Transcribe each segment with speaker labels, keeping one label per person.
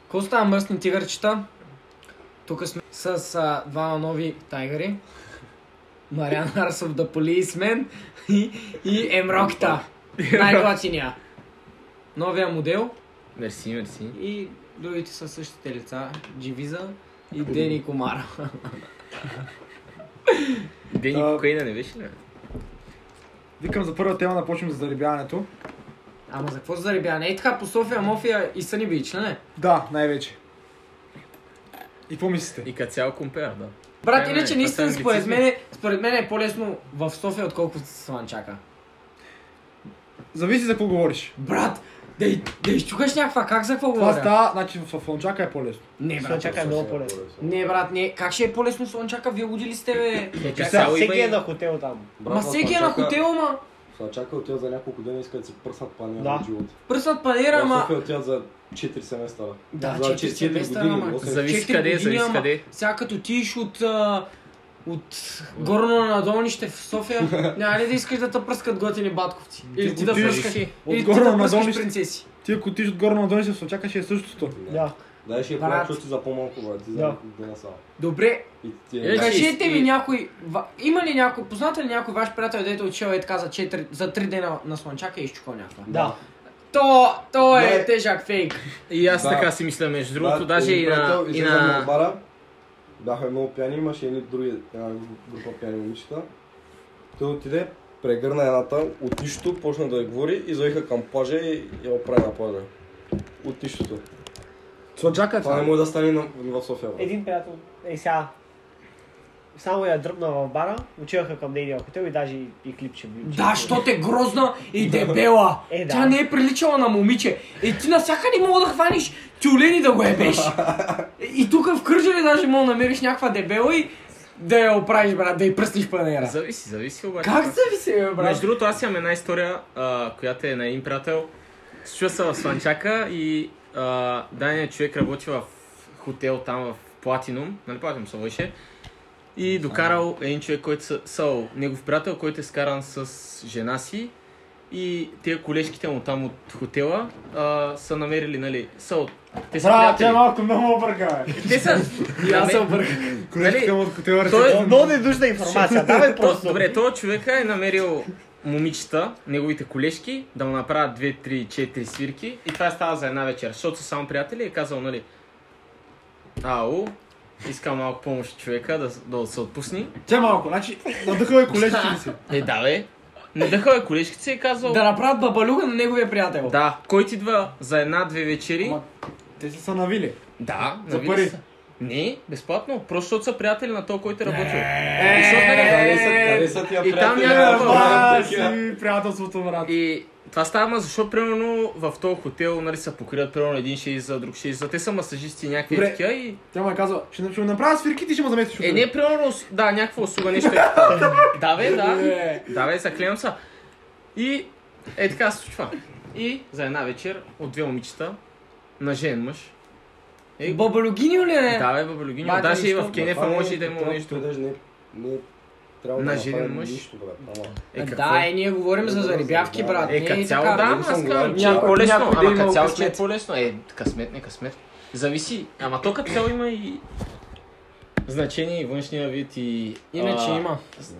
Speaker 1: Какво става, мръсни тигърчета? Тук сме с а, два нови тайгари. Мариан Арсов да поли и с мен и, и Емрокта. Най-готиния. Новия модел
Speaker 2: Мерси, мерси.
Speaker 1: и другите са същите лица. Дживиза и Дени Комара.
Speaker 2: Дени
Speaker 3: А,
Speaker 2: кокаина не беше ли?
Speaker 3: Викам за първа тема да почнем за заребяването.
Speaker 1: Ама за какво се заребя? Не е така по София, Мофия и Съни Бич, нали? не?
Speaker 3: Да, най-вече. И какво мислите?
Speaker 2: И като цял компер, да.
Speaker 1: Брат,
Speaker 2: Не, не,
Speaker 1: иначе
Speaker 2: това
Speaker 1: наистина
Speaker 2: са
Speaker 1: според
Speaker 2: англицизми.
Speaker 1: мен, според мен е по-лесно в София, отколкото в Сланчака.
Speaker 3: Зависи за какво говориш.
Speaker 1: Брат, да, и- да изчукаш някаква, как за какво
Speaker 3: Това
Speaker 1: говоря?
Speaker 3: става, значи в Слънчака е по-лесно.
Speaker 1: Не, брат.
Speaker 4: Слънчака е много по-лесно.
Speaker 1: Не, брат, не. Как ще е по-лесно Слънчака? Вие луди ли сте, бе?
Speaker 2: Е,
Speaker 4: Сега
Speaker 2: как цяло има
Speaker 4: всеки е
Speaker 2: и...
Speaker 4: на хотел там.
Speaker 1: Ма всеки е на хотел, ма.
Speaker 5: Слачака отива за няколко дена и иска да си пръснат плания
Speaker 4: Да.
Speaker 5: на живота.
Speaker 1: Пръснат панера, ама...
Speaker 5: София отива за 4 семестъра.
Speaker 1: Да,
Speaker 5: за
Speaker 1: 4 семестъра, ама...
Speaker 5: осем.
Speaker 2: Зависи
Speaker 1: четири
Speaker 2: къде, е,
Speaker 1: години,
Speaker 2: зависи
Speaker 1: ама
Speaker 2: къде.
Speaker 1: Сега като отидеш от... а, От горно на долнище в София, няма ли да искаш да те пръскат готини батковци? Или ти да
Speaker 3: отидеш
Speaker 1: пръскаш, или
Speaker 3: от
Speaker 1: ти
Speaker 3: Горно
Speaker 1: да
Speaker 3: на
Speaker 1: пръскаш
Speaker 3: Долнище.
Speaker 1: принцеси.
Speaker 3: Ти ако отиш от горе на долище в Слънчака ще е същото.
Speaker 4: Да.
Speaker 5: Да, ще е
Speaker 1: Брат.
Speaker 5: по чувство за по-малко, брат. Ти за
Speaker 4: Да.
Speaker 5: няколко дена само.
Speaker 1: Добре,
Speaker 5: И ти
Speaker 2: Е,
Speaker 5: е...
Speaker 2: че-
Speaker 1: кажете ми
Speaker 2: и-
Speaker 1: някой, ва- има ли някой, познат ли някой ваш приятел, дето е отишъл е така за, 4, за 3 дена на Слънчака и е изчукал някаква?
Speaker 4: Да.
Speaker 1: То, то е
Speaker 5: Не.
Speaker 1: тежък фейк.
Speaker 2: И аз
Speaker 5: Да.
Speaker 2: така си мисля, между другото,
Speaker 5: Брат,
Speaker 2: даже
Speaker 5: един
Speaker 2: и
Speaker 5: приятел
Speaker 2: на... И
Speaker 5: излизаме от
Speaker 2: на...
Speaker 5: бара. Бяхме много пияни, имаше едни други, една група пияни момичета. Той отиде, прегърна едната от нищото, почна да я говори и завиха към плажа и я оправи на плажа. От нищото.
Speaker 3: Слънчака е
Speaker 5: Това не
Speaker 3: това.
Speaker 5: може да стане на- в София. брат.
Speaker 4: Един приятел, е сега, само я дръпна в бара, отиваха към нейния хотел и даже и, и клипче ми.
Speaker 1: Да, що те грозна и дебела.
Speaker 4: Е, да.
Speaker 1: Тя не е приличала на момиче. И ти навсякъде мога да хванеш тюлени да го ебеш. И тук в Кържали даже мога да намериш някаква дебела и да я оправиш, брат, да й пръснеш панера.
Speaker 2: Зависи, зависи обаче.
Speaker 1: Как зависи, бе, брат?
Speaker 2: Между другото, аз имам една история, а, която е на един приятел. Чува се в Сланчака и а, дадения човек работи в хотел там в Платинум, нали Платинум се водеше, и докарал един човек, който са, са негов приятел, който е скаран с жена си и тия колежките му там от хотела а, са намерили, нали, са от... Те са
Speaker 3: Бра, тя е
Speaker 2: приятели.
Speaker 3: малко много обърка, бе.
Speaker 2: Те са...
Speaker 1: аз се
Speaker 2: Нали,
Speaker 1: обърках.
Speaker 2: нали,
Speaker 3: Колежката му от котела
Speaker 2: той е
Speaker 3: ръце.
Speaker 4: Много ненужна информация, давай
Speaker 2: То,
Speaker 4: просто.
Speaker 2: добре, този човек е намерил момичета, неговите колежки, да му направят 2, 3, 4 свирки и това става за една вечер, защото са само приятели и е казал, нали, ау, искам малко помощ от човека да, с- да се отпусни.
Speaker 3: Тя малко, значи надъхава и колежките си.
Speaker 2: Е, да бе, не дъхал е колежките и е казал,
Speaker 1: Да
Speaker 2: да.
Speaker 1: направят бабалюга на неговия приятел.
Speaker 2: да, кой ти идва за една-две вечери?
Speaker 3: Ама, Те са са навили.
Speaker 2: Да,
Speaker 3: За
Speaker 2: навиди
Speaker 3: пари.
Speaker 2: се. Не, безплатно, просто защото са приятели на то, който е работил. е.
Speaker 4: Е.
Speaker 5: Къде са тия
Speaker 2: И там
Speaker 5: приятели? Е,
Speaker 2: няма
Speaker 5: Ама,
Speaker 3: Това си
Speaker 5: такива.
Speaker 2: е.
Speaker 3: приятелството, брат.
Speaker 2: И това става, ма защо примерно в този хотел нали, се покриват примерно един ще за друг ще за. Те са масажисти някакви
Speaker 3: Добре.
Speaker 2: такива и...
Speaker 3: Тя ме казва, ще ще му направя свирките и ще му заместиш.
Speaker 2: Е,
Speaker 3: утре.
Speaker 2: не, примерно, ус- да, някаква услуга, нещо е. да, бе, да.
Speaker 3: Е,
Speaker 2: да, бе, заклевам се. И е така се случва. И за една вечер от две момичета на жен мъж. Е,
Speaker 1: Бабалюгиньо ли е?
Speaker 2: да, бе, бабалюгини,
Speaker 1: Бате,
Speaker 2: даже и
Speaker 1: нищо.
Speaker 2: в Кенефа
Speaker 5: Това не е-
Speaker 2: може и да има
Speaker 5: трябва
Speaker 2: нещо.
Speaker 5: подадеш, Не, не трябва да
Speaker 2: На жирен
Speaker 5: направим
Speaker 2: мъж.
Speaker 5: Нищо, брат. Ама.
Speaker 2: Е, какво?
Speaker 1: Да, е, ние говорим за заребявки, брат.
Speaker 2: Е,
Speaker 1: не
Speaker 2: като цяло
Speaker 1: така.
Speaker 2: да,
Speaker 5: не
Speaker 2: ама
Speaker 5: съм
Speaker 2: аз казвам,
Speaker 5: голям,
Speaker 2: че е
Speaker 1: някой-
Speaker 2: по-лесно,
Speaker 1: някой да
Speaker 2: ама
Speaker 1: има
Speaker 2: като цяло ще е
Speaker 1: късмет.
Speaker 2: по-лесно. Е, късмет, не късмет. Зависи, ама то като цяло има и значение и външния вид и...
Speaker 1: Иначе
Speaker 2: а,
Speaker 1: има.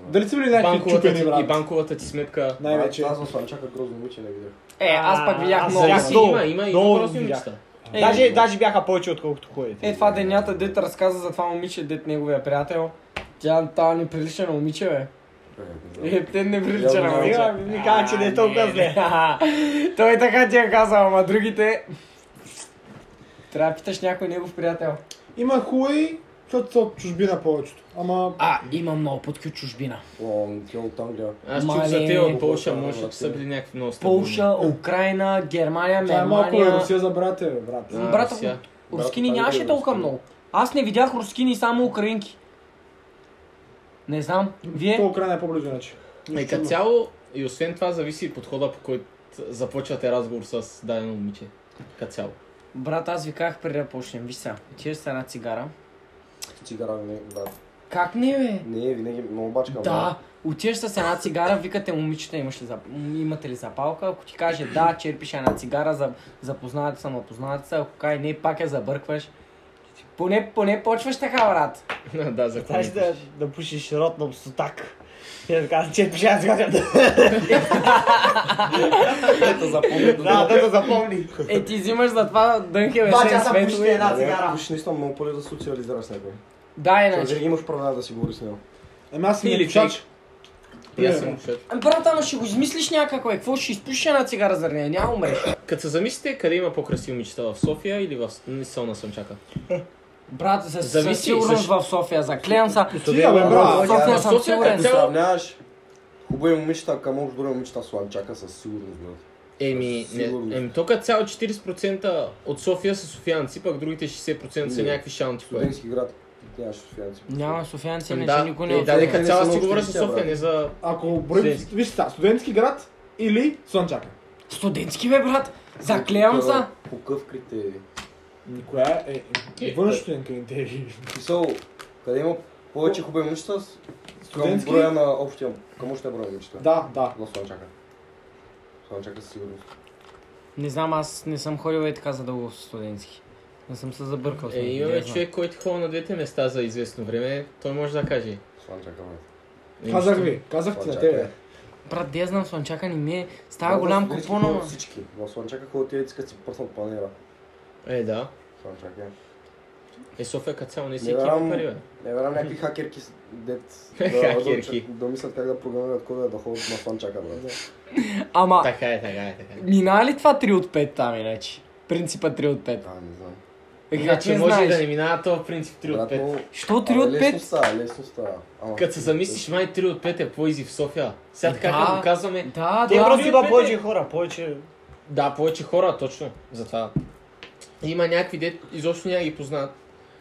Speaker 3: Дали са били някакви
Speaker 2: Банковата ти,
Speaker 3: чупени,
Speaker 2: и
Speaker 3: брат?
Speaker 2: банковата ти сметка.
Speaker 3: Най-вече.
Speaker 5: Аз съм чака грозно момиче, не видях.
Speaker 1: Е, аз пак видях
Speaker 4: А,
Speaker 1: много.
Speaker 4: зависи.
Speaker 2: Зависи,
Speaker 4: долу,
Speaker 2: има, има и
Speaker 4: долу
Speaker 2: въпросни
Speaker 4: видях.
Speaker 2: момичета.
Speaker 1: Е,
Speaker 4: Даже, даже бяха повече отколкото ходите.
Speaker 1: Е, това денята, дет разказа за това момиче, дет неговия приятел. Тя там не прилича на момиче, бе. Е, те не прилича на
Speaker 5: Явно
Speaker 1: момиче.
Speaker 4: Сега ми казва, че не е толкова зле.
Speaker 1: Ха-ха. Той така ти е казал, ама другите... Трябва да питаш някой негов приятел.
Speaker 3: Има хубави, защото са от чужбина повечето. Ама...
Speaker 1: А, има много пътки от чужбина.
Speaker 5: О, тя оттам гледа.
Speaker 2: Аз
Speaker 1: Мале.
Speaker 2: чух за те от Полша,
Speaker 5: България,
Speaker 2: може че са били някакви много стабилни.
Speaker 1: Полша, Украина, Германия,
Speaker 3: Това е малко е
Speaker 1: Германия...
Speaker 3: Русия за брате, бе, брат.
Speaker 2: Да,
Speaker 1: Брат, е
Speaker 2: Русия.
Speaker 1: рускини
Speaker 5: Брат,
Speaker 1: нямаше
Speaker 5: Англия,
Speaker 1: толкова
Speaker 5: рускини.
Speaker 1: много. Аз не видях рускини, само украинки. Не знам. Вие?
Speaker 3: По-Украина е по-близо, иначе.
Speaker 2: Е,
Speaker 3: Нищо
Speaker 2: като
Speaker 3: чудно.
Speaker 2: цяло, и освен това, зависи и подхода, по който започвате разговор с дадено момиче. Като цяло.
Speaker 1: Брат, аз ви казах преди да почнем. Виж сега, отиваш с една цигара.
Speaker 5: Цигара ми, брат.
Speaker 1: Как не, бе?
Speaker 5: Не, винаги много бачка.
Speaker 1: Да, отиваш с една цигара, викате момичета, имаш ли зап... м, имате ли запалка? Ако ти каже да, черпиш една цигара, за... запознавате са, ма познавате са, ако кай не, пак я забъркваш. Поне, поне почваш така, брат.
Speaker 2: да, за е.
Speaker 4: Знаеш
Speaker 2: кой?
Speaker 4: да, да пушиш рот на сутак. И да казвам, че пиша, аз казвам, да,
Speaker 5: Ето запомни до
Speaker 4: да, да, да запомни.
Speaker 1: Е, ти взимаш за това дънхе
Speaker 4: Два
Speaker 1: весен
Speaker 4: часа пушиш
Speaker 1: светло.
Speaker 4: една
Speaker 5: Да,
Speaker 4: цигара.
Speaker 5: Виж, наистина много поле да социализираш с
Speaker 2: Е,
Speaker 5: него.
Speaker 1: Да, е,
Speaker 2: значи-
Speaker 1: значи. иначе.
Speaker 5: Винаги имаш права да си говори с него.
Speaker 3: Еми аз съм
Speaker 2: Или
Speaker 3: пушач.
Speaker 2: И аз съм шеф.
Speaker 1: Ами, брат, ама ще го измислиш някакво, е, какво ще изпушиш една цигара за нея, няма умреш.
Speaker 2: Като се замислите, къде има по-красиви момичета в София или в Сел на Слънчака?
Speaker 1: Брат, със, със
Speaker 2: Зависи,
Speaker 1: сигурност
Speaker 2: със-
Speaker 1: в София, заклеям са.
Speaker 3: Ти, абе,
Speaker 1: В
Speaker 3: брат.
Speaker 1: София съм
Speaker 2: София като
Speaker 1: сигурен.
Speaker 2: Е, цяло-
Speaker 5: Представляваш хубави момичета към общо други момичета с ланчака със сигурност, брат.
Speaker 2: Е. Еми,
Speaker 5: Сигурно.
Speaker 2: не, еми тук цяло 40% от София са софиянци, пък другите 60% са
Speaker 5: Не.
Speaker 2: някакви шанти. кое.
Speaker 5: Студентски град. Нямаш софиянци.
Speaker 1: Няма софиянци,
Speaker 2: Ами
Speaker 1: не,
Speaker 2: Да,
Speaker 1: никой не
Speaker 2: е, да,
Speaker 5: отиде.
Speaker 2: нека
Speaker 5: Не
Speaker 2: цяло
Speaker 5: са
Speaker 2: си говоря за
Speaker 5: общинския,
Speaker 2: София,
Speaker 5: брат.
Speaker 2: не за...
Speaker 3: Ако броим,
Speaker 2: Студентски.
Speaker 3: виж сега, студентски град или Слънчака.
Speaker 1: Студентски бе, брат. Заклеям са.
Speaker 5: По какъв критерий?
Speaker 3: Никоя е- е
Speaker 2: Е,
Speaker 3: външен критерий.
Speaker 5: Писал, къде има повече хубави момичета с- към
Speaker 3: Студентски?
Speaker 5: броя на общия, към общия брой момичета.
Speaker 3: Да, да.
Speaker 5: В ланчака. В ланчака със сигурност.
Speaker 1: Не знам, аз не съм ходил и така за дълго в студентски. Не съм се забъркал. с
Speaker 2: Е,
Speaker 1: него,
Speaker 2: имаме
Speaker 1: не знам.
Speaker 2: човек, който ходи на двете места за известно време, той може да каже.
Speaker 5: С ланчака, брат.
Speaker 2: Еми,
Speaker 3: Казах
Speaker 2: ще-
Speaker 3: ви, казах ти на
Speaker 5: Слънчака
Speaker 3: тебе.
Speaker 5: е.
Speaker 1: Брат, де знам, слънчака ни ми е. Става
Speaker 5: Много
Speaker 1: голям
Speaker 5: студентски
Speaker 1: купон, ама.
Speaker 5: ходят Всички. В ланчака ходят тези, искат си пръснат панера.
Speaker 2: Е, да.
Speaker 5: В ланчака. е.
Speaker 2: Е, София като цяло не си
Speaker 5: Не,
Speaker 2: екипа
Speaker 5: верам-
Speaker 2: пари, бе.
Speaker 5: Не верам някакви хакерки с- дет да,
Speaker 2: Хакерки.
Speaker 5: да, да мислят как да програмират кода да ходят на слънчака, брат.
Speaker 1: Ама,
Speaker 2: Така е, така е, така е.
Speaker 1: мина ли това 3 от 5 там, иначе? Принципа 3 от 5.
Speaker 5: Да, не знам.
Speaker 1: Е,
Speaker 5: значи
Speaker 1: как
Speaker 2: Иначе
Speaker 1: не
Speaker 2: може и да
Speaker 1: знаеш?
Speaker 2: не минава този принцип 3 от 5.
Speaker 5: Обратно,
Speaker 1: Що 3 от
Speaker 5: ама Лесно
Speaker 1: 5?
Speaker 5: става, лесно става. Ама,
Speaker 2: Като се замислиш, май 3 от 5 е по-изи в София. Сега
Speaker 1: Е,
Speaker 2: така
Speaker 1: да.
Speaker 2: като го казваме,
Speaker 1: Да,
Speaker 4: Те
Speaker 1: да.
Speaker 4: просто има повече хора, повече...
Speaker 2: да, повече хора, точно, затова. Има някакви дет, изобщо няма ги познават.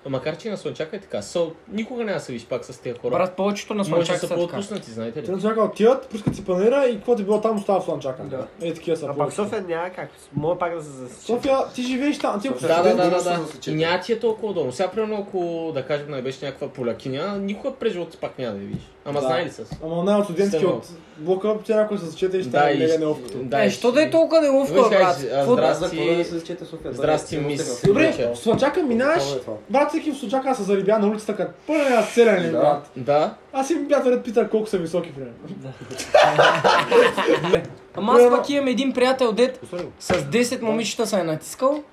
Speaker 2: А макар че и на Слънчака е така, Сол, никога няма да се виж пак с тези хора.
Speaker 1: Брат, повечето на
Speaker 2: Може да
Speaker 1: слънчака
Speaker 2: са
Speaker 1: са така.
Speaker 2: по-отпуснати, знаете
Speaker 3: Те
Speaker 2: ли?
Speaker 3: на Слънчака отиват, пускат си панера и каквото е било там остава в Слънчака.
Speaker 5: Да.
Speaker 3: Е, такива са
Speaker 4: А пак
Speaker 3: повече.
Speaker 4: София няма как. Мога пак да се засича.
Speaker 3: София, ти живееш там, ти ако си
Speaker 2: Да, да, да,
Speaker 3: студент,
Speaker 2: да,
Speaker 5: Се
Speaker 2: да.
Speaker 5: засичат.
Speaker 2: И няма ти е толкова удобно. Сега, примерно, ако да кажем, не беше някаква полякиня, никога през живота си пак няма да я видиш. Ама
Speaker 3: Да.
Speaker 2: знае ли с?
Speaker 3: Ама най от студентски
Speaker 2: Стена.
Speaker 3: от блока, ти някой се зачете и ще е мега неловкото.
Speaker 1: Да, е, що да е толкова неловко,
Speaker 2: Виж,
Speaker 1: брат?
Speaker 2: кажеш, а,
Speaker 1: Какво-
Speaker 2: здрав-
Speaker 5: Аз за какво да не се зачете София?
Speaker 2: Здрасти,
Speaker 5: Да,
Speaker 2: мис.
Speaker 5: да,
Speaker 3: Добре,
Speaker 2: Вече.
Speaker 3: в Слънчака минаваш,
Speaker 5: Какво е това?
Speaker 3: брат всеки в Слънчака се зарибя на улицата като пълен селяни,
Speaker 5: Да.
Speaker 3: брат.
Speaker 2: Да,
Speaker 3: Аз им приятелят пита колко са високи, примерно.
Speaker 1: Ама аз пък имам един приятел, дед с 10 момичета се е натискал.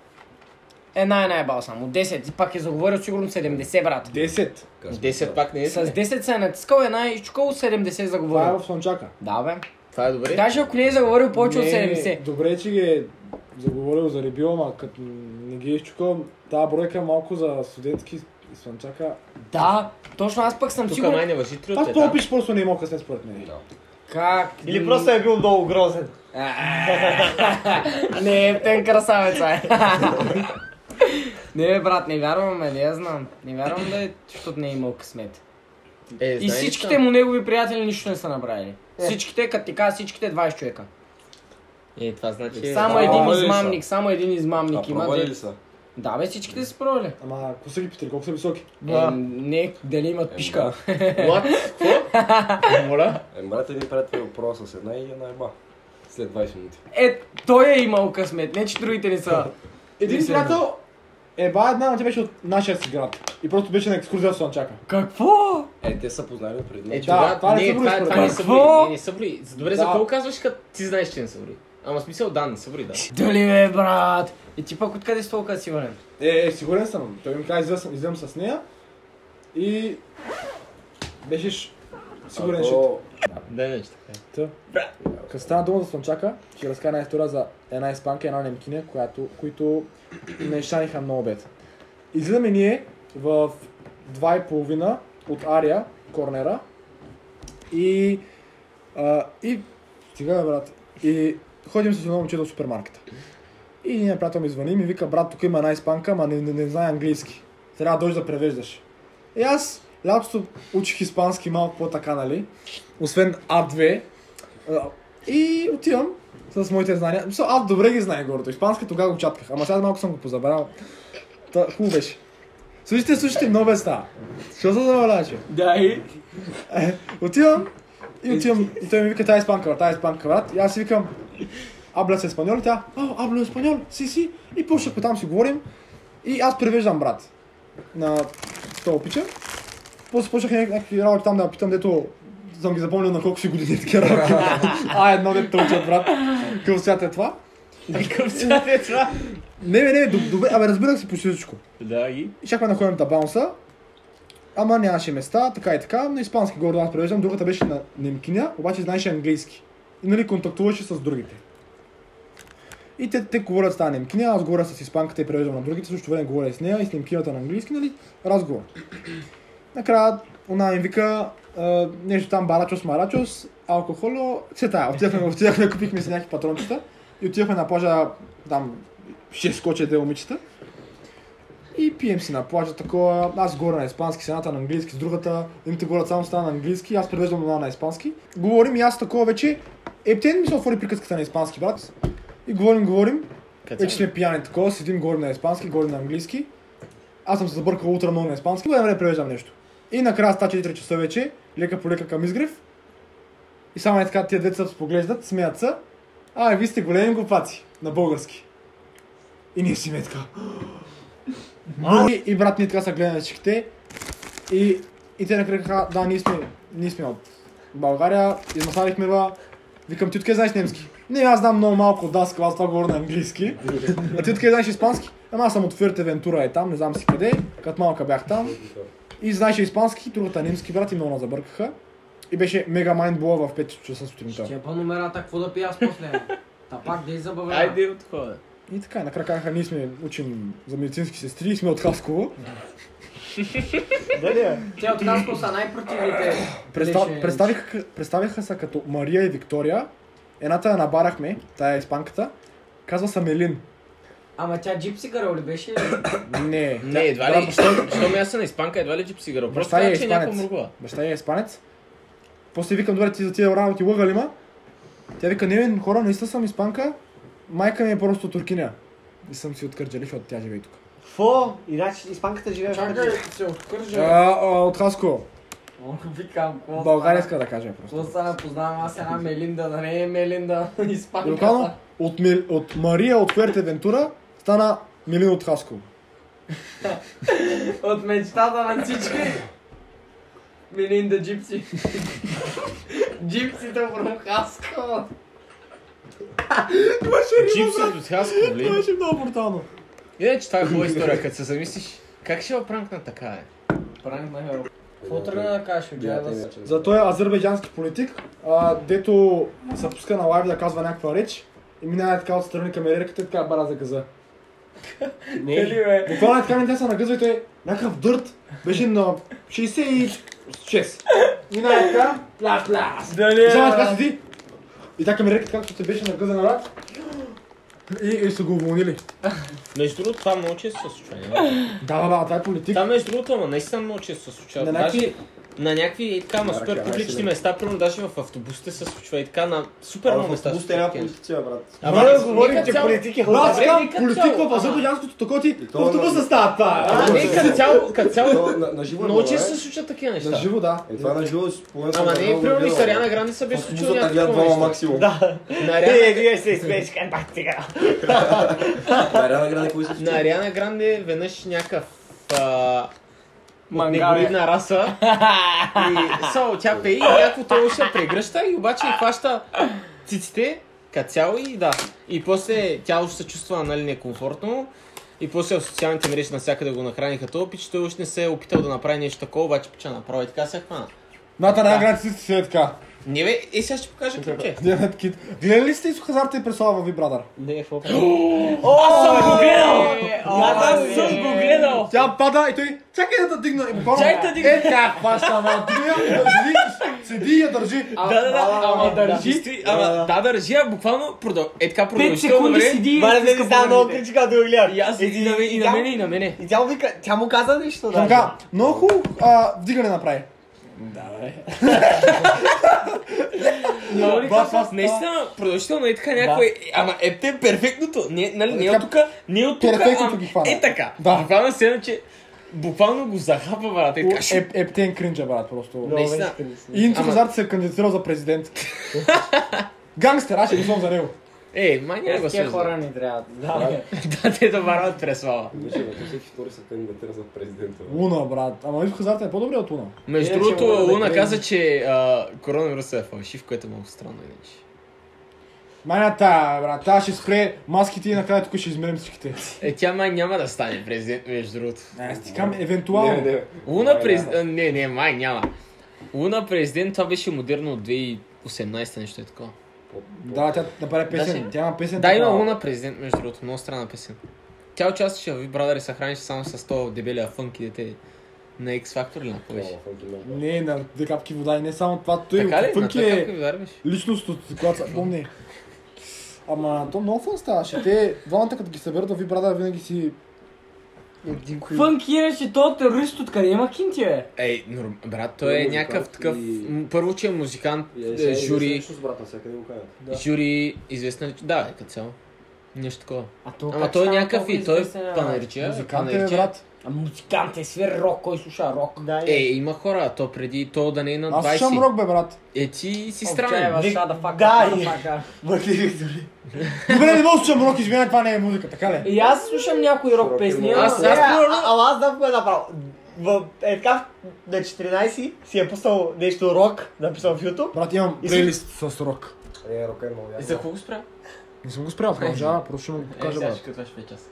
Speaker 1: Една е най-бал само. 10. И пак е заговорил сигурно 70, брат.
Speaker 3: 10.
Speaker 2: 10 пак не е.
Speaker 1: С 10 се е натискал, една е изчукал 70 е
Speaker 3: Това е
Speaker 1: заговорил.
Speaker 3: в Слънчака.
Speaker 1: Да, бе.
Speaker 2: Това е добре.
Speaker 1: Даже ако не е заговорил повече от
Speaker 3: Не,
Speaker 1: 70.
Speaker 3: Добре, че ги е заговорил за рибил, ама като не ги е изчукал, тази бройка е малко за студентски и Слънчака.
Speaker 1: Да, точно аз пък съм
Speaker 2: Тук
Speaker 1: сигурен.
Speaker 2: май не въжи 3
Speaker 3: Аз
Speaker 2: от
Speaker 3: това
Speaker 2: 5.
Speaker 3: пиш просто не мога късен според мен.
Speaker 1: Как?
Speaker 4: Или просто е бил много грозен.
Speaker 1: Не, е тен красавец, е. Не, бе, брат, не вярвам, бе, не я знам. Не вярвам да е, защото не е имал късмет.
Speaker 2: Е,
Speaker 1: И
Speaker 2: знаеш
Speaker 1: всичките
Speaker 2: там?
Speaker 1: му негови приятели нищо не са направили. Всичките, като ти кажа, всичките 20 човека.
Speaker 2: Е, това значи...
Speaker 1: Само
Speaker 5: а,
Speaker 1: един
Speaker 5: пробвали ли
Speaker 1: измамник, само един измамник
Speaker 5: А
Speaker 1: има.
Speaker 5: пробвали
Speaker 1: де-
Speaker 5: ли са?
Speaker 1: Да, бе, всичките са пробвали.
Speaker 3: Ама ако са ги питали, колко са високи?
Speaker 1: Е, не, дали имат пишка.
Speaker 2: What? Какво? Моля?
Speaker 5: Е, брат, един приятел въпроса с една и я наеба. След 20 минути.
Speaker 1: Е, той е имал късмет, не че другите не са.
Speaker 3: Е, Един
Speaker 1: Мисля, да.
Speaker 3: приятел, еба една, но тя беше от нашия си град. И просто беше на екскурзия в Слънчака.
Speaker 1: Какво?
Speaker 5: Е, те са познали преди.
Speaker 2: Е,
Speaker 5: Е,
Speaker 2: тогава-
Speaker 3: това не са
Speaker 2: не,
Speaker 3: брои
Speaker 2: това,
Speaker 3: според
Speaker 2: това не
Speaker 1: мен.
Speaker 2: са
Speaker 1: Какво?
Speaker 2: брои. Не, не са брои. Добре, за
Speaker 3: Да.
Speaker 2: какво казваш, като ти знаеш, че не са брои? Ама в смисъл, да, не са брои, да.
Speaker 1: Дали бе, брат? И ти пък откъде си толкова сигурен?
Speaker 3: Е, е, сигурен съм. Той ми каза, излизам, излизам с нея. И... Беше ш... сигурен шит.
Speaker 2: Да, не, че така. е.
Speaker 3: Та. Като стана дума за Слънчака, ще разкажа една история за една испанка и една немкиня, която, които не шаниха много бед. Излизаме ние в 2.30 от Ария, корнера. И... А, и... Стига, бе, брат. И ходим с едно момче до супермаркета. И един приятел ми звъни и ми вика, брат, тук има една испанка, ама не, не, не знае английски. Трябва да дойдеш да превеждаш. И аз лятото учих испански малко по-така, нали? Освен А2. А, И отивам с моите знания. Мисля, аз добре ги знае гордо. Испански тогава го чатках, ама сега малко съм го позабрал. Та, хубаво беше. Слушайте, слушайте, много места. Що се заваляваше?
Speaker 1: Да, и...
Speaker 3: Отивам и отивам. И той ми вика, тази испанка, брат, тази испанка, брат. И аз си викам, Аблес еспаньол, тя, а, аблес еспаньол, си си. И почнах там си говорим. И аз превеждам, брат, на това пича. После почнах няк- някакви работи там да питам, дето съм ги запомнил на колко си години такива работи. а, едно дето учат, брат. Къв свят е това?
Speaker 4: Към сега е това.
Speaker 3: Не, не, не, доб- добре, абе разбирах се почти всичко.
Speaker 2: Да, и...
Speaker 3: И чакаме да ходим да баунса. Ама нямаше места, така и така. На испански гордо аз превеждам, другата беше на немкиня, обаче знаеше английски. И нали контактуваше с другите. И те, те говорят с тази немкиня, аз говоря с испанката и превеждам на другите, също време говоря и с нея и с немкинята на английски, нали? Разговор. Накрая она им вика а, нещо там барачос, марачос, алкохоло, все тая. Отидахме, отидахме, купихме си някакви патрончета и отидахме на плажа, там 6 коче две момичета. И пием си на плажа такова. Аз горе на испански, с едната на английски, с другата. Едните говорят само стана на английски, аз превеждам една на испански. Говорим и аз такова вече. Ептен ми се отвори приказката на испански, брат. И говорим, говорим. Вече сме пияни такова, седим горе на испански, горе на английски. Аз съм се забъркал утре много на испански, но време да превеждам нещо. И накрая стача 4 часа вече, лека по лека към изгрев. И само е така, тия деца се поглеждат, смеят се. А, вие сте големи глупаци, на български. И ние си ме така. И, и брат, ние така са гледаме всичките. И, и те накрая казаха, да, ние сме, ние сме от България, измасарихме ва. Викам, ти откъде знаеш немски? Не, аз знам много малко от даска, аз това говоря на английски. А ти откъде знаеш испански? Ама аз съм от Фюрте Вентура е там, не знам си къде, като малка бях там. И знаеше испански, другата немски брат и много нас забъркаха. И беше мега майндбола в 5 часа сутринта.
Speaker 1: Ще е по номерата, какво да пия аз после? Та пак да е и забавя.
Speaker 2: Айде от хода.
Speaker 3: И така, накрая казаха, ние сме учим за медицински сестри, сме от Хасково.
Speaker 4: Дали е?
Speaker 1: Те от Хаско са най-противните.
Speaker 3: Представ,
Speaker 1: Беше-
Speaker 3: представиха, представиха се като Мария и Виктория. Едната я набарахме, тая е испанката. Казва се Мелин.
Speaker 1: Ама тя джипси гърл ли беше?
Speaker 3: Не.
Speaker 2: Не,
Speaker 3: тя-
Speaker 2: едва
Speaker 3: да,
Speaker 2: ли, щом- щом аз съм на испанка, едва ли джипси гърл. Просто
Speaker 3: Баща е
Speaker 2: казва, че някой
Speaker 3: испанец.
Speaker 2: мръгва.
Speaker 3: Баща е испанец. После викам, добре, ти за тия работи лъга ли ма? Тя вика, не бе, хора, наистина съм испанка. Майка ми е просто туркиня. И съм си откърджали, защото тя живее тук.
Speaker 4: Фо! Иначе испанката живее в
Speaker 1: Чакай,
Speaker 4: Кърджали.
Speaker 1: се откържа.
Speaker 3: А, а, от Хасково.
Speaker 1: О, Викам, какво
Speaker 3: България
Speaker 1: стана?
Speaker 3: иска да кажа
Speaker 1: Какво
Speaker 3: просто.
Speaker 1: стана, познавам аз една Мелинда, да не е Мелинда,
Speaker 3: И Буквално
Speaker 1: испанката.
Speaker 3: от, Мил- от Мария от Фуерте Вентура стана Милин от Хасково.
Speaker 1: От мечтата на всички. Мелинда джипси. Джипсите from Хаско.
Speaker 2: Джипси от Хасково, ли?
Speaker 3: Беше много брутално.
Speaker 2: Иначе това е хубава история, като се замислиш. Как ще я пранкна така, е?
Speaker 1: Пранк на херо. Какво трябва да кажеш, Оджай? да се-
Speaker 3: За той е азербайджански политик, а, дето се пуска на лайв да казва някаква реч и минава така отстрани камерерката и така бара за газа.
Speaker 1: Или бе?
Speaker 3: Буквално е така не тя се нагъзва и той някакъв дърт беше на 66. Минава така, пла пла.
Speaker 1: Дали е?
Speaker 3: Взема така
Speaker 1: бе?
Speaker 3: седи. И така камерерката както се беше нагъзена рад. И, и са го уволнили.
Speaker 2: Между другото, това много често се случва. няма.
Speaker 3: Да, да, да, това е политик.
Speaker 2: Това между другото, ама наистина много често се случва.
Speaker 3: На
Speaker 5: Значи,
Speaker 2: Даже-
Speaker 3: някакви...
Speaker 2: На някакви и така, ма супер
Speaker 5: ръка,
Speaker 2: публични
Speaker 5: да.
Speaker 2: места, примерно даже в автобусите се случва и така, на супер
Speaker 5: Ама
Speaker 2: много
Speaker 5: в
Speaker 2: места.
Speaker 5: автобусите
Speaker 3: е
Speaker 5: няма политици, брат.
Speaker 2: Ама
Speaker 3: Моля,
Speaker 2: не,
Speaker 3: говорим,
Speaker 2: нека
Speaker 3: че
Speaker 2: цяло-
Speaker 4: политик е хубав.
Speaker 3: Брат,
Speaker 2: Добре,
Speaker 3: казвам,
Speaker 2: и като
Speaker 3: политик
Speaker 2: цяло,
Speaker 3: в
Speaker 2: ама-
Speaker 3: азербайджанското тако ти,
Speaker 5: то
Speaker 3: просто
Speaker 5: на-
Speaker 3: го става това.
Speaker 2: Ама не, като цяло, като цяло,
Speaker 5: То на- На живо е
Speaker 2: много
Speaker 5: било,
Speaker 2: често
Speaker 5: е.
Speaker 2: се случват такива
Speaker 3: На
Speaker 2: неща.
Speaker 3: живо, да.
Speaker 5: Е, това на живо си поне съм
Speaker 2: Ама
Speaker 5: го
Speaker 2: не, е
Speaker 5: много
Speaker 2: примерно и
Speaker 5: гледал,
Speaker 2: с Ариана
Speaker 5: брат.
Speaker 2: Гранде се беше случило
Speaker 5: Автобусът гледат
Speaker 2: някакво
Speaker 5: двама
Speaker 2: нещо.
Speaker 5: максимум.
Speaker 4: Да.
Speaker 2: На
Speaker 4: Е,
Speaker 2: Ариана,
Speaker 4: вие се изсмееш, как пак сега.
Speaker 5: На Ариана Гранде какво си
Speaker 2: на
Speaker 5: случи?
Speaker 2: Ариана Гранде веднъж някакъв а, от
Speaker 1: Мангал е.
Speaker 2: негоридна раса. И само тя пее и някакво толкова се прегръща и обаче и хваща циците като цяло и да. И после тя още се чувства нали, некомфортно. И после в социалните мрежи навсякъде го нахраниха този пич, той още не се е опитал да направи нещо такова, обаче пича направи и така се хвана.
Speaker 3: Ната на град си си е така.
Speaker 2: Не бе, е сега ще покажа ключе.
Speaker 3: Дивен кит. Гледали ли сте Исо Хазарта и Преслава ви, брадър?
Speaker 4: Не, фо. Аз съм го гледал! Аз
Speaker 2: е.
Speaker 4: съм го гледал!
Speaker 3: Тя пада и той, чакай да те дигна. И буквално,
Speaker 4: Чакай да дигна.
Speaker 3: Е, така, хваща, ма. Дигна я, държи, седи и я държи.
Speaker 1: А,
Speaker 2: Да, да, да, ама
Speaker 1: да.
Speaker 2: държи, ама да, държи, а буквално продъл... Е така
Speaker 1: Пет
Speaker 2: продължително
Speaker 1: секунди
Speaker 2: време.
Speaker 1: седи
Speaker 4: Мале да
Speaker 1: стиска
Speaker 4: ми става много
Speaker 1: погледите.
Speaker 4: кричи, като го гледам.
Speaker 2: И аз, и, на, мен- и на мене, и на мене.
Speaker 4: Е, И тя му вика, тя му каза нещо, да.
Speaker 3: Така, много хубаво а, вдигане направи.
Speaker 2: Но ли
Speaker 3: Бас,
Speaker 2: това
Speaker 3: бас,
Speaker 2: Нали, наистина продължително е така някой. е- Ама е те перфектното. Не, нали, не е
Speaker 3: Така,
Speaker 2: от тука, не е от тука.
Speaker 3: перфектното
Speaker 2: ам,
Speaker 3: ги хвана.
Speaker 2: Е така.
Speaker 3: Да.
Speaker 2: Хвана се, че буквално го захапа, брат. Е, така,
Speaker 3: О, Еп, ептен кринджа, брат, просто.
Speaker 4: Много
Speaker 2: Наистина.
Speaker 4: искрен си.
Speaker 3: И Инцо
Speaker 2: Ама-
Speaker 3: Хазарт се е кандидатирал за президент. Гангстер, аз ще гласувам за него.
Speaker 2: е май няма го
Speaker 1: Аз тия
Speaker 2: се
Speaker 1: хора ни трябва.
Speaker 4: Да,
Speaker 2: Да, те да варват през слава.
Speaker 5: Миша, бе, всеки втори се кандидатира за президента. бе.
Speaker 3: Луна, брат. Ама Инцо Хазарт е по-добре от Луна.
Speaker 2: Между
Speaker 1: Иначе
Speaker 2: другото,
Speaker 1: мога да
Speaker 2: Луна
Speaker 1: кажем-
Speaker 2: каза, че а, коронавирусът е фалшив, което е много странно иначе.
Speaker 3: Майна тая, брат. Тя ще спре маските и накрая тук ще измерим всичките.
Speaker 2: Е, тя май няма да стане президент, между другото.
Speaker 3: Не, аз ти кам,
Speaker 5: Не,
Speaker 3: евентуално.
Speaker 5: не.
Speaker 2: Луна
Speaker 5: Май
Speaker 2: президент...
Speaker 5: няма.
Speaker 2: а, Не, не, май няма. Луна президент, това беше модерно от 2018 нещо е такова.
Speaker 3: Да, тя направи песен.
Speaker 2: Даже-
Speaker 3: Тя има песен.
Speaker 2: Да, има
Speaker 3: такава.
Speaker 2: Луна президент, между другото, много странна песен. Тя участваше в Big Brother и се хранеше само с то дебелия фънки дете на X Factor ли на кой беше?
Speaker 5: О, фънки много.
Speaker 3: Не, на две капки вода и не само това. Той
Speaker 2: Така ли? На
Speaker 3: Фънки
Speaker 2: така
Speaker 3: е
Speaker 2: как вярваш?
Speaker 3: личност от която се помни. Ама то много фън ставаше. Те, двамата като ги съберат в Вибрада, винаги си... Един кой...
Speaker 1: Фънкираше то терорист откъде има кинти, бе?
Speaker 2: Ей, норм... брат, той е
Speaker 5: Много
Speaker 2: някакъв
Speaker 5: музикант
Speaker 2: такъв...
Speaker 5: и-
Speaker 2: м, Първо, че е музикант,
Speaker 5: Е,
Speaker 2: е,
Speaker 5: сега е
Speaker 2: жури,
Speaker 5: личност, брат, навсякъде го канят.
Speaker 3: да.
Speaker 2: жури, известна лич- Да, е като цяло. Нещо такова.
Speaker 1: А то
Speaker 2: Ама
Speaker 1: как
Speaker 2: той е
Speaker 1: стана
Speaker 2: някакъв
Speaker 1: толкова
Speaker 2: и той
Speaker 1: известен, а?
Speaker 2: панарича.
Speaker 3: Музикант е, брат.
Speaker 1: А музикант е свир рок, кой слуша рок.
Speaker 4: да.
Speaker 2: Е,
Speaker 4: Е,
Speaker 2: има хора, то преди то да не е на
Speaker 3: Аз слушам
Speaker 2: 20.
Speaker 3: рок, бе, брат.
Speaker 2: Е, ти си
Speaker 1: Овчаева,
Speaker 2: странен.
Speaker 1: shut the fuck up,
Speaker 4: Да,
Speaker 1: shut the
Speaker 4: и-
Speaker 1: fuck up.
Speaker 3: Добре, не мога да слушам рок, извинявай, това не е музика, така ли?
Speaker 1: И аз слушам някои рок песни, ама...
Speaker 2: Аз-
Speaker 4: Е,
Speaker 1: аз...
Speaker 2: аз-
Speaker 4: а- а- Ама аз знам кое е направо. В, е така, на 14 си е пуснал нещо рок, написал в YouTube.
Speaker 3: Брат, имам
Speaker 4: И си-
Speaker 3: плейлист с рок.
Speaker 5: Е, рок е много ясно.
Speaker 2: За какво го спря?
Speaker 3: Не съм го спрял, продължава, просто ще му
Speaker 2: Е,
Speaker 3: го покажа, брат.
Speaker 2: катваш 5 часа.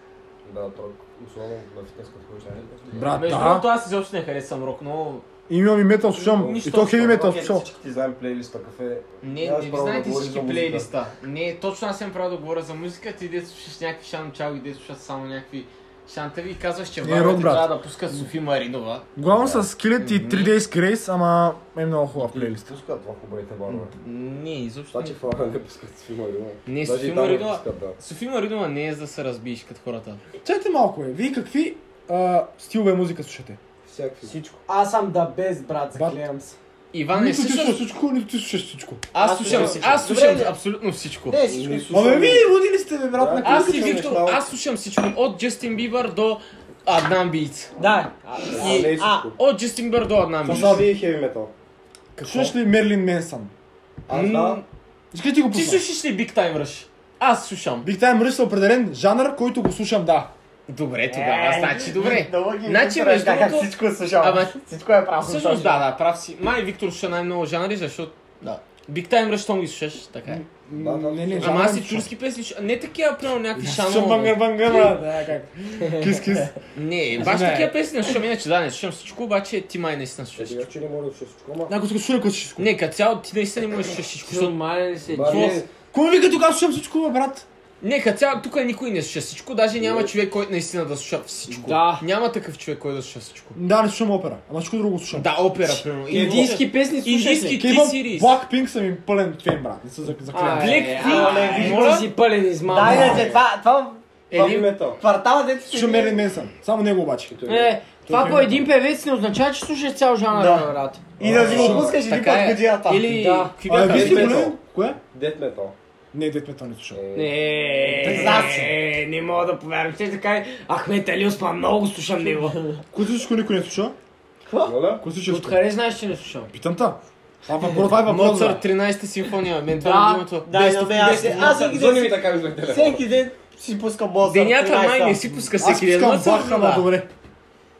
Speaker 5: Да, то основно на фитнес, като ходиш нали? на фитнес.
Speaker 3: Брат,
Speaker 2: Между
Speaker 3: да.
Speaker 2: другото, аз изобщо не харесвам рок, но...
Speaker 3: И Имам и метал, слушам.
Speaker 2: Нищо
Speaker 3: И то хеви
Speaker 2: общо.
Speaker 3: метал,
Speaker 5: Окей,
Speaker 3: слушам.
Speaker 5: Всички ти знаем плейлиста, е? кафе.
Speaker 2: Не,
Speaker 5: Нямаш
Speaker 2: не ви
Speaker 5: право да
Speaker 2: знаете
Speaker 5: говориш за
Speaker 2: всички
Speaker 5: музика.
Speaker 2: плейлиста. Не, точно аз имам право да говоря за музика, ти де слушаш някакви шан чао и де слушаш само някакви шантави и казваш, че
Speaker 3: Не,
Speaker 2: варварите
Speaker 3: рок, брат.
Speaker 2: трябва да пускат Софи Маринова.
Speaker 3: Главно с Килет и
Speaker 2: Мгм.
Speaker 3: 3 Days Grace, ама е много хубав плейлист.
Speaker 5: Пускат това хубавите барове.
Speaker 2: Не, изобщо
Speaker 5: Това,
Speaker 2: не.
Speaker 5: че фара не пускат с филма Ридова.
Speaker 2: Не, с
Speaker 5: Даже и
Speaker 2: Филма
Speaker 5: там не
Speaker 2: Ридова.
Speaker 5: пускат, да.
Speaker 2: Софи Маринова не е за да се разбиеш като хората.
Speaker 3: Чайте малко, е. Вие какви а, стилове музика слушате?
Speaker 5: Всякакви.
Speaker 1: Всичко. Аз съм да без, брат,
Speaker 3: Брат.
Speaker 1: заклевам се.
Speaker 2: Иван не
Speaker 3: нито ти слушаш
Speaker 2: слушаш.
Speaker 3: всичко, нито ти слушаш всичко.
Speaker 2: Аз слушам,
Speaker 1: слушам
Speaker 2: аз
Speaker 1: всичко.
Speaker 2: слушам
Speaker 1: Добре,
Speaker 2: абсолютно всичко.
Speaker 4: Не,
Speaker 5: Не
Speaker 4: всичко.
Speaker 5: слушам.
Speaker 3: Абе, вие водили сте, бе, брат,
Speaker 5: Да.
Speaker 3: на кой
Speaker 2: Аз и
Speaker 3: слушаш?
Speaker 2: Виктор, аз слушам всичко. От Джастин Бибър до Аднан Биц.
Speaker 1: Да,
Speaker 5: А, не е
Speaker 4: а,
Speaker 5: всичко.
Speaker 2: От Джастин Бибър до Аднан Биц.
Speaker 5: Това ви е хеви метал.
Speaker 3: Слушаш ли Мерлин Менсън?
Speaker 5: Аз да.
Speaker 3: Искаш ли ти го
Speaker 2: Ти
Speaker 3: пусна?
Speaker 2: слушаш ли Big Time Rush? Аз слушам.
Speaker 3: Big Time Rush са определен жанр, който го слушам, да.
Speaker 2: Добре, тогава,
Speaker 4: Е,
Speaker 2: значи добре.
Speaker 4: Много ги
Speaker 2: Значи,
Speaker 4: интересува
Speaker 2: между
Speaker 4: как
Speaker 2: другото-
Speaker 4: Всичко слушам.
Speaker 2: Ама-
Speaker 4: Всичко е правилно.
Speaker 2: Всъщност, да, да, прав си. Май Виктор слуша най-много е жанри, защото... Да. Big Time Rush, щом ги слушаш, така е.
Speaker 5: Да, да,
Speaker 3: Не, не,
Speaker 2: Ама
Speaker 5: слушам.
Speaker 3: жанр
Speaker 2: аз
Speaker 3: не
Speaker 2: и
Speaker 3: слушам.
Speaker 2: турски песни, слушам. не такива, примерно някакви
Speaker 3: Слушам бангър
Speaker 2: шано.
Speaker 3: бангър, брат. Да, как. Кис, кис.
Speaker 2: Не, баш
Speaker 3: Не.
Speaker 2: такива песни не слушам, иначе да, не слушам всичко, обаче ти май наистина слушаш.
Speaker 5: Сега, че не мога да слушаш всичко, ама...
Speaker 3: Някой се слуша, като всичко.
Speaker 2: Не, като цяло ти наистина не можеш да слушаш всичко. защото-
Speaker 1: Нормален си.
Speaker 5: Ба,
Speaker 2: Какво?
Speaker 5: не,
Speaker 3: Кой вика тогава слушам всичко, бе, брат?
Speaker 2: Не, като цяло тук никой не слуша всичко, даже няма човек, който наистина да слуша всичко.
Speaker 1: Да.
Speaker 2: Няма такъв човек, който да слуша всичко.
Speaker 3: Да, не слушам опера. Ама всичко друго слушам.
Speaker 2: Да, опера, примерно. Или-
Speaker 1: Индийски песни слушаш
Speaker 2: Индийски
Speaker 1: ли?
Speaker 3: Ке
Speaker 2: ти
Speaker 3: имам
Speaker 2: сирис.
Speaker 3: Blackpink съм им пълен фен, брат. Не се за- заклевам.
Speaker 2: Black
Speaker 1: е,
Speaker 2: Pink,
Speaker 1: а, е,
Speaker 2: моля?
Speaker 1: Ти си пълен измам.
Speaker 4: Да, иначе, това, това
Speaker 5: Хеви
Speaker 2: Или...
Speaker 5: метал.
Speaker 4: квартала, дето си...
Speaker 3: Слушам Мерлин Менсън. Само него обаче.
Speaker 1: Е, това по един певец не означава, че слушаш цял жанр,
Speaker 4: Да.
Speaker 1: брат.
Speaker 4: И да си го пускаш един
Speaker 2: Така
Speaker 4: път в
Speaker 2: е.
Speaker 4: годината.
Speaker 2: Или...
Speaker 1: Да.
Speaker 2: какви
Speaker 3: А,
Speaker 2: бяха?
Speaker 3: Е, вие сте
Speaker 5: Death
Speaker 3: големи?
Speaker 5: Metal.
Speaker 3: Кое?
Speaker 5: Дет метал.
Speaker 3: Не, Death Metal не слушам.
Speaker 1: Не,
Speaker 4: Признавам си.
Speaker 1: не, не мога да повярвам. Те така е, Ахмед Али Осман, много го слушам него.
Speaker 3: Кой слушаш, кой никой не слуша?
Speaker 5: Моля?
Speaker 3: Кой слушаш?
Speaker 1: Откъде знаеш, че не слушам?
Speaker 3: Питам та. А въпрос, това е въпрос,
Speaker 2: Моцарт,
Speaker 3: брат.
Speaker 2: 13-та симфония, мен това
Speaker 1: Да,
Speaker 2: е любимото.
Speaker 4: Да, да, бе, аз, аз всеки
Speaker 5: Зони ми
Speaker 4: ден,
Speaker 5: така виждах телефона.
Speaker 4: всеки ден си пускам Моцарт.
Speaker 2: Денята май
Speaker 4: 13-та.
Speaker 2: не си пуска
Speaker 3: Аз
Speaker 2: всеки ден.
Speaker 3: пускам
Speaker 2: Моцарт,
Speaker 3: бах, ама
Speaker 2: да.
Speaker 3: добре.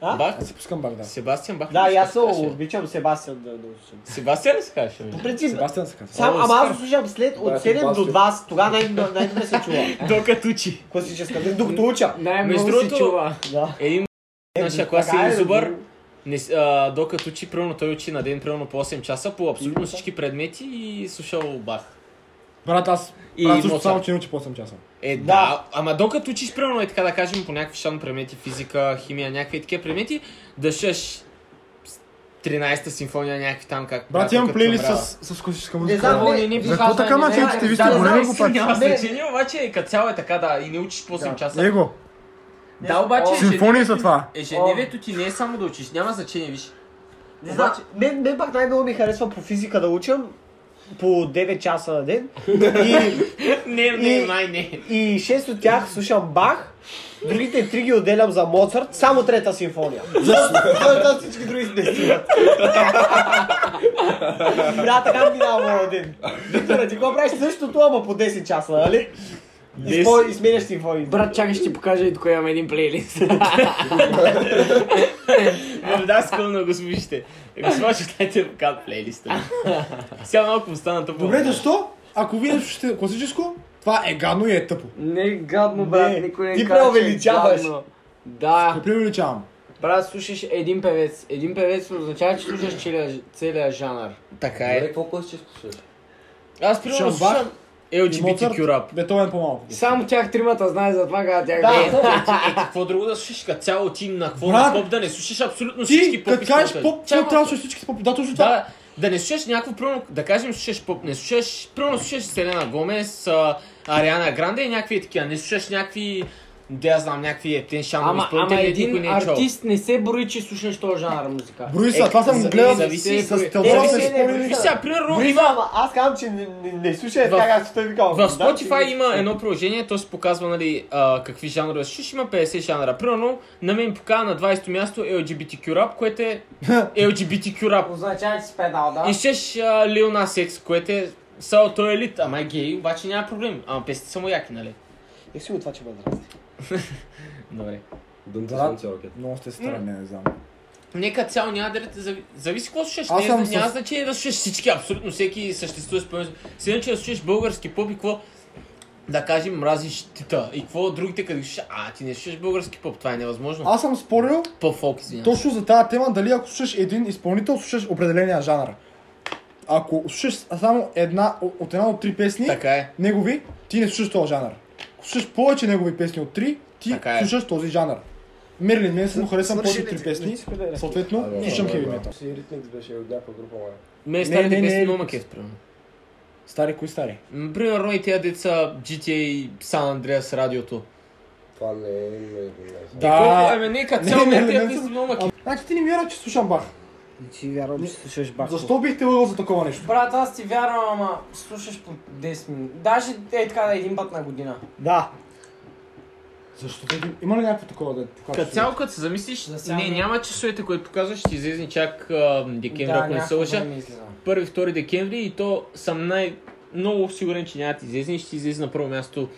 Speaker 4: А?
Speaker 2: Бах?
Speaker 3: Аз си пускам бах, да.
Speaker 2: Себастиан Бах.
Speaker 4: Да,
Speaker 2: ли
Speaker 4: и аз
Speaker 2: се казваше?
Speaker 4: обичам Себастиан да да го слушам.
Speaker 2: Себастиан ли се казваше? бе?
Speaker 4: По принцип,
Speaker 3: Себастиан се казва.
Speaker 4: сам,
Speaker 2: О,
Speaker 4: ама аз го
Speaker 2: стар.
Speaker 4: слушам след от
Speaker 5: Да,
Speaker 4: 7 до
Speaker 5: Себастиан.
Speaker 4: 20, тогава най- най- най-добре се чува.
Speaker 2: Докато учи.
Speaker 4: Класическа, докато уча.
Speaker 2: Между
Speaker 1: Най-много
Speaker 2: другото-
Speaker 1: се чува.
Speaker 4: Да.
Speaker 2: Един нашия клас
Speaker 4: така
Speaker 2: е
Speaker 4: е,
Speaker 2: зубър.
Speaker 4: да.
Speaker 2: Не, с- а, докато учи, примерно той учи на ден, примерно по 8 часа, по абсолютно всички предмети и слушал бах.
Speaker 3: Брат, аз
Speaker 2: И
Speaker 3: брат, също
Speaker 2: Моцарт.
Speaker 3: само, че не учи по 8 часа.
Speaker 2: Е, да. да. Ама докато учиш, примерно, е така да кажем, по някакви шан предмети, физика, химия, някакви такива предмети, да шеш 13-та симфония, някакви там как...
Speaker 3: Брат, имам
Speaker 2: докато
Speaker 3: плейлист
Speaker 2: забравя.
Speaker 3: с, с класическа
Speaker 4: Не
Speaker 3: музика.
Speaker 4: знам,
Speaker 1: Какво
Speaker 4: не,
Speaker 1: ни ни
Speaker 3: За какво
Speaker 1: показва,
Speaker 3: така
Speaker 1: не, не,
Speaker 3: маченките
Speaker 1: не,
Speaker 3: ви сте
Speaker 1: да,
Speaker 2: Да,
Speaker 1: знам.
Speaker 3: големи?
Speaker 2: знам,
Speaker 3: го
Speaker 2: си,
Speaker 3: пак.
Speaker 2: няма
Speaker 4: Не.
Speaker 2: значение, обаче като цяло е така да и не учиш по 8 часа.
Speaker 3: Его,
Speaker 2: Да, обаче
Speaker 3: симфонии са това.
Speaker 2: ежедневието ти не е само да учиш, няма значение, виж.
Speaker 4: Не знам, Значи, мен, мен пак най-много ми харесва по физика да учам по 9 часа на ден. И,
Speaker 2: Не,
Speaker 4: не,
Speaker 2: не, май не.
Speaker 4: и 6 от тях слушам бах, Другите три ги отделям за Моцарт, само трета симфония. Защо? всички други не стигат. Да, така минава моят ден. Виктора, ти какво правиш същото, ама по 10 часа, нали? И, спо... и сменяш симфонии.
Speaker 1: Брат, чакай, ще ти покажа и тук имаме един плейлист.
Speaker 2: В Даскал на Е, го слушайте. Ако слушаш, дайте покат плейлиста. Сега малко му стана тъпо.
Speaker 3: Добре, защо? Ако вие слушате класическо, това е гадно и е тъпо.
Speaker 1: Не гадно, брат,
Speaker 4: Не,
Speaker 1: никой не
Speaker 4: ти
Speaker 1: казва, че е
Speaker 4: преувеличаваш.
Speaker 1: гадно. Да,
Speaker 3: Не преувеличавам.
Speaker 1: брат, слушаш един певец. Един певец означава, че слушаш целия, целият жанър.
Speaker 2: Така
Speaker 5: Добре,
Speaker 2: е.
Speaker 5: какво класическо слушаш?
Speaker 2: Аз примерно
Speaker 3: Шамбах,
Speaker 2: слушам
Speaker 3: И
Speaker 2: LGBTQ рап.
Speaker 3: Бетовен по-малко.
Speaker 1: Само тях тримата знае за това, каза тях.
Speaker 4: Да.
Speaker 1: Да.
Speaker 2: Е, е, какво друго да слушаш като цяло ти на какво на
Speaker 3: Брат,
Speaker 2: поп да не слушаш абсолютно
Speaker 3: Ти,
Speaker 2: всички поп
Speaker 3: като кажеш
Speaker 2: изпълнители.
Speaker 3: поп,
Speaker 2: Чакай
Speaker 3: трябва
Speaker 2: малко.
Speaker 3: да слушаш всички поп. Да, точно това.
Speaker 2: Да, да не слушаш някакво, примерно, да кажем слушаш поп, не слушаш, примерно слушаш Селена Гомес, а, Ариана Гранде и някакви такива, не слушаш някакви, да я знам, някакви ептен шамови
Speaker 1: Ама, ама
Speaker 2: изпълнители, никой
Speaker 1: един
Speaker 2: не е чул.
Speaker 1: артист не се брои, че слушаш този жанър музика.
Speaker 3: Брои са,
Speaker 2: Е,
Speaker 3: това съм
Speaker 2: за-
Speaker 3: го гледал
Speaker 2: зависи-
Speaker 3: с
Speaker 4: не,
Speaker 3: телефона са
Speaker 4: не, не,
Speaker 3: изпълнени.
Speaker 2: Виж сега, примерно,
Speaker 4: Бриза,
Speaker 2: има,
Speaker 4: ама аз казвам, че не, не, не слушай е
Speaker 2: В-
Speaker 4: така, както той викал.
Speaker 2: В Spotify има едно приложение, то се показва нали, а, какви жанрове слушаш, има 50 жанра. Примерно, на мен ми показва на 20-то място LGBTQ рап, което е LGBTQ рап.
Speaker 1: Означава, че си педал, да?
Speaker 2: И слушаш а, Lil Nas X, което е Сао, той е лит, ама е гей, обаче няма проблем. Ама песните са му яки, нали?
Speaker 4: Е, сигурно това, че ме дразни.
Speaker 2: Добре.
Speaker 5: Дънта
Speaker 3: Да.
Speaker 5: съм цялкет.
Speaker 3: Много сте странни, не знам.
Speaker 2: Нека цяло няма да те зави... зависи какво слушаш.
Speaker 3: Аз
Speaker 2: Не,
Speaker 3: съм
Speaker 2: няма
Speaker 3: с-
Speaker 2: значение да слушаш всички, абсолютно всеки съществуващ пълен. Сега, че да слушаш български поп и какво да кажем, мразиш тита. И какво другите като ги слушаш, а ти не слушаш български поп, това е невъзможно.
Speaker 3: Аз съм спорил
Speaker 2: По-фолк, извинявам.
Speaker 3: точно за тази тема, дали ако слушаш един изпълнител, слушаш определения жанр. Ако слушаш само една от една от три песни,
Speaker 2: Така е.
Speaker 3: негови, ти не слушаш този жанър. Ако слушаш повече негови песни от три, ти
Speaker 2: Така е.
Speaker 3: слушаш този жанър. Мерлин, мен съм харесвам повече от
Speaker 4: ли
Speaker 3: три
Speaker 4: ти-
Speaker 3: песни,
Speaker 4: не си пределя.
Speaker 3: съответно
Speaker 5: Абе,
Speaker 3: слушам
Speaker 5: абе,
Speaker 3: хеви
Speaker 5: абе.
Speaker 3: метал.
Speaker 5: Си Ритмикс беше от някаква група, май.
Speaker 2: Ме
Speaker 3: Не,
Speaker 2: е старите
Speaker 3: не, не,
Speaker 2: песни
Speaker 3: не.
Speaker 2: много ме кеф, примерно.
Speaker 3: Стари, кои стари?
Speaker 2: М, Примерно и тези деца GTA Сан Андреас радиото.
Speaker 5: Това не е... не е- не е-
Speaker 2: Колко-
Speaker 3: Да.
Speaker 2: Ами не, като
Speaker 3: Не,
Speaker 2: цяло ме
Speaker 3: не, не,
Speaker 2: тези
Speaker 3: не
Speaker 2: песни
Speaker 3: съм-
Speaker 2: много ме кеф.
Speaker 3: Значи ти не ми вярваш, че слушам бах.
Speaker 4: Ти вярвам, че слушаш бак.
Speaker 3: Защо бихте лъгал за такова нещо?
Speaker 1: Брат, аз ти вярвам, ама слушаш по 10 минути. Даже е така да един път на година.
Speaker 4: Да.
Speaker 3: Защо? Има ли някакво такова да
Speaker 2: Като цяло, като се замислиш,
Speaker 1: За сега
Speaker 2: не,
Speaker 1: не.
Speaker 2: няма часовете, които показваш, ще излезе чак а, декември, ако не се
Speaker 1: някакво
Speaker 2: лъжа.
Speaker 1: време излиза.
Speaker 2: 1-2 декември и то съм най... Много сигурен, че няма да ти излезе и ще ти излезе на първо място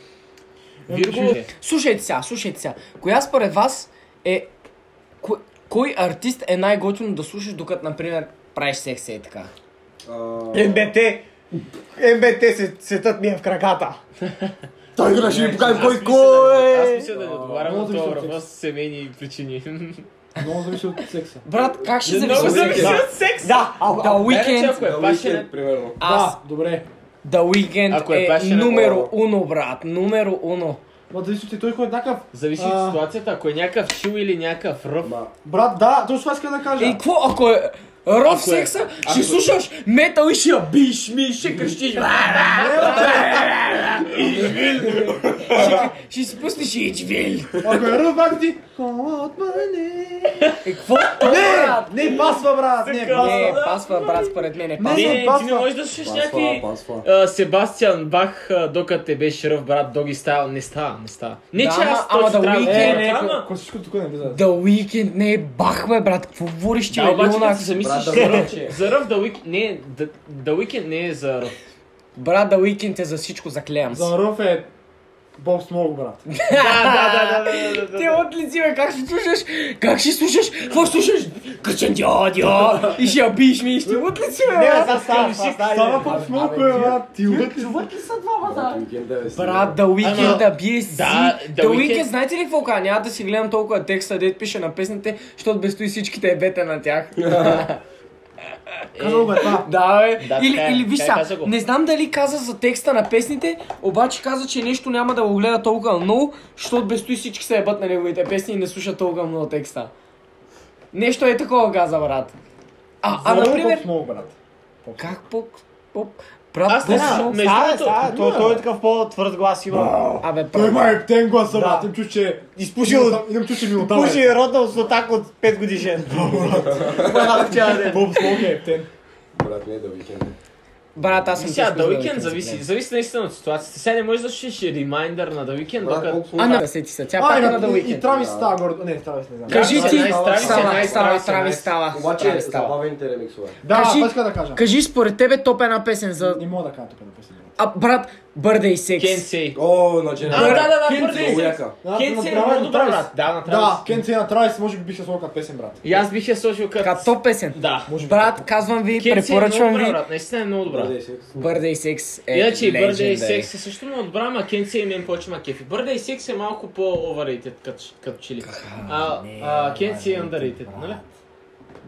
Speaker 2: е? Вирго.
Speaker 1: Слушайте сега, слушайте сега. Коя според вас е... Кой, кой артист е най-готино да слушаш, докато, например, правиш секс и така?
Speaker 5: А,
Speaker 4: МБТ! МБТ се, светът ми е в краката.
Speaker 5: Той го ще ми покажем кой
Speaker 2: Аз
Speaker 5: кой е!
Speaker 2: мисля да не отговарям
Speaker 3: Много
Speaker 2: на
Speaker 3: зависи
Speaker 2: това
Speaker 3: от
Speaker 2: въпрос
Speaker 3: текста.
Speaker 2: с семейни причини.
Speaker 3: Много зависи от секса.
Speaker 1: Брат, как ще
Speaker 2: Много
Speaker 1: зависи?
Speaker 2: зависи
Speaker 1: Да.
Speaker 2: от секс.
Speaker 4: Да, а,
Speaker 1: The Weeknd,
Speaker 2: Ако е пашен,
Speaker 5: Уикенд, примерно.
Speaker 1: аз,
Speaker 3: Да, добре.
Speaker 1: The Weeknd
Speaker 2: Ако е
Speaker 1: е,
Speaker 2: пашен, ако-
Speaker 1: номеро уно, брат, номеро уно.
Speaker 3: Ма зависи от и той, кой е някакъв.
Speaker 2: Зависи
Speaker 3: А.
Speaker 2: от ситуацията, ако е някакъв шил или някакъв ръв.
Speaker 5: Ма,
Speaker 3: Брат, да, точно това иска да кажа.
Speaker 1: И какво, ако е ров
Speaker 2: е-
Speaker 1: секса, ще слушаш метал и ще я биш, ми, ще крещиш. бра, бра, бра. Ще- Ще си пуснеш и Ичвил.
Speaker 3: Ако е ръбак ти... От мене...
Speaker 1: Е, какво? брат?
Speaker 3: Не, не пасва, брат, не
Speaker 1: Не,
Speaker 3: пасва.
Speaker 1: пасва, брат, според мен е
Speaker 3: Не,
Speaker 1: пасва.
Speaker 2: Не, не, ти не
Speaker 3: пасва.
Speaker 2: можеш да слушаш
Speaker 5: пасва,
Speaker 2: някакви...
Speaker 5: пасва.
Speaker 2: а, Себастиан Бах, а, докато те беше ръв, брат, доги стайл, не става, не става. Не,
Speaker 1: Да,
Speaker 2: че
Speaker 1: ама-
Speaker 2: аз
Speaker 1: ама
Speaker 2: точно
Speaker 1: The
Speaker 2: трябва да
Speaker 1: Weeknd
Speaker 2: говоря
Speaker 1: е
Speaker 2: това,
Speaker 1: ко-
Speaker 2: ама-
Speaker 3: Ако всичко тук не влиза.
Speaker 1: The Weeknd не е бах, бе, брат, какво говориш ти,
Speaker 2: Да,
Speaker 1: бе,
Speaker 2: обаче
Speaker 1: юнак?
Speaker 2: като се замислиш,
Speaker 5: Брат,
Speaker 2: за
Speaker 5: да
Speaker 2: ръв,
Speaker 5: ръче.
Speaker 2: за ръв The Weeknd, не, The, The Weeknd не е за ръв.
Speaker 1: Брат, The Weeknd е за всичко, заклеям се.
Speaker 3: За ръв е... Боб Смог, брат.
Speaker 2: Да, да, да, да, да,
Speaker 1: Ти отлици, бе, как ще слушаш? Как ще слушаш? Какво ще слушаш? Къчен дядя! И ще я биш ми, и ще отлици, бе,
Speaker 4: Не, бе,
Speaker 1: брат!
Speaker 4: сега става, това
Speaker 3: Става
Speaker 4: става.
Speaker 3: Боб Смог, бе, брат. Ти увътли.
Speaker 1: Чуват ли са двамата?
Speaker 5: Уикенд е весел.
Speaker 1: Брат, The Weeknd
Speaker 2: Ама-
Speaker 1: да бие си.
Speaker 2: Да, The
Speaker 1: The Weeknd,
Speaker 2: Weeknd-
Speaker 1: знаете ли какво кажа? Няма да си гледам толкова текста, дед пише на песните, защото без той всичките е бета на тях.
Speaker 3: Казал го е това.
Speaker 1: Да, бе.
Speaker 2: Да,
Speaker 1: или,
Speaker 2: така е.
Speaker 1: или виж
Speaker 2: Така е,
Speaker 1: сега,
Speaker 2: каза го.
Speaker 1: не знам дали каза за текста на песните, обаче каза, че нещо няма да го гледа толкова много, защото без той всички се ебат на неговите песни и не слушат толкова много текста. Нещо е такова каза, брат. А, а
Speaker 3: За ръв е
Speaker 1: например...
Speaker 3: Боб Смог, брат.
Speaker 1: Как поп? поп? Брат,
Speaker 2: Аз не
Speaker 1: Боб
Speaker 2: знам.
Speaker 1: Смог-
Speaker 2: Между
Speaker 4: Става,
Speaker 2: другото-
Speaker 4: става. Той, той е такъв по-твърд глас има.
Speaker 1: Абе,
Speaker 3: Той е
Speaker 1: брат.
Speaker 3: има ептен гласа,
Speaker 4: Да.
Speaker 3: брат. Им чуш, че...
Speaker 4: Изпушил-
Speaker 3: Им чуш, че ми отдава.
Speaker 4: Пуши е роднал с отак от 5 годишен. Това е една вчера ден.
Speaker 3: Боб Смог е ептен.
Speaker 5: Брат, не е да уикенд.
Speaker 1: Брат, аз съм
Speaker 2: Сега,
Speaker 1: искал
Speaker 2: The
Speaker 1: за
Speaker 2: Weeknd зависи, зависи наистина от ситуацията. Сега не можеш да шиш ремайндър на The Weeknd,
Speaker 5: Брат,
Speaker 2: докато...
Speaker 5: колко
Speaker 1: А,
Speaker 5: сложно
Speaker 1: на
Speaker 5: е.
Speaker 1: сетица. Тя
Speaker 3: А,
Speaker 1: пак
Speaker 3: и,
Speaker 1: е на The
Speaker 3: на- и, и
Speaker 1: Weeknd.
Speaker 3: Травис става гордо. Не, Травис не знам.
Speaker 1: Кажи
Speaker 2: Да,
Speaker 1: ти,
Speaker 2: 17, Трави,
Speaker 1: става,
Speaker 2: 17,
Speaker 1: става,
Speaker 2: 17.
Speaker 1: трави, става.
Speaker 5: Обаче
Speaker 1: Трави, става.
Speaker 5: забавените ремиксове.
Speaker 3: Да,
Speaker 1: кажи-
Speaker 3: това иска да кажа.
Speaker 1: Кажи според тебе топ една песен за...
Speaker 3: Не мога да кажа тук на песен.
Speaker 1: А, брат, Birthday Sex.
Speaker 2: Can't say.
Speaker 5: О, значи на Дженера.
Speaker 2: А, да, да, да,
Speaker 5: Много
Speaker 2: Birthday Sex.
Speaker 5: яка.
Speaker 3: Да,
Speaker 2: Кенци е
Speaker 3: направо
Speaker 2: много
Speaker 3: на
Speaker 2: добър
Speaker 3: Травис.
Speaker 2: брат. Да, на
Speaker 3: Да,
Speaker 2: Травис.
Speaker 3: Кенци е на Травис, може би бих се сложил като песен, брат.
Speaker 2: И аз бих я сложил като...
Speaker 1: Като топ песен.
Speaker 2: Да.
Speaker 3: Може би.
Speaker 1: Брат, казвам ви,
Speaker 2: Can't say е
Speaker 1: препоръчвам
Speaker 2: много добра,
Speaker 1: ви.
Speaker 2: брат. Наистина е много добра.
Speaker 5: Birthday Sex.
Speaker 1: Birthday Sex е
Speaker 2: Иначе и Birthday
Speaker 1: legendary.
Speaker 2: Sex е също много добра, ама Can't Say мен повече ма кефи. Birthday Sex е малко по-overrated като, като чили. А,
Speaker 1: не,
Speaker 2: а, Can't Say е
Speaker 1: overrated,
Speaker 2: underrated,
Speaker 1: брат.
Speaker 2: нали?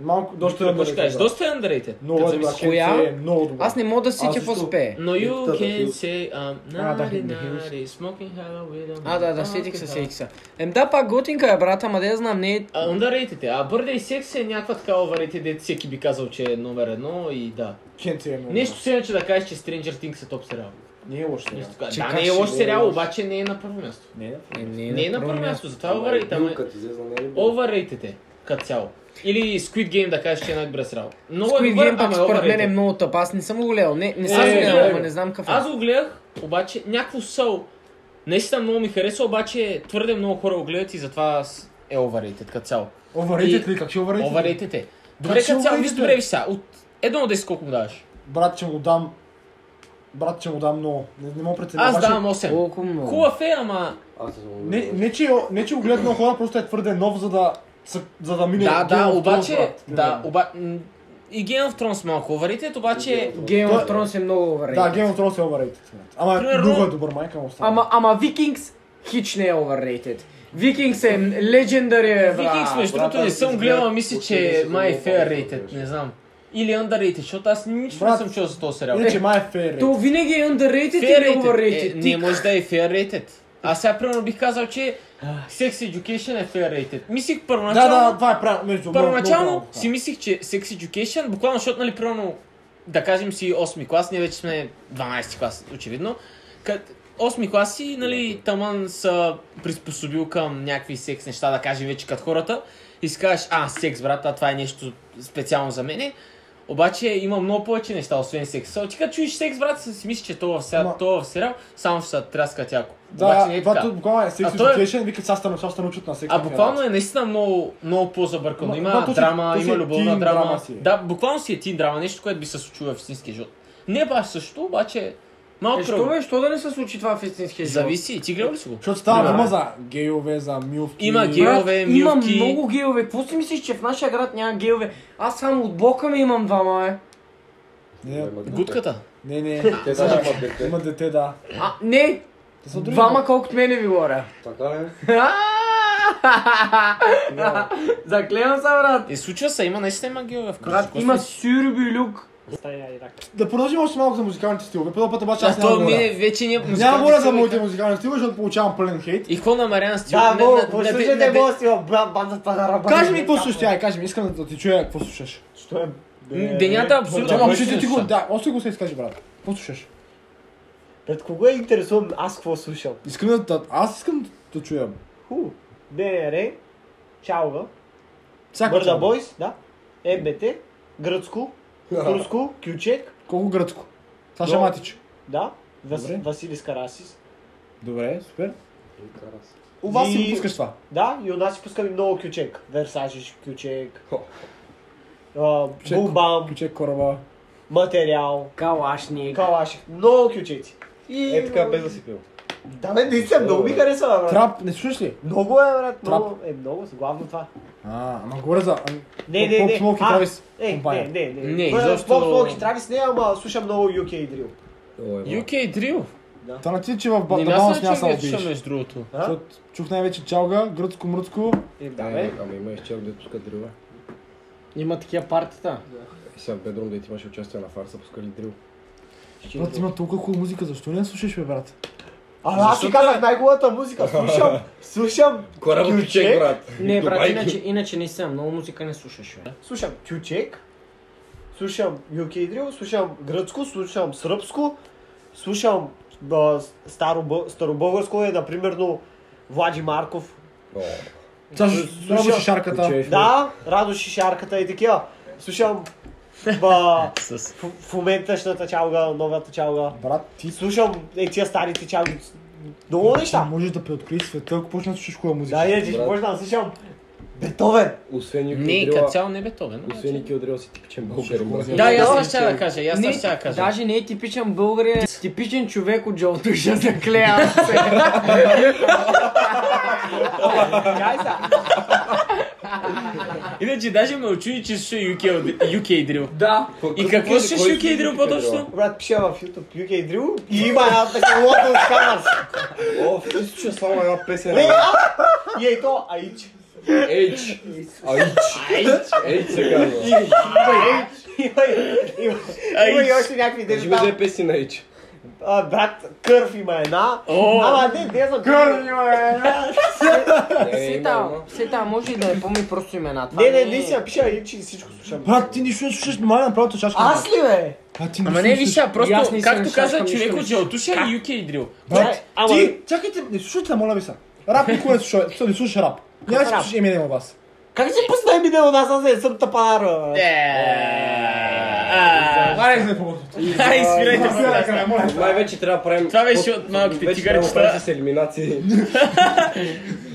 Speaker 3: Малко, доста е
Speaker 2: Какво ще кажеш?
Speaker 3: брат.
Speaker 2: Доста е underrated.
Speaker 3: Много
Speaker 2: като
Speaker 3: е добра,
Speaker 2: зависи.
Speaker 3: Кенци е много добра.
Speaker 1: Аз не мога да сетя
Speaker 5: Аз
Speaker 1: какво
Speaker 5: също.
Speaker 1: спее.
Speaker 2: Но you
Speaker 5: Та, да,
Speaker 2: can
Speaker 5: Hills.
Speaker 2: say I'm
Speaker 3: А, да,
Speaker 2: naughty,
Speaker 3: Hidden Hills.
Speaker 2: naughty, smoking Halloween. I'm
Speaker 1: А, да, да,
Speaker 2: naughty,
Speaker 1: сетих се,
Speaker 2: naughty.
Speaker 1: сетих се. Ем да, пак готинка е, брат, ама да я знам, не е...
Speaker 2: А, Underrated е. А Birthday Sex е някаква такава overrated, дето всеки би казал, че е номер едно и да.
Speaker 3: Кенци е много
Speaker 2: Нещо силно, че да кажеш, че Stranger Things е топ сериал.
Speaker 3: добра. Не е лошо. сега.
Speaker 2: Нещо така.
Speaker 1: Че
Speaker 2: Да,
Speaker 1: как
Speaker 2: не е
Speaker 1: ще
Speaker 2: лош
Speaker 3: го
Speaker 2: сериал,
Speaker 3: лош?
Speaker 2: обаче не е на първо място.
Speaker 3: Не е лошо.
Speaker 1: Е,
Speaker 2: Не е на първо място, затова е overrated. ама-
Speaker 5: Билката излезла, не е ли?
Speaker 2: Overrated е, като цяло. Или Squid Game да кажеш, че е най-добре сериал. Много е
Speaker 1: Squid
Speaker 2: добър,
Speaker 1: Game пак
Speaker 2: ама е
Speaker 1: според мен е
Speaker 2: overrated.
Speaker 1: много тъп. Аз не съм го гледал. Не, не
Speaker 2: Е,
Speaker 1: съм го
Speaker 2: е,
Speaker 1: гледал,
Speaker 2: е.
Speaker 1: ама не знам какво.
Speaker 2: Аз го гледах, обаче някакво сол. Наистина много ми хареса, обаче твърде много хора го гледат и затова с- е overrated като цяло.
Speaker 3: Overrated
Speaker 2: И-
Speaker 3: ли? Как ще overrated? ли?
Speaker 2: Overrated е. Добре,
Speaker 3: си
Speaker 2: като цяло, виж
Speaker 3: Ами, overrated,
Speaker 2: добре,
Speaker 3: бе?
Speaker 2: виж сега. От 1 до 10 колко му даваш?
Speaker 3: Брат, че му дам... Брат, че му дам много. Не, не мога преценя.
Speaker 2: Аз
Speaker 3: обаче-
Speaker 2: давам 8.
Speaker 1: Колко много.
Speaker 2: Хубав е, ама...
Speaker 5: Аз съм го
Speaker 3: Не,
Speaker 5: гледал.
Speaker 3: не, че, не, че го гледат много хора, просто е твърде нов, за да, са- за да мине...
Speaker 2: Да,
Speaker 3: Game
Speaker 2: да,
Speaker 3: of Thrones,
Speaker 2: обаче...
Speaker 3: брат. Е.
Speaker 2: Да, обаче... И Game of Thrones малко overrated, обаче...
Speaker 1: Game of
Speaker 3: Той-
Speaker 1: Thrones е много overrated.
Speaker 3: Да, Game of Thrones е overrated. брат. Ама
Speaker 2: Примерно-
Speaker 3: друго е добър, майка му остава.
Speaker 1: Ама, ама Vikings хич не е overrated. Vikings е legendary, е, брат.
Speaker 2: Викингс, между
Speaker 5: брат,
Speaker 2: другото, не
Speaker 5: аз
Speaker 2: съм
Speaker 5: изгледах
Speaker 2: гледал, а мисля,
Speaker 5: почти
Speaker 2: че
Speaker 5: десет
Speaker 2: май
Speaker 5: минути,
Speaker 2: fair
Speaker 5: когато
Speaker 2: rated,
Speaker 5: беше.
Speaker 2: не знам. Или underrated, защото аз нищо не
Speaker 3: Брат,
Speaker 2: съм чул за този сериал.
Speaker 3: Иначе май е fair
Speaker 1: То
Speaker 3: rate.
Speaker 1: винаги е underrated
Speaker 2: Fair
Speaker 1: или
Speaker 2: rated. Е,
Speaker 1: overrated?
Speaker 2: не
Speaker 1: Ти
Speaker 2: може да е fair rated. Аз сега примерно бих казал, че Sex Education е fair rated. Мислих
Speaker 3: Да, да,
Speaker 2: първоначално,
Speaker 3: това е правилно. Между много- много
Speaker 2: първоначално
Speaker 3: правилно.
Speaker 2: си мислих, че Sex Education, буквално защото, нали, примерно, да кажем си 8-ми клас, ние вече сме 12-ти клас, очевидно. Кът 8-ми класи, нали, таман са приспособил към някакви секс неща, да кажем вече като хората. И си кажеш, а, секс, брат, а това е нещо специално за мене. Обаче има много повече неща, освен секса. Ти като чуеш секс, брат, си мислиш, че това в сериал,
Speaker 3: Ама-
Speaker 2: това в сериал, само ще се тряска тяко. Обаче не
Speaker 3: Да,
Speaker 2: е
Speaker 3: това
Speaker 2: така.
Speaker 3: тук буквално е
Speaker 2: А
Speaker 3: Sex
Speaker 2: той е-
Speaker 3: Education, викат сега стана, сега стана учат на секс.
Speaker 2: А
Speaker 3: на
Speaker 2: буквално
Speaker 3: хера.
Speaker 2: е наистина много, много по-забъркано.
Speaker 3: Ма-
Speaker 2: Има
Speaker 3: ма, то си-
Speaker 2: драма,
Speaker 3: то си
Speaker 2: има
Speaker 3: е
Speaker 2: любовна
Speaker 3: тин
Speaker 2: драма.
Speaker 3: драма си е.
Speaker 2: Да, буквално си е тин драма, нещо, което би се случило в истинския живот. Не е баш също, обаче малко
Speaker 1: Е, Що
Speaker 2: кръв.
Speaker 1: бе, що да не се случи това в истинския живот?
Speaker 2: Зависи, ти гледал ли си го?
Speaker 3: Защото става
Speaker 1: Да.
Speaker 3: дума за гейове, за милфки.
Speaker 2: Има
Speaker 3: брат,
Speaker 2: гейове.
Speaker 1: има
Speaker 2: милки.
Speaker 1: много геове. Какво си мислиш, че в нашия град няма геове? Аз само от бока ми имам двама, е.
Speaker 3: Не,
Speaker 5: Има дете.
Speaker 2: Гудката.
Speaker 3: не, не.
Speaker 5: Те даже имат дете.
Speaker 3: Има дете, да.
Speaker 1: А, не!
Speaker 3: Те са други.
Speaker 1: Двама колкото мене ви говоря.
Speaker 5: Така ли?
Speaker 1: Заклевам се, брат.
Speaker 2: Е, случва се, има наистина има геове в
Speaker 1: Брат, има сюрбилюк.
Speaker 4: Стани Айрак.
Speaker 3: Да продължим още малко за музикалните стилове. Първо път обаче
Speaker 2: А
Speaker 3: аз няма
Speaker 2: то
Speaker 3: да е
Speaker 2: мине
Speaker 3: говоря.
Speaker 2: вече ние...
Speaker 3: Няма да
Speaker 2: музикални
Speaker 3: говоря за
Speaker 2: стилове.
Speaker 3: моите музикални стилове, защото получавам пълен хейт.
Speaker 2: И какво на Мариан Стил?
Speaker 4: Да,
Speaker 2: Не,
Speaker 4: го,
Speaker 2: не, не, не, не,
Speaker 4: послушайте
Speaker 2: не.
Speaker 4: го си, бандата на ръба.
Speaker 3: Кажи ми какво слушаш, я, кажи ми, искам да- да ти чуя какво слушаш.
Speaker 4: Що е?
Speaker 2: М, денята абсолютно-
Speaker 3: Да,
Speaker 2: Да,
Speaker 3: момче,
Speaker 2: кой
Speaker 3: ти го,
Speaker 2: слуша?
Speaker 3: да, още го се изкажи, брат. Какво слушаш?
Speaker 4: Пред кого е интересувам аз какво слушам?
Speaker 3: Искам да- да, аз искам да- да чуя.
Speaker 4: Ху. ДНР, Чалга,
Speaker 3: Всяко
Speaker 4: Бърда
Speaker 3: чуя.
Speaker 4: Бойс, да, МБТ, Гръцко, Турско, Кючек,
Speaker 3: Колко гръцко? Саша
Speaker 4: Но-
Speaker 3: Матич.
Speaker 4: да, Вас,
Speaker 3: Добре.
Speaker 4: Василис Карасис.
Speaker 3: Добре, супер.
Speaker 5: Карас.
Speaker 3: У вас
Speaker 4: И-
Speaker 3: си го пускаш това.
Speaker 4: Да, и у нас си пускаме много кючек. Версажиш кючек,
Speaker 5: Хо.
Speaker 4: а,
Speaker 3: Кючек.
Speaker 4: Бумбам,
Speaker 3: Ключе кораба.
Speaker 4: Материал,
Speaker 1: Калашник.
Speaker 4: Калашик, много кючеци. И...
Speaker 5: Е, така без да си пил.
Speaker 4: Да, бе, наистина, много ми
Speaker 5: Добре.
Speaker 4: харесва, бе, брат.
Speaker 3: Трап, не слушаш ли?
Speaker 4: Много е, брат,
Speaker 3: Трап.
Speaker 4: много. Е, много, са, главно това.
Speaker 3: А, ама говоря за... ам,
Speaker 4: Не, не,
Speaker 3: Pop
Speaker 4: не.
Speaker 3: Smoke и
Speaker 4: А,
Speaker 3: Travis
Speaker 4: Е, не,
Speaker 3: компания.
Speaker 4: не, не.
Speaker 2: Не,
Speaker 4: Първо,
Speaker 2: изобщо-
Speaker 4: Pop Smoke и Travis не, ама слушам много UK Drill.
Speaker 2: UK Drill.
Speaker 3: Това не ти, че в
Speaker 2: Не
Speaker 3: Ба-
Speaker 2: мисля,
Speaker 3: Бабаунс
Speaker 2: че
Speaker 3: няма да
Speaker 2: не
Speaker 3: се
Speaker 2: слушам,
Speaker 3: обидиш.
Speaker 2: между другото.
Speaker 4: А?
Speaker 3: Защото чух най-вече чалга, гръцко-мръцко.
Speaker 4: Е, да,
Speaker 5: Да,
Speaker 4: бе.
Speaker 5: бе. Ама има изчел, дето пуска дрила.
Speaker 1: Има такива партита.
Speaker 5: И сега Бедрум, дето имаше участие на фарса, пускали дрил.
Speaker 3: Брат, има толкова хубава музика, защо не я слушаш, бе, брат?
Speaker 4: А, аз ти
Speaker 2: е-
Speaker 4: казах най-голата музика. Слушам, слушам.
Speaker 5: Корабът
Speaker 4: Кючек,
Speaker 5: кючек, брат.
Speaker 1: Не, брат,
Speaker 5: Дубай.
Speaker 1: иначе, иначе не съм. Много музика не слушаш, бе.
Speaker 4: Слушам Тючек, слушам UK Drill, слушам гръцко, слушам сръбско, слушам а, старобъ- старобългарско е, например, Влади Марков.
Speaker 5: О,
Speaker 3: Сега ще слушаш шарката.
Speaker 5: кючек.
Speaker 4: Да, Радо Шишарката и такива. Слушам Ба,
Speaker 2: С...
Speaker 4: в, в моменташната чалга, новата чалга.
Speaker 3: Брат, ти
Speaker 4: Слушам е тия старите чалги. Много неща.
Speaker 3: можеш да преоткриеш света, ако почнеш да слушаш хубава музика.
Speaker 4: Да, иначе ще
Speaker 5: Брат.
Speaker 4: може да слушам. Бетовен!
Speaker 5: Освен
Speaker 2: Не, като
Speaker 5: Никодрила,
Speaker 2: цяло не Бетовен. но-
Speaker 5: освен Никодрила си типичен българин. брат.
Speaker 2: Да, и аз това ще да кажа, и аз това
Speaker 1: Не,
Speaker 2: ще да кажа.
Speaker 1: Даже не е типичен българин, типичен човек от Джолтуша за клея. сега.
Speaker 4: Чай са!
Speaker 2: Иначе даже ме очуди, че е слуша UK, UK Drill.
Speaker 1: да.
Speaker 2: И какво ще
Speaker 5: Кой
Speaker 2: UK Drill по-точно?
Speaker 4: Брат, пише в YouTube UK Drill и има една така лота от камъс.
Speaker 5: О, ти си чуя само една песен.
Speaker 4: Е, а! И е то, аич.
Speaker 5: Ейч. Айч. Ейч се казва.
Speaker 4: Има и- има- Има и още някакви
Speaker 5: Кажи ми
Speaker 4: дежи
Speaker 5: две песни на Ейч.
Speaker 4: А, брат, кърв има една.
Speaker 2: О!
Speaker 4: Ама не, не знам. Кърв има една.
Speaker 1: Си там, си там, може и да е помни просто имената.
Speaker 4: Не, не, не си напиша и че всичко слушам.
Speaker 3: Брат, ти нищо не слушаш, е май направо чашка.
Speaker 4: Аз ли бе?
Speaker 3: Брат, ти
Speaker 2: Ама
Speaker 3: нищо
Speaker 2: не, виж, сега,
Speaker 1: И
Speaker 2: просто,
Speaker 1: аз не съм
Speaker 2: както
Speaker 1: шашка,
Speaker 2: каза
Speaker 1: нищо
Speaker 2: човек
Speaker 1: не
Speaker 2: от Желтуша и UK Drill.
Speaker 3: Брат,
Speaker 4: Ама-
Speaker 3: ти, чакайте, не слушайте, моля ви се. Рап никога не слуша, слушай, не слушаш рап. Няма да
Speaker 4: рап?
Speaker 3: слушаш Eminem у вас.
Speaker 4: Как ще пусна ми дело нас, аз не съм тапар. бе.
Speaker 2: Еее.
Speaker 3: Айде, не помогна.
Speaker 2: Ай, свирайте се.
Speaker 5: Най-вече трябва да правим...
Speaker 2: Това беше от малките
Speaker 5: Вече трябва да
Speaker 2: тигарчета.
Speaker 5: правим с елиминации.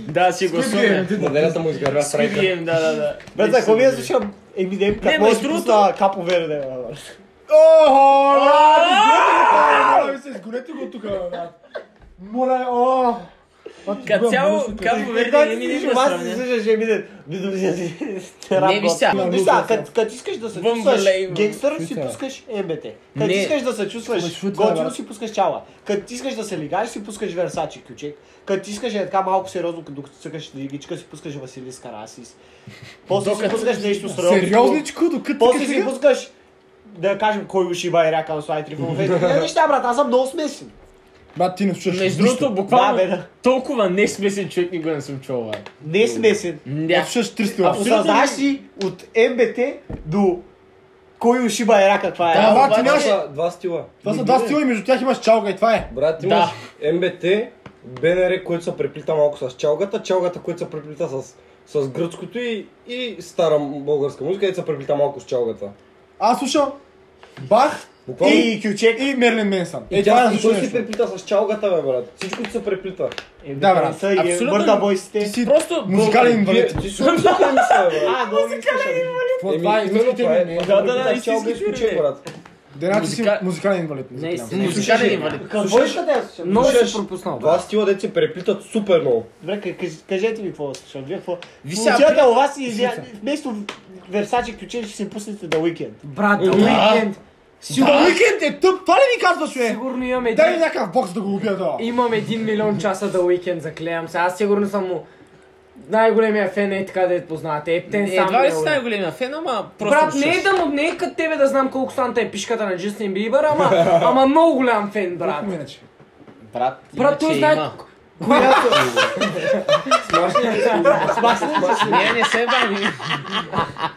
Speaker 2: Да, си
Speaker 3: е,
Speaker 2: гласуваме.
Speaker 5: Младената му изгървя страйка.
Speaker 2: Скривием, е, да, да, да.
Speaker 4: Брат, за какво ми да слушам Еминем,
Speaker 2: Не,
Speaker 4: как може да
Speaker 2: между
Speaker 4: пусна Капо Верде. бе, брат?
Speaker 3: Охо, брат, моля ви се, изгонете го тук, бе, брат. Моля, о. Брат,
Speaker 2: Като
Speaker 3: изгубя
Speaker 2: цяло,
Speaker 3: мозъка.
Speaker 2: Капо
Speaker 4: И
Speaker 2: Верде
Speaker 4: Е, когато
Speaker 2: не
Speaker 4: си
Speaker 2: ми
Speaker 4: слушам,
Speaker 2: да
Speaker 4: аз си
Speaker 2: сравня.
Speaker 4: слушаш нали, Еминем.
Speaker 2: Не, виж сега.
Speaker 4: нали, Виж сега, като- като искаш да се
Speaker 2: Вън
Speaker 4: чувстваш
Speaker 2: Валей, ма.
Speaker 4: гангстър, си
Speaker 3: Чуйте.
Speaker 4: пускаш МБТ. Като
Speaker 2: Не.
Speaker 4: искаш да се
Speaker 3: Ама
Speaker 4: чувстваш
Speaker 3: чуйте,
Speaker 4: готино,
Speaker 3: брат.
Speaker 4: си пускаш чала. Като искаш да се лигаш, си пускаш Версачи ключек. Като искаш е така малко сериозно, като докато цъкаш лигичка, си пускаш Василис Карасис. После си
Speaker 2: Докато-
Speaker 4: пускаш нещо сериозно.
Speaker 3: Сериозничко, докато
Speaker 4: После
Speaker 3: така
Speaker 4: си
Speaker 3: сега?
Speaker 4: пускаш да кажем кой уши байряка на Слай Трифонов. Е, такива неща, брат, аз съм много смесен.
Speaker 3: Брат, ти не слушаш
Speaker 2: Между
Speaker 3: нищо.
Speaker 2: другото,
Speaker 4: Да, бе,
Speaker 2: буквално
Speaker 4: да.
Speaker 2: толкова не смесен човек никога не съм чувал. бе.
Speaker 4: Не е смесен.
Speaker 3: Не
Speaker 2: Ня.
Speaker 3: слушаш 300 лапа.
Speaker 2: Абсолютно
Speaker 4: Осъзнаеш
Speaker 2: не.
Speaker 4: си от МБТ до кой уши байрака, това е.
Speaker 2: Да,
Speaker 4: Аз-
Speaker 3: Ама
Speaker 2: обаче-
Speaker 3: ти
Speaker 5: Това
Speaker 3: нямаш...
Speaker 5: са два стила.
Speaker 3: Това са два стила и между тях имаш чалга и това е.
Speaker 5: Брат,
Speaker 2: Да.
Speaker 5: имаш МБТ, БНР, което се преплита малко с чалгата, чалгата, което се преплита с, с гръцкото и, и стара българска музика, където се преплита малко с чалгата.
Speaker 3: Аз слушам Бах
Speaker 5: Буквално.
Speaker 3: и Кючек и Мерлин Менсън. Е, това е
Speaker 5: и той
Speaker 3: наслушно
Speaker 5: се
Speaker 3: нещо.
Speaker 5: преплита с чалгата, бе, брат. Всичко ти се преплита.
Speaker 4: Е,
Speaker 3: Да, брат,
Speaker 4: Са и
Speaker 2: абсолютно.
Speaker 4: Мърда
Speaker 3: Ти
Speaker 4: бойсите.
Speaker 3: си
Speaker 2: Просто
Speaker 3: музикален
Speaker 5: Вие,
Speaker 3: инвалид.
Speaker 5: ти си музика мисля, бе, брат.
Speaker 4: А, много ми слушам.
Speaker 3: Това това е
Speaker 5: Еми, именно
Speaker 3: истинските
Speaker 5: това е.
Speaker 3: ми.
Speaker 5: Това
Speaker 2: Да, да, да,
Speaker 5: е чалга и
Speaker 2: истински
Speaker 5: ключе,
Speaker 2: ми е.
Speaker 5: брат.
Speaker 3: Дената си
Speaker 2: Музика-
Speaker 3: музикален инвалид. не
Speaker 1: Не,
Speaker 3: заклинам.
Speaker 1: не.
Speaker 2: музикален инвалид.
Speaker 4: Какво искате да слушам?
Speaker 1: Много
Speaker 5: Слушаш,
Speaker 1: се пропуснал.
Speaker 5: Два
Speaker 1: брат.
Speaker 5: стила, дете се преплитат супер много.
Speaker 4: Добре, ка- кажи- кажете ми какво да слушам. Вие какво?
Speaker 2: Ви сега
Speaker 4: Получавате
Speaker 2: при-
Speaker 4: у вас и вя- вместо Версачи ключе ще си пуснете да уикенд.
Speaker 1: Брат,
Speaker 2: Е,
Speaker 1: The Weeknd.
Speaker 3: Да, Уикенд е тъп, това ли ми казваш, бе?
Speaker 1: Сигурно имам един...
Speaker 3: Дай ми някакъв бокс да го убия това.
Speaker 1: Имам 1 милион часа да уикенд, заклеям се. Аз сигурно съм му... Най-големия фен е така да я познавате. Ептен сам
Speaker 2: Едва
Speaker 1: ми
Speaker 2: ли
Speaker 1: е
Speaker 2: си
Speaker 1: умен.
Speaker 2: най-големия фен, ама просто...
Speaker 1: Брат, не
Speaker 2: слушаш.
Speaker 1: е да му, не е като тебе да знам колко санта е пишката на Джастин Бибър, ама, ама много голям фен, брат.
Speaker 3: Какво иначе?
Speaker 2: Брат,
Speaker 1: Брат, той
Speaker 2: иначе
Speaker 1: знае-
Speaker 2: има.
Speaker 1: Която...
Speaker 2: Не, не се бани.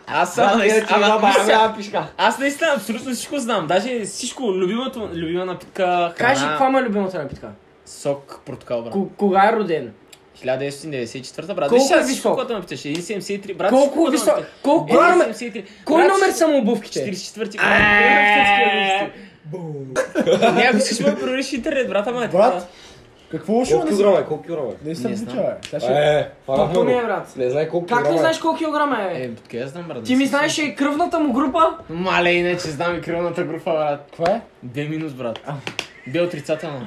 Speaker 2: Аз съм...
Speaker 4: Брат,
Speaker 2: наистина-
Speaker 4: иначе
Speaker 2: ама-
Speaker 4: има
Speaker 2: виж сега,
Speaker 4: бая пишка.
Speaker 2: Аз наистина абсолютно всичко знам. Даже всичко, любимото, любима напитка,
Speaker 1: Кажи,
Speaker 2: храна,
Speaker 1: каква ма е любимата напитка?
Speaker 2: сок, протокол, брат.
Speaker 1: Ко- Кога е роден?
Speaker 2: 1994, брат.
Speaker 1: Колко
Speaker 2: Виж сега
Speaker 1: е
Speaker 2: всичко,
Speaker 1: висок?
Speaker 2: което ме питаш. 1,73, брат. е
Speaker 1: Колко
Speaker 2: всичко, което ме
Speaker 1: висок-
Speaker 2: питаш.
Speaker 1: колко-
Speaker 2: 1,73.
Speaker 1: Кой
Speaker 2: Брат,
Speaker 1: номер Е! са му обувките?
Speaker 2: 44
Speaker 1: Ааа.
Speaker 2: брат. Някой си ме прориш интернет, брат, ама е така.
Speaker 3: Брат, какво лошо
Speaker 5: Колко
Speaker 3: не съм?
Speaker 5: килограма е? Колко килограма е?
Speaker 3: Не съм
Speaker 2: Не знам.
Speaker 3: бича, бе. Сега ще...
Speaker 5: Е, фара
Speaker 1: Колко ми е, брат?
Speaker 5: Не знае колко
Speaker 1: Как не
Speaker 5: килограма е.
Speaker 1: знаеш колко килограма е? бе?
Speaker 2: Е, откъде я знам, брат?
Speaker 1: Ти
Speaker 2: не
Speaker 1: ми
Speaker 2: съм
Speaker 1: знаеш и кръвната му група?
Speaker 2: сигурен. Мале, иначе знам и крилната група, брат.
Speaker 3: Каква е?
Speaker 2: Две минус, брат. Бе отрицателно.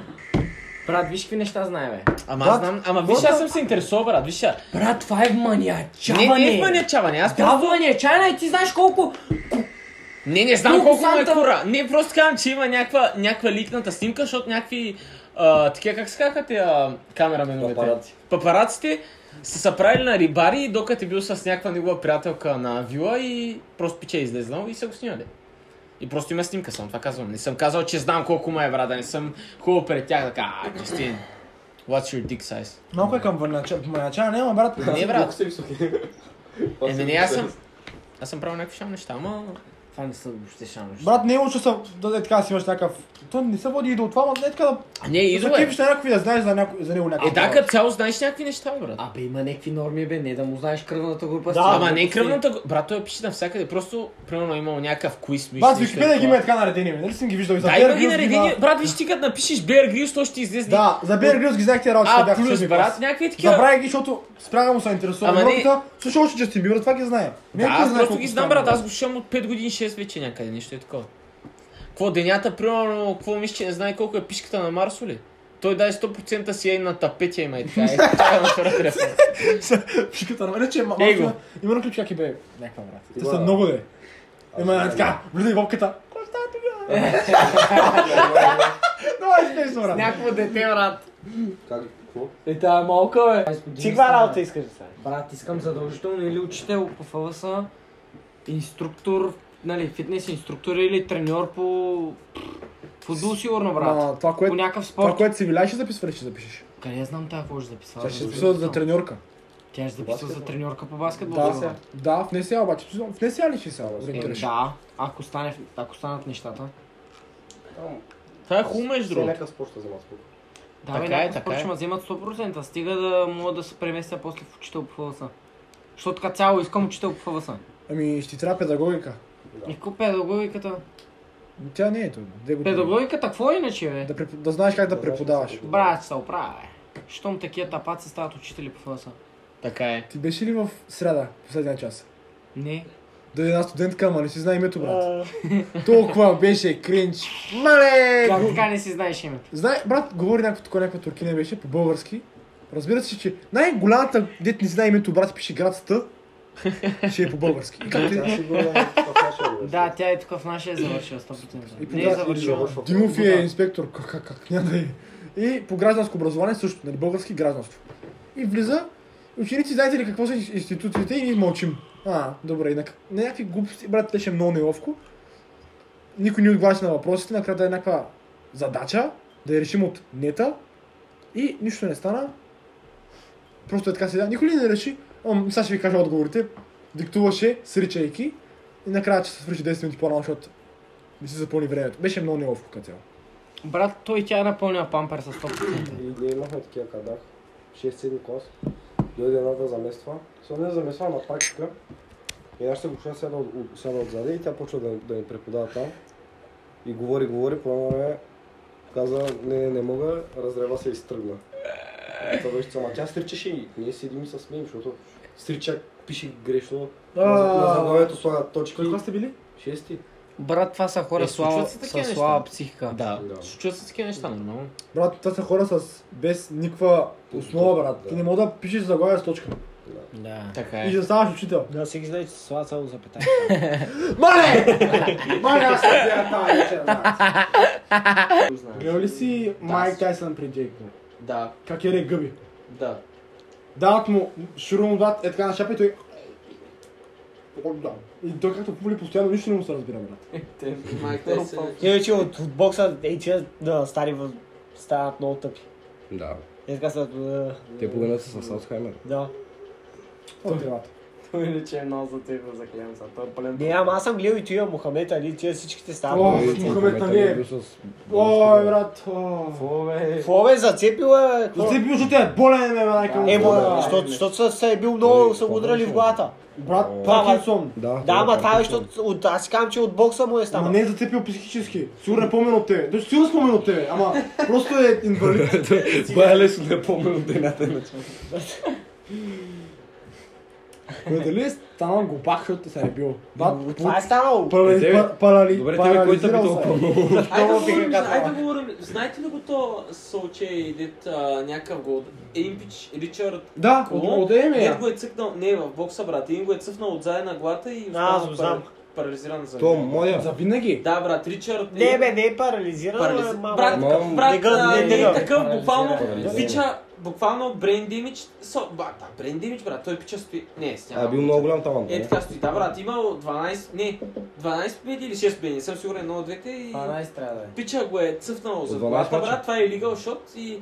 Speaker 1: Брат, виж какви неща знае, бе.
Speaker 2: Ама аз знам, ама виж, аз съм се интересувал, брат, виж. сега.
Speaker 1: Брат, това е
Speaker 2: Не,
Speaker 1: вманиачаване.
Speaker 2: не е вманячаване, аз
Speaker 1: Да, вманиачаване и ти знаеш колко...
Speaker 2: Не, не знам
Speaker 1: Колко
Speaker 2: колко му е
Speaker 1: санта?
Speaker 2: кура. Не, просто казвам, че има някаква, някаква ликната снимка, защото някакви а, такива, как се казаха те а, камераменовете?
Speaker 5: Папараци.
Speaker 2: Папараците са се правили на рибари, докато е бил с някаква негова приятелка на вила и просто пиче е излезнал и са го снимали. И просто има снимка само, това казвам. Не съм казал, че знам колко му е брат, да не съм хубаво пред тях да кажа, а, Джастин, what's your dick size?
Speaker 3: Малко е към върнача, няма, брат.
Speaker 2: Не, брат.
Speaker 5: Колко си висок?
Speaker 2: Еми не, аз съм... Аз съм правил някакви шам неща, ама...
Speaker 1: Това не са въобще шанове.
Speaker 3: Брат, не е лошо са, да е така си имаш някакъв... То не се води и до това, но не е така да...
Speaker 2: Не,
Speaker 3: И
Speaker 2: идол
Speaker 3: да
Speaker 2: е.
Speaker 3: кипиш на някой и да знаеш за, някой, за него някакво.
Speaker 2: Е, да, като цяло знаеш някакви неща, бе, брат.
Speaker 1: Абе, има някакви норми, бе, не да му знаеш кръвната група.
Speaker 4: Да,
Speaker 1: си.
Speaker 2: Ама не е кръвната... г- Брат, той пише навсякъде. Просто, примерно, е имал някакъв квиз. мисля,
Speaker 3: Брат,
Speaker 2: нещо
Speaker 3: Википедия
Speaker 2: е
Speaker 3: ги
Speaker 2: това.
Speaker 3: има така наредени, бе. нали си ги виждал и за
Speaker 2: Дай
Speaker 3: Bear
Speaker 2: да ги
Speaker 3: Grylls
Speaker 2: нареди.
Speaker 3: има-
Speaker 2: Брат, виж ти като напишеш Bear Grylls, той ще излезе.
Speaker 3: Да, за Bear Grylls ги знаех тия работи,
Speaker 2: А,
Speaker 3: като бях в
Speaker 2: плюс,
Speaker 3: седми
Speaker 2: брат,
Speaker 3: клас.
Speaker 2: някакви такива.
Speaker 3: Забравя ги, защото спряга му се интересува.
Speaker 2: Ама
Speaker 3: Ама
Speaker 2: не-
Speaker 3: не... Слуша още Джастин Бибър, това ги знае.
Speaker 2: Да,
Speaker 3: кой
Speaker 2: аз
Speaker 3: знае
Speaker 2: просто
Speaker 3: колко е
Speaker 2: ги знам,
Speaker 3: стана,
Speaker 2: брат. Аз го слушам от 5 години, 6 вече някъде. Нещо е такова. Какво, денята, примерно, какво мислиш, че не знае колко е пишката на Марсо ли? Той дай 100% си е на тапетия има и така. Е, чакай на втора телефона.
Speaker 3: Пшиката на мен, че ма-
Speaker 2: Его.
Speaker 3: малко- Има на ключ как и бе. Някаква брат. Те
Speaker 5: Има,
Speaker 3: са
Speaker 5: да.
Speaker 3: много де. Има една
Speaker 5: знам.
Speaker 3: така, влиза и бобката. Кой е става тук? Много е смешно, брат.
Speaker 1: Някакво дете, брат.
Speaker 5: Как? Какво?
Speaker 1: Е, тая малка, бе.
Speaker 4: Ти каква работа искаш да станеш?
Speaker 1: Брат, искам задължително или учител по ФВС, инструктор, нали, фитнес инструктор или треньор по футбол сигурно, брат.
Speaker 3: Ма, това,
Speaker 1: По
Speaker 3: което,
Speaker 1: някакъв спорт.
Speaker 3: това, което си виляй, ще записва ли ще запишеш?
Speaker 1: Къде я знам тая какво ще записва?
Speaker 3: Тя ще
Speaker 1: Аз
Speaker 3: записва
Speaker 1: не
Speaker 3: за
Speaker 1: знам.
Speaker 3: треньорка.
Speaker 1: Тя ще записва за
Speaker 5: баскетбол.
Speaker 1: треньорка по баскетбол.
Speaker 3: Да,
Speaker 1: бе,
Speaker 3: сега.
Speaker 1: брат.
Speaker 3: да, в НСА обаче. В НСА ли ще се
Speaker 1: Е,
Speaker 3: ориентираш?
Speaker 1: да, ако, стане, ако станат нещата.
Speaker 2: Това е хубаво, между другото.
Speaker 5: Някакъв спорт ще взема тук.
Speaker 1: Да, бе,
Speaker 2: Така е,
Speaker 1: някакъв
Speaker 2: така
Speaker 1: спорт
Speaker 2: е.
Speaker 1: ще ме вземат 100%, стига да мога да се преместя после в учител по ФВС. Защото така цяло искам учител по ФВС.
Speaker 3: Ами ще ти трябва педагогика.
Speaker 1: И какво педагогиката?
Speaker 3: Тя не е тук. Две години.
Speaker 1: Педагогиката, какво е иначе, бе?
Speaker 3: Да, преп- да знаеш как да преподаваш.
Speaker 1: Брат, ще се оправя, бе. Щом такива тапаци стават учители по ФВС.
Speaker 2: Така е.
Speaker 3: Ти беше ли в среда, последния час?
Speaker 1: Не.
Speaker 3: Да е една студентка, ама не си знае името, брат. Толкова беше кринч. Мале!
Speaker 1: Как
Speaker 3: го-
Speaker 1: така не си знаеш името?
Speaker 3: Знае, брат, говори някаква такова, някаква туркина беше по-български. Разбира се, че най-голямата, дет не си знае името, брат, пише градската, ще е по-български. И как
Speaker 5: Тя
Speaker 3: ти-
Speaker 5: ще го е в нашия университет.
Speaker 1: Да, тя е тук в нашия завършила 100%.
Speaker 3: И
Speaker 1: Не е
Speaker 3: кога-
Speaker 1: завършила.
Speaker 5: завършва.
Speaker 3: Димов е инспектор, как, как, как, няма да е. И по гражданско образование също, нали, български гражданство. И влиза, и ученици, знаете ли какво са инс- институциите и ние мълчим. А, добре, инак. Някакви глупости, брат, беше много неловко. Никой не отговаряше на въпросите, накрая даде някаква задача, да я решим от нета. И нищо не стана. Просто е така седя. Никой ли не реши? Ам, сега ще ви кажа отговорите. Диктуваше, сричайки. И накрая, че се свърши 10 минути по-рано, защото не си запълни времето. Беше много неловко като цяло.
Speaker 1: Брат, той и тя е напълнила пампер с 100%.
Speaker 5: И ние имахме такива кадах. 6-7 клас. Дойде една да замества. Сега не е замества на практика. И нашата госпожа сяда, от, от- сяда отзади и тя почва да, да ни преподава там. И говори, говори, по едно време каза, не, не, не мога, разрева се и стръгна. Това беше цяло. Ма Тя стричаше и ние седим и се смеем, защото стрича пише грешно. На, на заглавието слага точки.
Speaker 3: сте били?
Speaker 5: Шести.
Speaker 1: Брат, това са хора
Speaker 2: Е,
Speaker 1: с
Speaker 2: случват
Speaker 1: слаба-
Speaker 2: се такива
Speaker 1: с слаба
Speaker 2: неща.
Speaker 1: психика.
Speaker 2: Да.
Speaker 5: Да.
Speaker 2: Случват се такива неща, нормално.
Speaker 3: Брат, това са хора с без никаква основа, брат.
Speaker 5: Да.
Speaker 3: Ти не мога да пишеш заглавие с точка.
Speaker 1: Да.
Speaker 2: Така
Speaker 3: И
Speaker 2: е.
Speaker 3: да ставаш учител.
Speaker 4: Да, всеки знае, че се слага само запитание.
Speaker 3: Мале! Мале, аз съм бия тази вечер, брат. Гледал ли си
Speaker 2: Да.
Speaker 3: Майк Тайсън при Джейк? Пол?
Speaker 2: Да,
Speaker 3: Как яде гъби?
Speaker 2: да.
Speaker 3: Дават му шурум брат, е така на шапа и той... И той както пули постоянно, нищо не му се разбира, брат.
Speaker 2: Майк Тайсън.
Speaker 4: Иначе Е, от, от бокса, ей, тия да, стари в... стават много тъпи.
Speaker 5: Да.
Speaker 4: Е, така са... е,
Speaker 5: Те погледнат с Алцхаймер.
Speaker 4: Да.
Speaker 3: Той брат.
Speaker 6: Той иначе е много затегва за клемца. Той е пълен.
Speaker 4: Не, ама аз съм гледал и тия Мохамед Али, тия всичките
Speaker 3: О,
Speaker 4: стават.
Speaker 3: Мохамед Али. Ой, брат. о.
Speaker 6: Какво бе?
Speaker 4: Какво бе, зацепила е... какво?
Speaker 3: Да си бил, защото е болен, бе, майка му.
Speaker 4: Е,
Speaker 5: Емо,
Speaker 4: ма,
Speaker 5: да.
Speaker 4: защото- защото са- са е бил много,
Speaker 5: Е,
Speaker 4: са го
Speaker 5: какво
Speaker 4: удрали в
Speaker 5: беше?
Speaker 4: главата.
Speaker 3: Брат,
Speaker 4: Това,
Speaker 3: Паркинсон.
Speaker 5: Да,
Speaker 4: Да, ама това е, защото от- аз си казвам, че от бокса му е
Speaker 3: Ама
Speaker 4: станал.
Speaker 3: не е зацепил психически. Сигурно е помен от тебе. Да, сигурно спомен от тебе. Ама просто е инвалид.
Speaker 5: Това е лесно да помня от дената на
Speaker 3: Бе, дали е станал глупак, защото се е бил? Брат,
Speaker 4: Това е станало.
Speaker 5: Е, тебе-
Speaker 3: парали,
Speaker 5: Добре, тебе кой те
Speaker 3: парализирал
Speaker 5: питал
Speaker 3: се.
Speaker 5: по-много?
Speaker 2: Айде да
Speaker 4: Много
Speaker 2: говорим,
Speaker 4: биха
Speaker 2: за- айде
Speaker 4: казала.
Speaker 2: да говорим. Знаете ли го то Солче и дет а, някакъв го... Импич, Ричард...
Speaker 3: Да, от,
Speaker 2: Колон?
Speaker 3: от ЕМЕ.
Speaker 2: Един го е цъкнал... Не, в бокса, брат. Един го е цъфнал отзад на главата и...
Speaker 4: А, аз
Speaker 2: останал
Speaker 4: го знам.
Speaker 2: пар- Парализиран за
Speaker 5: То,
Speaker 2: него.
Speaker 5: моя.
Speaker 3: За винаги.
Speaker 2: Да, брат, Ричард...
Speaker 4: Не,
Speaker 2: е-
Speaker 4: бе, не е парализиран,
Speaker 2: Парализ...
Speaker 4: ама мама.
Speaker 2: Брат,
Speaker 5: ма-
Speaker 2: такъв, брат,
Speaker 4: Не го-
Speaker 2: а, е
Speaker 4: не, не
Speaker 2: един
Speaker 4: го-
Speaker 2: такъв буквално...
Speaker 5: Парализиран.
Speaker 2: Пича, буквално брейн демидж... Со... Ба, да, брейн демидж, брат. Той пича стои... Не, с
Speaker 5: А, е бил много голям таван.
Speaker 2: Е, така стои. Да, брат, имал 12... Не, 12 победи или 6 победи. Не съм сигурен, но от двете и...
Speaker 6: 12 трябва да е.
Speaker 2: Пича го е цъфнал за
Speaker 5: 12
Speaker 2: главата,
Speaker 5: мача.
Speaker 2: брат, това е лигал шот и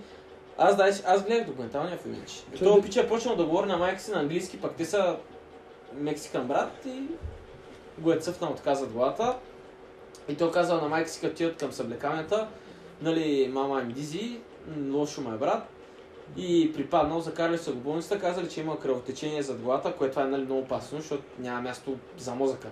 Speaker 2: аз, да, аз гледах документалния филм. че
Speaker 3: Че
Speaker 2: Той
Speaker 3: да-
Speaker 2: пича е почнал да говори на майка си на английски, пък те са мексикан брат и го е цъфнал така зад главата. И той казал на майка си, като отиват към съблекалнята, нали, мама им дизи, м, лошо ме е брат. И припаднал, закарали са го в болницата, казали, че има кръвотечение зад главата, което това е нали, много опасно, защото няма място за мозъка.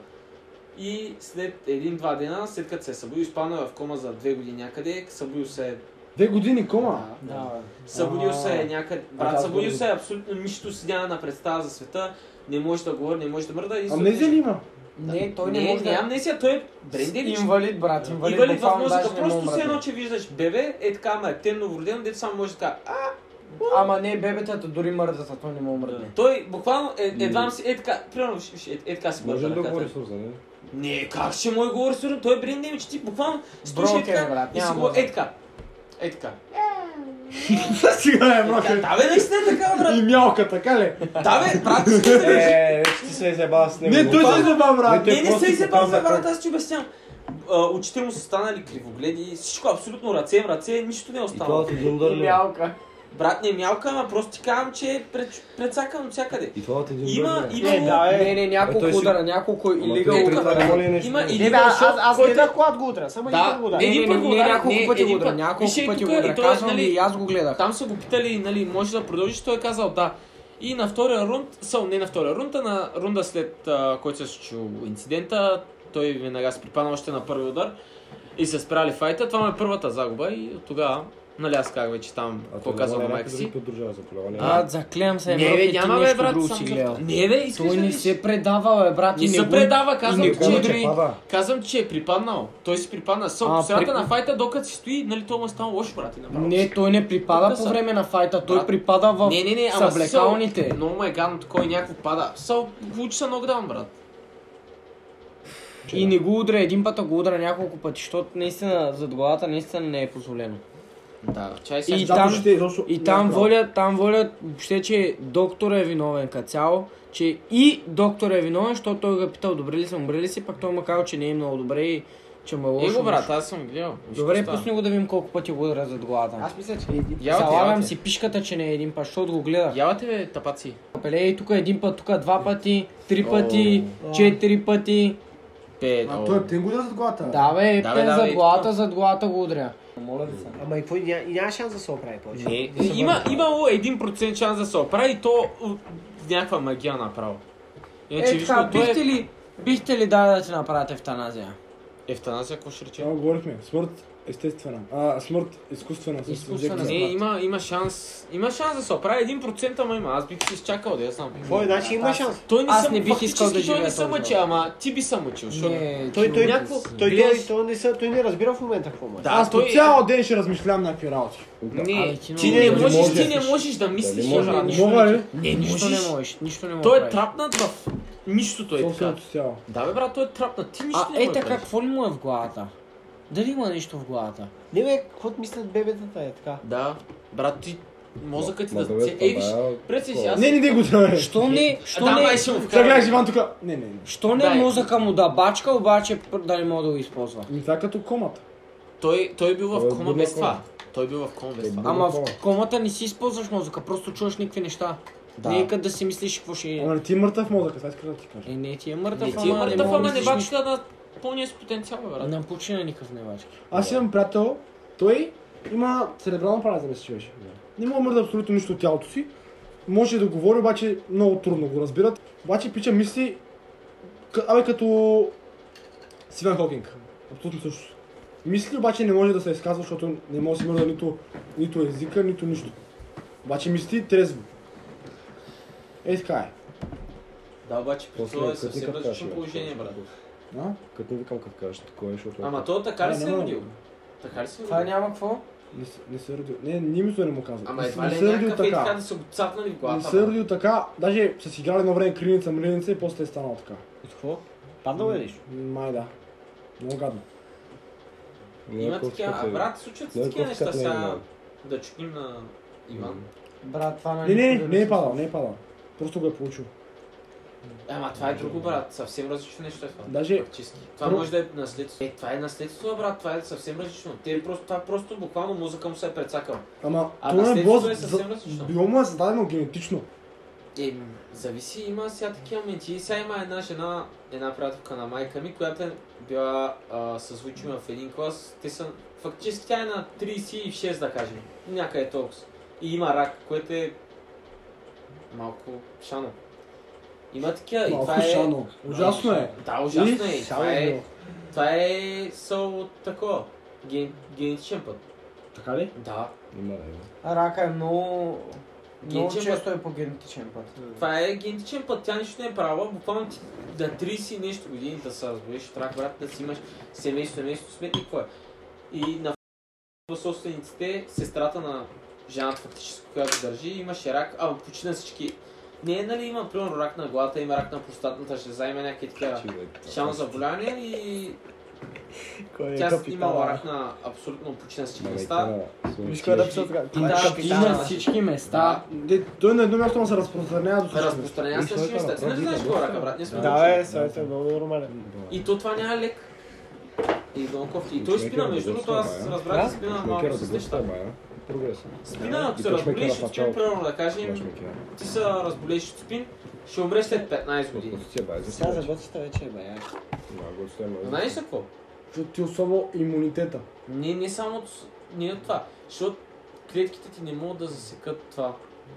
Speaker 2: И след един-два дена, след като се е събудил, изпаднал е в кома за две години някъде, събудил се е
Speaker 3: Две години кома.
Speaker 1: Да,
Speaker 2: Събудил се е
Speaker 3: А.
Speaker 2: някъде.
Speaker 3: А,
Speaker 2: Брат,
Speaker 3: да,
Speaker 2: събудил
Speaker 3: да.
Speaker 2: се е абсолютно нищо си няма представа за света. Не може да говори, не може да мърда. И
Speaker 3: А мнези ли има?
Speaker 6: Не, той не,
Speaker 2: не,
Speaker 6: може
Speaker 2: не,
Speaker 6: да...
Speaker 2: амнезия, той е брендели.
Speaker 1: Инвалид, брат, инвалид.
Speaker 2: Инвалид в
Speaker 1: буквално
Speaker 2: мозъка.
Speaker 1: даже не
Speaker 2: Просто
Speaker 1: мога
Speaker 2: все
Speaker 1: да
Speaker 2: едно, че виждаш бебе, е така, ама е темно новородено, дето само може така. А,
Speaker 1: Ама не бебетата, дори мъртвата, то не му мръдне.
Speaker 2: той буквално е, едва му си, е така, примерно, ще- ще- е, е така си
Speaker 5: Може ли да
Speaker 2: ръката.
Speaker 5: говори с не?
Speaker 2: Не, как ще му е говори сурен? Той е брендели, че ти буквално стоиш е
Speaker 1: Брокен,
Speaker 2: така
Speaker 1: брат,
Speaker 2: и си
Speaker 1: няма
Speaker 2: го
Speaker 1: мозък.
Speaker 2: е така. Е така.
Speaker 3: Сега е мрака.
Speaker 2: Да, бе, наистина е така, брат.
Speaker 3: И мялка, така ли?
Speaker 2: Да, бе, брат, ти си да виждаш.
Speaker 5: Е, вече ти се изебава с него.
Speaker 3: Не, той е се забава, брат.
Speaker 5: Те
Speaker 2: Не, не
Speaker 5: просто
Speaker 2: се изебал за
Speaker 5: показаха-
Speaker 2: брат, аз ти обяснявам. А, Очите му са станали кривогледи, всичко абсолютно ръце, ръце, нищо не е
Speaker 5: И това
Speaker 2: останало.
Speaker 5: ти един ли?
Speaker 1: Мялка.
Speaker 2: Брат не е мялка, ама просто ти казвам, че е пред, предсакан от всякъде.
Speaker 5: И това ти един
Speaker 2: Има, има,
Speaker 4: Е, да, е.
Speaker 6: Не, не, няколко
Speaker 5: Е, той си-
Speaker 6: удара, няколко
Speaker 5: Ама
Speaker 6: и лига
Speaker 5: той-
Speaker 6: удара.
Speaker 5: това не е
Speaker 2: има,
Speaker 5: нещо.
Speaker 2: има
Speaker 4: Не,
Speaker 2: един
Speaker 4: бе, аз,
Speaker 2: шок,
Speaker 4: аз
Speaker 2: който-
Speaker 4: гледах, когато го удра, само един
Speaker 6: Да,
Speaker 4: път го удра.
Speaker 6: не,
Speaker 2: е, Един
Speaker 6: не,
Speaker 2: път
Speaker 6: не,
Speaker 2: го ударя,
Speaker 6: няколко
Speaker 2: не,
Speaker 6: пъти
Speaker 2: един
Speaker 6: го удара,
Speaker 2: път.
Speaker 6: няколко
Speaker 2: Пише и
Speaker 6: пъти
Speaker 2: тук,
Speaker 6: го
Speaker 2: и
Speaker 6: удара.
Speaker 2: той,
Speaker 6: Казвам
Speaker 2: нали-
Speaker 6: ви, и аз го гледах.
Speaker 2: Там са го питали, нали, може да продължиш, той е казал да. И на втория рунд, са, не на втория рунд, а на рунда след а, който се случи инцидента, той веднага се припадна още на първи удар и се спряли файта. Това му е първата загуба и от тогава, нали аз казах вече там,
Speaker 5: А
Speaker 2: какво
Speaker 5: той
Speaker 2: казвам на
Speaker 5: няма
Speaker 2: майка
Speaker 5: някакви
Speaker 2: си.
Speaker 6: е
Speaker 5: други поддържава за поляване.
Speaker 6: А, заклевам се,
Speaker 2: Не,
Speaker 6: Европи,
Speaker 2: бе,
Speaker 6: ти
Speaker 2: няма бе,
Speaker 6: нещо
Speaker 2: брат,
Speaker 6: друго
Speaker 2: сам
Speaker 6: си
Speaker 2: съм-
Speaker 6: гледал.
Speaker 2: Не, бе, искаш
Speaker 6: Той
Speaker 2: да
Speaker 6: не
Speaker 2: видиш.
Speaker 6: се предава, бе, брат,
Speaker 2: Не
Speaker 6: и не
Speaker 2: се
Speaker 6: го-
Speaker 2: предава,
Speaker 6: и
Speaker 2: казвам,
Speaker 6: не
Speaker 2: ти,
Speaker 6: го
Speaker 2: че
Speaker 5: Казва,
Speaker 2: дори...
Speaker 5: че пада.
Speaker 2: Казвам, че е припаднал. Той си припадна. Сол,
Speaker 6: А,
Speaker 2: по средата
Speaker 6: при-
Speaker 2: на файта, докато си стои, нали, той му е станал лошо, брат, и направо.
Speaker 6: Не, той не припада
Speaker 2: Тук
Speaker 6: по
Speaker 2: са.
Speaker 6: време на файта, той
Speaker 2: Брат,
Speaker 6: припада в
Speaker 2: не, не, не, ама
Speaker 6: съблекалните.
Speaker 2: Сол, много ме е гадно, такой някакво пада. Сол, получи се нокдаун, брат.
Speaker 6: И не го удря един път, а го удря няколко пъти, защото наистина зад главата наистина не е позволено.
Speaker 2: Да, чай сега.
Speaker 6: И
Speaker 2: ще-
Speaker 6: там,
Speaker 3: ще изобщо
Speaker 6: и там
Speaker 3: няма право.
Speaker 6: волят, там волят въобще, че доктор е виновен като цяло, че и доктор е виновен, защото той го е питал добре ли съм, добре ли си, пак той му казал, че не е много добре и че му е лошо.
Speaker 2: Е го, брат,
Speaker 6: нещо.
Speaker 2: аз съм гледал. Виж
Speaker 6: Добре,
Speaker 2: какво
Speaker 6: пусни го да видим колко пъти го удра зад главата.
Speaker 1: Аз мисля, че един.
Speaker 2: Яла ти, яла
Speaker 6: Залагам
Speaker 2: ти.
Speaker 6: си пишката, че не е един път, защото го
Speaker 2: става.
Speaker 6: гледа.
Speaker 2: Яла те, бе, тапаци.
Speaker 6: Пеле и тук е един път, тук два пъти, три пъти, четири пъти.
Speaker 2: Пе,
Speaker 3: А той е тен година зад главата.
Speaker 6: Да бе,
Speaker 2: Да, бе,
Speaker 6: пен
Speaker 2: да, бе,
Speaker 6: зад
Speaker 2: и
Speaker 6: главата, зад главата го удря.
Speaker 4: Ама и какво, ня- и няма шанс да се оправи повече.
Speaker 2: Не, има, имало 1% шанс да се оправи и то от някаква магия направо. Иначе,
Speaker 6: Е,
Speaker 2: виж,
Speaker 6: така,
Speaker 2: го, той
Speaker 6: бихте
Speaker 2: е...
Speaker 6: ли, бихте ли да, да ти направят евтаназия?
Speaker 2: Евтаназия, какво ще рече?
Speaker 3: Това говорихме. Смърт естествена. А, смърт изкуствена. с
Speaker 6: Изкуствена.
Speaker 3: инжекция.
Speaker 2: Не, има, има шанс. Има шанс да се оправи 1%, ама има. Аз бих се изчакал да я знам.
Speaker 4: Какво е, значи има шанс.
Speaker 2: Той не
Speaker 6: Аз
Speaker 2: съм,
Speaker 6: не бих искал да
Speaker 2: фактически
Speaker 6: живея
Speaker 2: той не
Speaker 6: този
Speaker 2: съм мъчи,
Speaker 6: живот.
Speaker 2: ама ти би съм мъчил, защото...
Speaker 6: Не,
Speaker 4: Той, той,
Speaker 6: човек.
Speaker 2: някакво-
Speaker 4: Той, той,
Speaker 2: Вие-
Speaker 4: той, не са, той не разбира в момента какво му е.
Speaker 2: Да,
Speaker 3: Аз по
Speaker 2: той...
Speaker 3: цял ден ще размишлявам някакви работи.
Speaker 6: Абе,
Speaker 2: Не,
Speaker 6: ти
Speaker 2: ти,
Speaker 6: не
Speaker 2: не можеш,
Speaker 5: можеш.
Speaker 2: ти не можеш да мислиш.
Speaker 5: Дали може?
Speaker 2: Жоро, нищо
Speaker 3: Мога
Speaker 2: не-
Speaker 3: ли?
Speaker 6: Не, нищо
Speaker 2: можеш.
Speaker 6: не можеш, нищо не можеш.
Speaker 2: Той е трапнат в нищото е така.
Speaker 3: Собственото тяло.
Speaker 2: Да бе брат, той е трапнат, ти нищо
Speaker 6: А
Speaker 2: не
Speaker 6: е
Speaker 2: можеш да
Speaker 6: така,
Speaker 2: правиш.
Speaker 6: какво ли му е в главата? Дали има нещо в главата?
Speaker 4: Не бе, какво мислят бебетата е така?
Speaker 2: Да, брат, ти мозъкът ти да...
Speaker 5: Мозъкът
Speaker 2: Е, виж,
Speaker 5: да,
Speaker 2: прецени си,
Speaker 5: такова.
Speaker 2: аз...
Speaker 3: Не, не, не го
Speaker 2: Е,
Speaker 3: трябва.
Speaker 6: Що не, що
Speaker 2: Да, май
Speaker 6: не,
Speaker 2: ще му
Speaker 3: Сега гледаш
Speaker 2: вкарам.
Speaker 3: Иван тук. Не, не, не.
Speaker 6: що не
Speaker 2: Дай.
Speaker 6: мозъка му да бачка, обаче пр- да не мога да го използва.
Speaker 3: Ми това е като комата.
Speaker 2: Той, той е бил
Speaker 5: Той
Speaker 2: в
Speaker 5: е
Speaker 2: кома
Speaker 5: бил
Speaker 2: без
Speaker 5: на
Speaker 2: това. Той е бил в кома без
Speaker 5: Е,
Speaker 2: това.
Speaker 5: бил.
Speaker 6: Ама в
Speaker 5: такова.
Speaker 6: комата не си използваш мозъка, просто чуваш никакви неща.
Speaker 2: Да.
Speaker 6: Не е като да си мислиш какво ще е.
Speaker 3: Ама не ти е мъртъв мозъка, сега искам да ти кажа.
Speaker 6: Е, не ти е
Speaker 2: Не
Speaker 6: мъртъв,
Speaker 2: ти е
Speaker 6: ама
Speaker 2: мъртъв, ама не
Speaker 6: мислиш
Speaker 2: бачиш на пълния си потенциал, бе,
Speaker 6: нищо.
Speaker 2: брат.
Speaker 6: Не почи на никакъв невачки.
Speaker 3: Аз имам приятел, той има церебрална парализа, мисля, че беше. Не мога да мърда абсолютно нищо от тялото си. Може да говори, обаче много трудно го разбират. Обаче пича мисли, к- абе като Стивен Хокинг. Абсолютно също. Мисли обаче не може да се изказва, защото не може да си мърда нито, нито езика, нито нищо. Обаче мисли трезво. Е, така е.
Speaker 2: Да, обаче при
Speaker 5: После
Speaker 2: това е
Speaker 5: като
Speaker 2: съвсем
Speaker 5: никак
Speaker 2: различно
Speaker 5: кашля.
Speaker 2: положение, брат.
Speaker 3: А?
Speaker 5: Като не викам как кажеш, такова е, защото...
Speaker 2: Ама то така ли
Speaker 3: Не,
Speaker 2: се
Speaker 3: не
Speaker 2: е
Speaker 3: мога.
Speaker 2: родил? Така ли се е
Speaker 6: Това
Speaker 2: родил?
Speaker 6: няма какво?
Speaker 3: Не, се- не се е родил. Не, ни мисля не му казва.
Speaker 2: Ама
Speaker 3: не,
Speaker 2: едва
Speaker 3: не
Speaker 2: ли
Speaker 3: се е
Speaker 2: е
Speaker 3: родил
Speaker 2: някакъв е така
Speaker 3: така.
Speaker 2: да са го цапнали в
Speaker 3: Не се е
Speaker 2: главата. брат.
Speaker 3: родил така. Даже са си играли едно време крилница, мрилница и после е станал така.
Speaker 4: От какво? Паднал е нещо.
Speaker 3: Май да. Много гадно.
Speaker 5: Не,
Speaker 2: Има
Speaker 5: колко
Speaker 2: такива, а
Speaker 5: скъпо е.
Speaker 2: брат, случват се
Speaker 5: Не,
Speaker 2: такива
Speaker 5: колко
Speaker 2: неща
Speaker 5: скъпо е,
Speaker 2: сега.
Speaker 5: брат.
Speaker 2: Да чукнем на Иван.
Speaker 6: Брат, това
Speaker 3: Не, не, не, не е падал, не е падал. Просто го е получил.
Speaker 2: Ама това е друго, брат. Съвсем различно нещо е това.
Speaker 3: Даже-
Speaker 2: Практически. Това
Speaker 3: Друг-
Speaker 2: може да е наследство. Е, това е наследство, брат. Това е съвсем различно. Те просто, това просто буквално мозъка му се е прецакал.
Speaker 3: Ама,
Speaker 2: А
Speaker 3: това не е било,
Speaker 2: наследството е
Speaker 3: за-
Speaker 2: съвсем различно.
Speaker 3: било му е създадено генетично.
Speaker 2: Е, зависи, има сега такива моменти. Сега има една жена, една приятелка на майка ми, която е била а, с учима в един клас. Те са, фактически тя е на 36, да кажем. Някъде толкова. И има рак, което е малко шано. Има такива и това
Speaker 3: Малко
Speaker 2: е...
Speaker 3: шано. Ужасно е.
Speaker 2: Да, ужасно е.
Speaker 3: И
Speaker 2: И Това е,
Speaker 3: шано.
Speaker 2: това е сол от такова. Ген, генетичен път.
Speaker 3: Така ли?
Speaker 2: Да.
Speaker 5: Има, има.
Speaker 6: Рака е много... Много
Speaker 2: Генетичен път.
Speaker 6: често е по генетичен път.
Speaker 2: Това е генетичен път, тя нищо не е правила, буквално ти да 30 и нещо години да се разбереш от рак, брат, да си имаш семейство, семейство, сметни, какво е. И на в собствениците, сестрата на жената фактически, която държи, имаше рак, а почина всички. Не е, нали, има примерно рак на главата, има рак на простатната жлеза, има някакви такива
Speaker 1: Значи,
Speaker 5: Чувай,
Speaker 2: шално заболявания и
Speaker 4: е
Speaker 3: Кой
Speaker 2: тя си имала рак на абсолютно почина всички места.
Speaker 4: Виж кой е написал така.
Speaker 2: И да,
Speaker 1: Значи, Има
Speaker 2: капитана,
Speaker 1: всички места.
Speaker 3: Де, той на едно място му се разпространява до всички.
Speaker 2: разпространява се всички места. Ти не знаеш какво е рака, брат, ние сме го
Speaker 4: Да,
Speaker 2: учили.
Speaker 4: бе, съветът е много нормален.
Speaker 2: И то това няма лек. И много кофти. И той спина, между другото, аз разбрах, че спина малко с неща. Спина, ако се разболееш от спин, примерно да кажем, ти се разболееш от спин, ще умреш след 15 години.
Speaker 4: Сега за гоцата вече е бая.
Speaker 2: Знаеш ли какво?
Speaker 3: Защото ти особо имунитета.
Speaker 2: Не, не само от, не от това, защото клетките ти не могат да засекат това.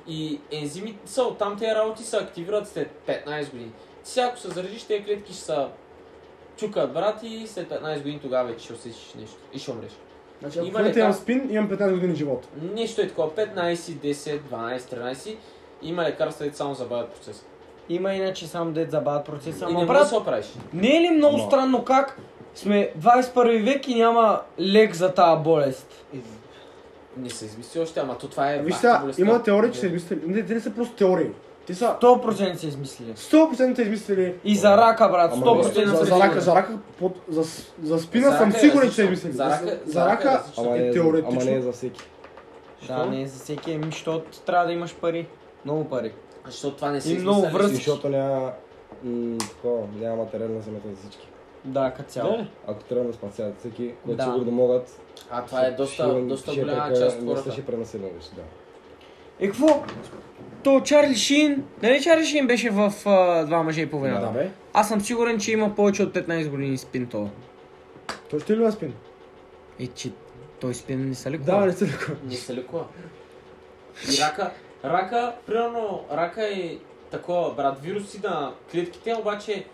Speaker 2: И ензимите са оттам тези работи се активират след 15 години. Ти сега ако се заразиш, тези клетки ще са чукат брат и след 15 години тогава вече ще усетиш нещо и ще умреш.
Speaker 3: Значи, ако
Speaker 2: Има
Speaker 3: има
Speaker 2: ли
Speaker 3: имам
Speaker 2: там?
Speaker 3: спин, имам 15 години живот.
Speaker 2: Нещо е такова, 15, 10, 12, 13. Има лекарства, които само забавят процеса.
Speaker 6: Има иначе само дет забавят процеса.
Speaker 2: И не
Speaker 6: Ама
Speaker 2: може да
Speaker 6: брат,
Speaker 2: се оправиш.
Speaker 6: не е ли много
Speaker 5: Ама-
Speaker 6: странно как сме 21 век и няма лек за тази болест?
Speaker 2: Не се измисли още, ама то това е
Speaker 3: Виж
Speaker 2: бахти
Speaker 3: сега,
Speaker 2: болестта. Е,
Speaker 3: има теории, че са измислили. Не, те не са просто теории. Те са
Speaker 6: 100% са измислили.
Speaker 3: 100% са измислили.
Speaker 6: И за рака, брат,
Speaker 5: Ама
Speaker 6: 100%
Speaker 2: не,
Speaker 6: са
Speaker 3: За, за,
Speaker 2: за
Speaker 6: измислили.
Speaker 3: рака, за рака, под, за, с- за спина
Speaker 2: За
Speaker 3: съм
Speaker 2: рака е
Speaker 3: сигурен, че са
Speaker 2: различно.
Speaker 3: измислили.
Speaker 2: За рака-
Speaker 3: за рака
Speaker 2: различно.
Speaker 5: Ама не, е
Speaker 3: е
Speaker 5: за- ама не е
Speaker 3: теоретично.
Speaker 5: за всеки.
Speaker 6: Да, не е за всеки, еми, защото трябва да имаш пари. Много пари.
Speaker 2: Защото това не се
Speaker 6: И много
Speaker 2: измисля.
Speaker 6: връз-
Speaker 5: И Защото няма... м, такова, няма материална замета за всички.
Speaker 6: Да, като цяло.
Speaker 5: Ако трябва да спасят всеки,
Speaker 6: Да.
Speaker 5: което сигурно могат,
Speaker 2: А това е доста,
Speaker 5: ще-
Speaker 2: доста
Speaker 5: ще
Speaker 2: голяма
Speaker 5: прека-
Speaker 2: част от
Speaker 5: доста
Speaker 2: хората.
Speaker 5: ще пренасилено вече, да.
Speaker 6: Е, какво? То Чарли Шин, нали Чарли Шин беше в а, два мъже и половина?
Speaker 3: Да, бе.
Speaker 6: Аз съм сигурен, че има повече от 15 години спин то.
Speaker 3: Той ще ли има спин?
Speaker 6: Е, че той спин не са ли
Speaker 3: Да,
Speaker 6: хора?
Speaker 3: не се лекува.
Speaker 2: Не се лекува. И рака, рака, примерно, рака е такова, брат, вируси на клетките, обаче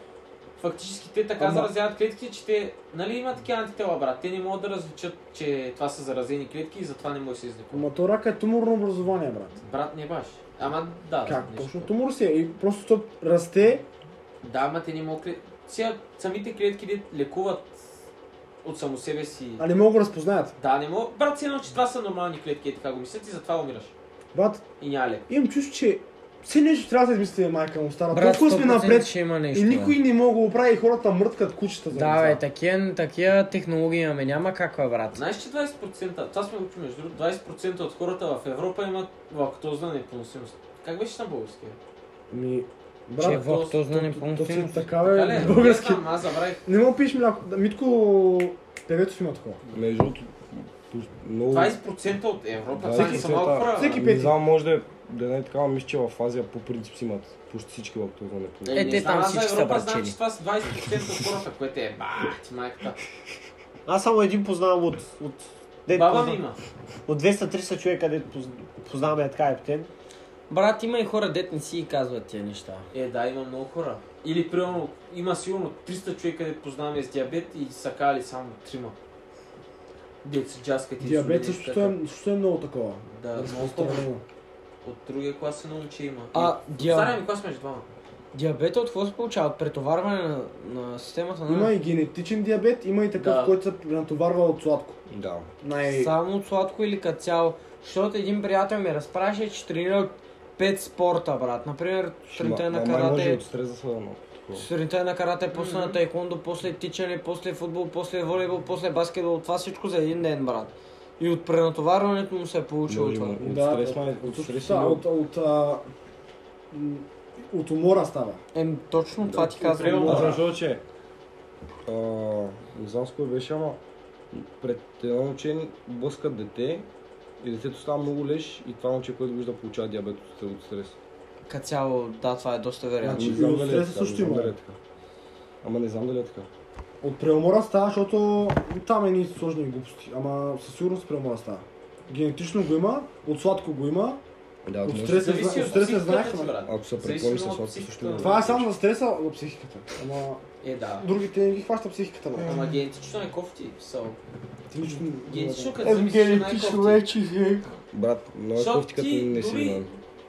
Speaker 2: фактически те така
Speaker 3: Ама-
Speaker 2: заразяват клетките, че те, нали има такива антитела, брат, те не могат да различат, че това са заразени клетки и затова не може да се излекува.
Speaker 3: Ама то рака е туморно образование, брат.
Speaker 2: Брат, не баш. Ама да.
Speaker 3: Как?
Speaker 2: нещо.
Speaker 3: Точно тумор си е. И просто то расте.
Speaker 2: Да, ама те не могат... кле- Сега самите клетки де лекуват от само себе си.
Speaker 3: А не мога го разпознаят.
Speaker 2: Да, не мога. Брат, си че това са нормални клетки, е така го мислят и затова умираш.
Speaker 3: Брат,
Speaker 2: И няма лек.
Speaker 3: имам чувство, че все нещо трябва да се измисли майка му стара.
Speaker 6: Брат,
Speaker 3: Толкова сме
Speaker 6: 100%
Speaker 3: напред
Speaker 6: ще
Speaker 2: Е,
Speaker 6: има нещо.
Speaker 3: и никой не мога да оправи и хората мърткат кучета за
Speaker 6: Да,
Speaker 5: Нали,
Speaker 3: деца.
Speaker 6: бе, такива, такива технологии имаме, няма как, бе, брат.
Speaker 2: Знаеш, че 20%, това сме го чули между другото, 20% от хората в Европа имат лактозна непоносимост. Как беше на
Speaker 3: Е,
Speaker 2: български?
Speaker 3: Ми,
Speaker 6: Че
Speaker 3: брат,
Speaker 2: то-
Speaker 6: вълк, то знае не
Speaker 3: то си
Speaker 6: помня.
Speaker 3: така,
Speaker 2: Така ли е?
Speaker 3: бе, български.
Speaker 2: Не знам, аз забравих.
Speaker 3: Не мога да пиеш мляко. Да, Митко, певето си има такова.
Speaker 5: Между другото, пус- много...
Speaker 2: е 20% от Европа, това не са
Speaker 5: 20%
Speaker 2: малко хора.
Speaker 3: всеки-
Speaker 2: Всеки...
Speaker 5: Не
Speaker 3: пети.
Speaker 5: знам, може да е да не е така, мисля, че в Азия по принцип си имат почти всички лактозна непоносимост.
Speaker 6: Е, те там всички са
Speaker 2: Европа знам,
Speaker 6: брачени.
Speaker 2: че това са 20% от хората, което е бати майката.
Speaker 4: Аз само един познавам от... от дето
Speaker 2: Баба ми
Speaker 4: познавам-
Speaker 2: има.
Speaker 4: От 200-300 човека, дето поз- познаваме е така ептен.
Speaker 6: Брат, има и хора, дет не си и казват тия неща.
Speaker 2: Е, да, има много хора. Или, примерно, има сигурно 300 човека, къде познаваме с диабет и са кали само трима. Деца джаскат и
Speaker 3: Диабет
Speaker 2: инсулин,
Speaker 3: също
Speaker 2: така.
Speaker 3: е, също е много такова.
Speaker 2: Да, много хора.
Speaker 3: Разпространено.
Speaker 2: От другия клас едно момче има.
Speaker 6: А,
Speaker 2: И- Стария
Speaker 6: диабет,
Speaker 2: ми клас между двама.
Speaker 6: диабета от какво се получава? От претоварване на, на системата на...
Speaker 3: Има и генетичен диабет, има и такъв,
Speaker 2: Да.
Speaker 3: който се натоварва от сладко.
Speaker 5: Да.
Speaker 3: Най...
Speaker 6: Само от сладко или като цяло. Защото един приятел ми разпраше, че тренира пет спорта, брат. Например, сутринта е на
Speaker 5: Ма- май Може и от
Speaker 6: карате.
Speaker 5: стрес да са едно. такова.
Speaker 6: Сутринта е на карате, после на тайкондо, после тичане, после футбол, после волейбол, после баскетбол. Това всичко за един ден, брат. И от пренатоварването му се е получило
Speaker 5: Може,
Speaker 6: това.
Speaker 5: ма- От
Speaker 3: Да,
Speaker 5: стрес, май-
Speaker 3: от,
Speaker 5: от
Speaker 3: от,
Speaker 5: стрес
Speaker 3: от,
Speaker 5: много.
Speaker 3: от, от, а, м, от умора става.
Speaker 6: Ем, точно това ти казвам.
Speaker 5: Аз съм
Speaker 6: брат.
Speaker 5: чул, че... а, Не знам с кой беше, ама... Пред едно момче блъскат дете и детето става много леж и това момче, което вижда, получава диабет от от стрес.
Speaker 6: Като цяло, да, това е доста вероятно.
Speaker 3: Значи,
Speaker 5: Не знам
Speaker 3: и
Speaker 5: дали е
Speaker 3: отстрес
Speaker 5: така, не
Speaker 3: също
Speaker 5: знам
Speaker 3: има.
Speaker 5: дали е така. Ама не знам дали е така.
Speaker 3: От преумора става, защото там е едни сложни глупости. Ама със сигурност преумора става. Генетично го има, от сладко го има,
Speaker 5: Да,
Speaker 3: от
Speaker 5: може-
Speaker 3: стрес не
Speaker 2: Зависи
Speaker 3: зна- от
Speaker 2: от
Speaker 3: стрес не
Speaker 2: психиката
Speaker 3: знаех.
Speaker 2: ти,
Speaker 3: ама-
Speaker 2: брат.
Speaker 5: Ако се
Speaker 2: Зависи
Speaker 5: препълни с
Speaker 2: много
Speaker 5: сладко,
Speaker 2: от
Speaker 5: също
Speaker 2: психиката.
Speaker 5: има.
Speaker 3: Това е само за стреса на психиката. Ама
Speaker 2: Е, да.
Speaker 3: другите не ги хваща психиката. Бе.
Speaker 2: Ама генетично е кофти. So,
Speaker 3: Ти нищо не
Speaker 2: генетично като
Speaker 4: Е,
Speaker 2: замислиш е
Speaker 4: генетично
Speaker 2: най-кофти.
Speaker 4: вече е.
Speaker 5: Брат, много е
Speaker 2: Защото
Speaker 5: кофти, като
Speaker 2: ти
Speaker 5: не си
Speaker 2: дори-
Speaker 5: знам.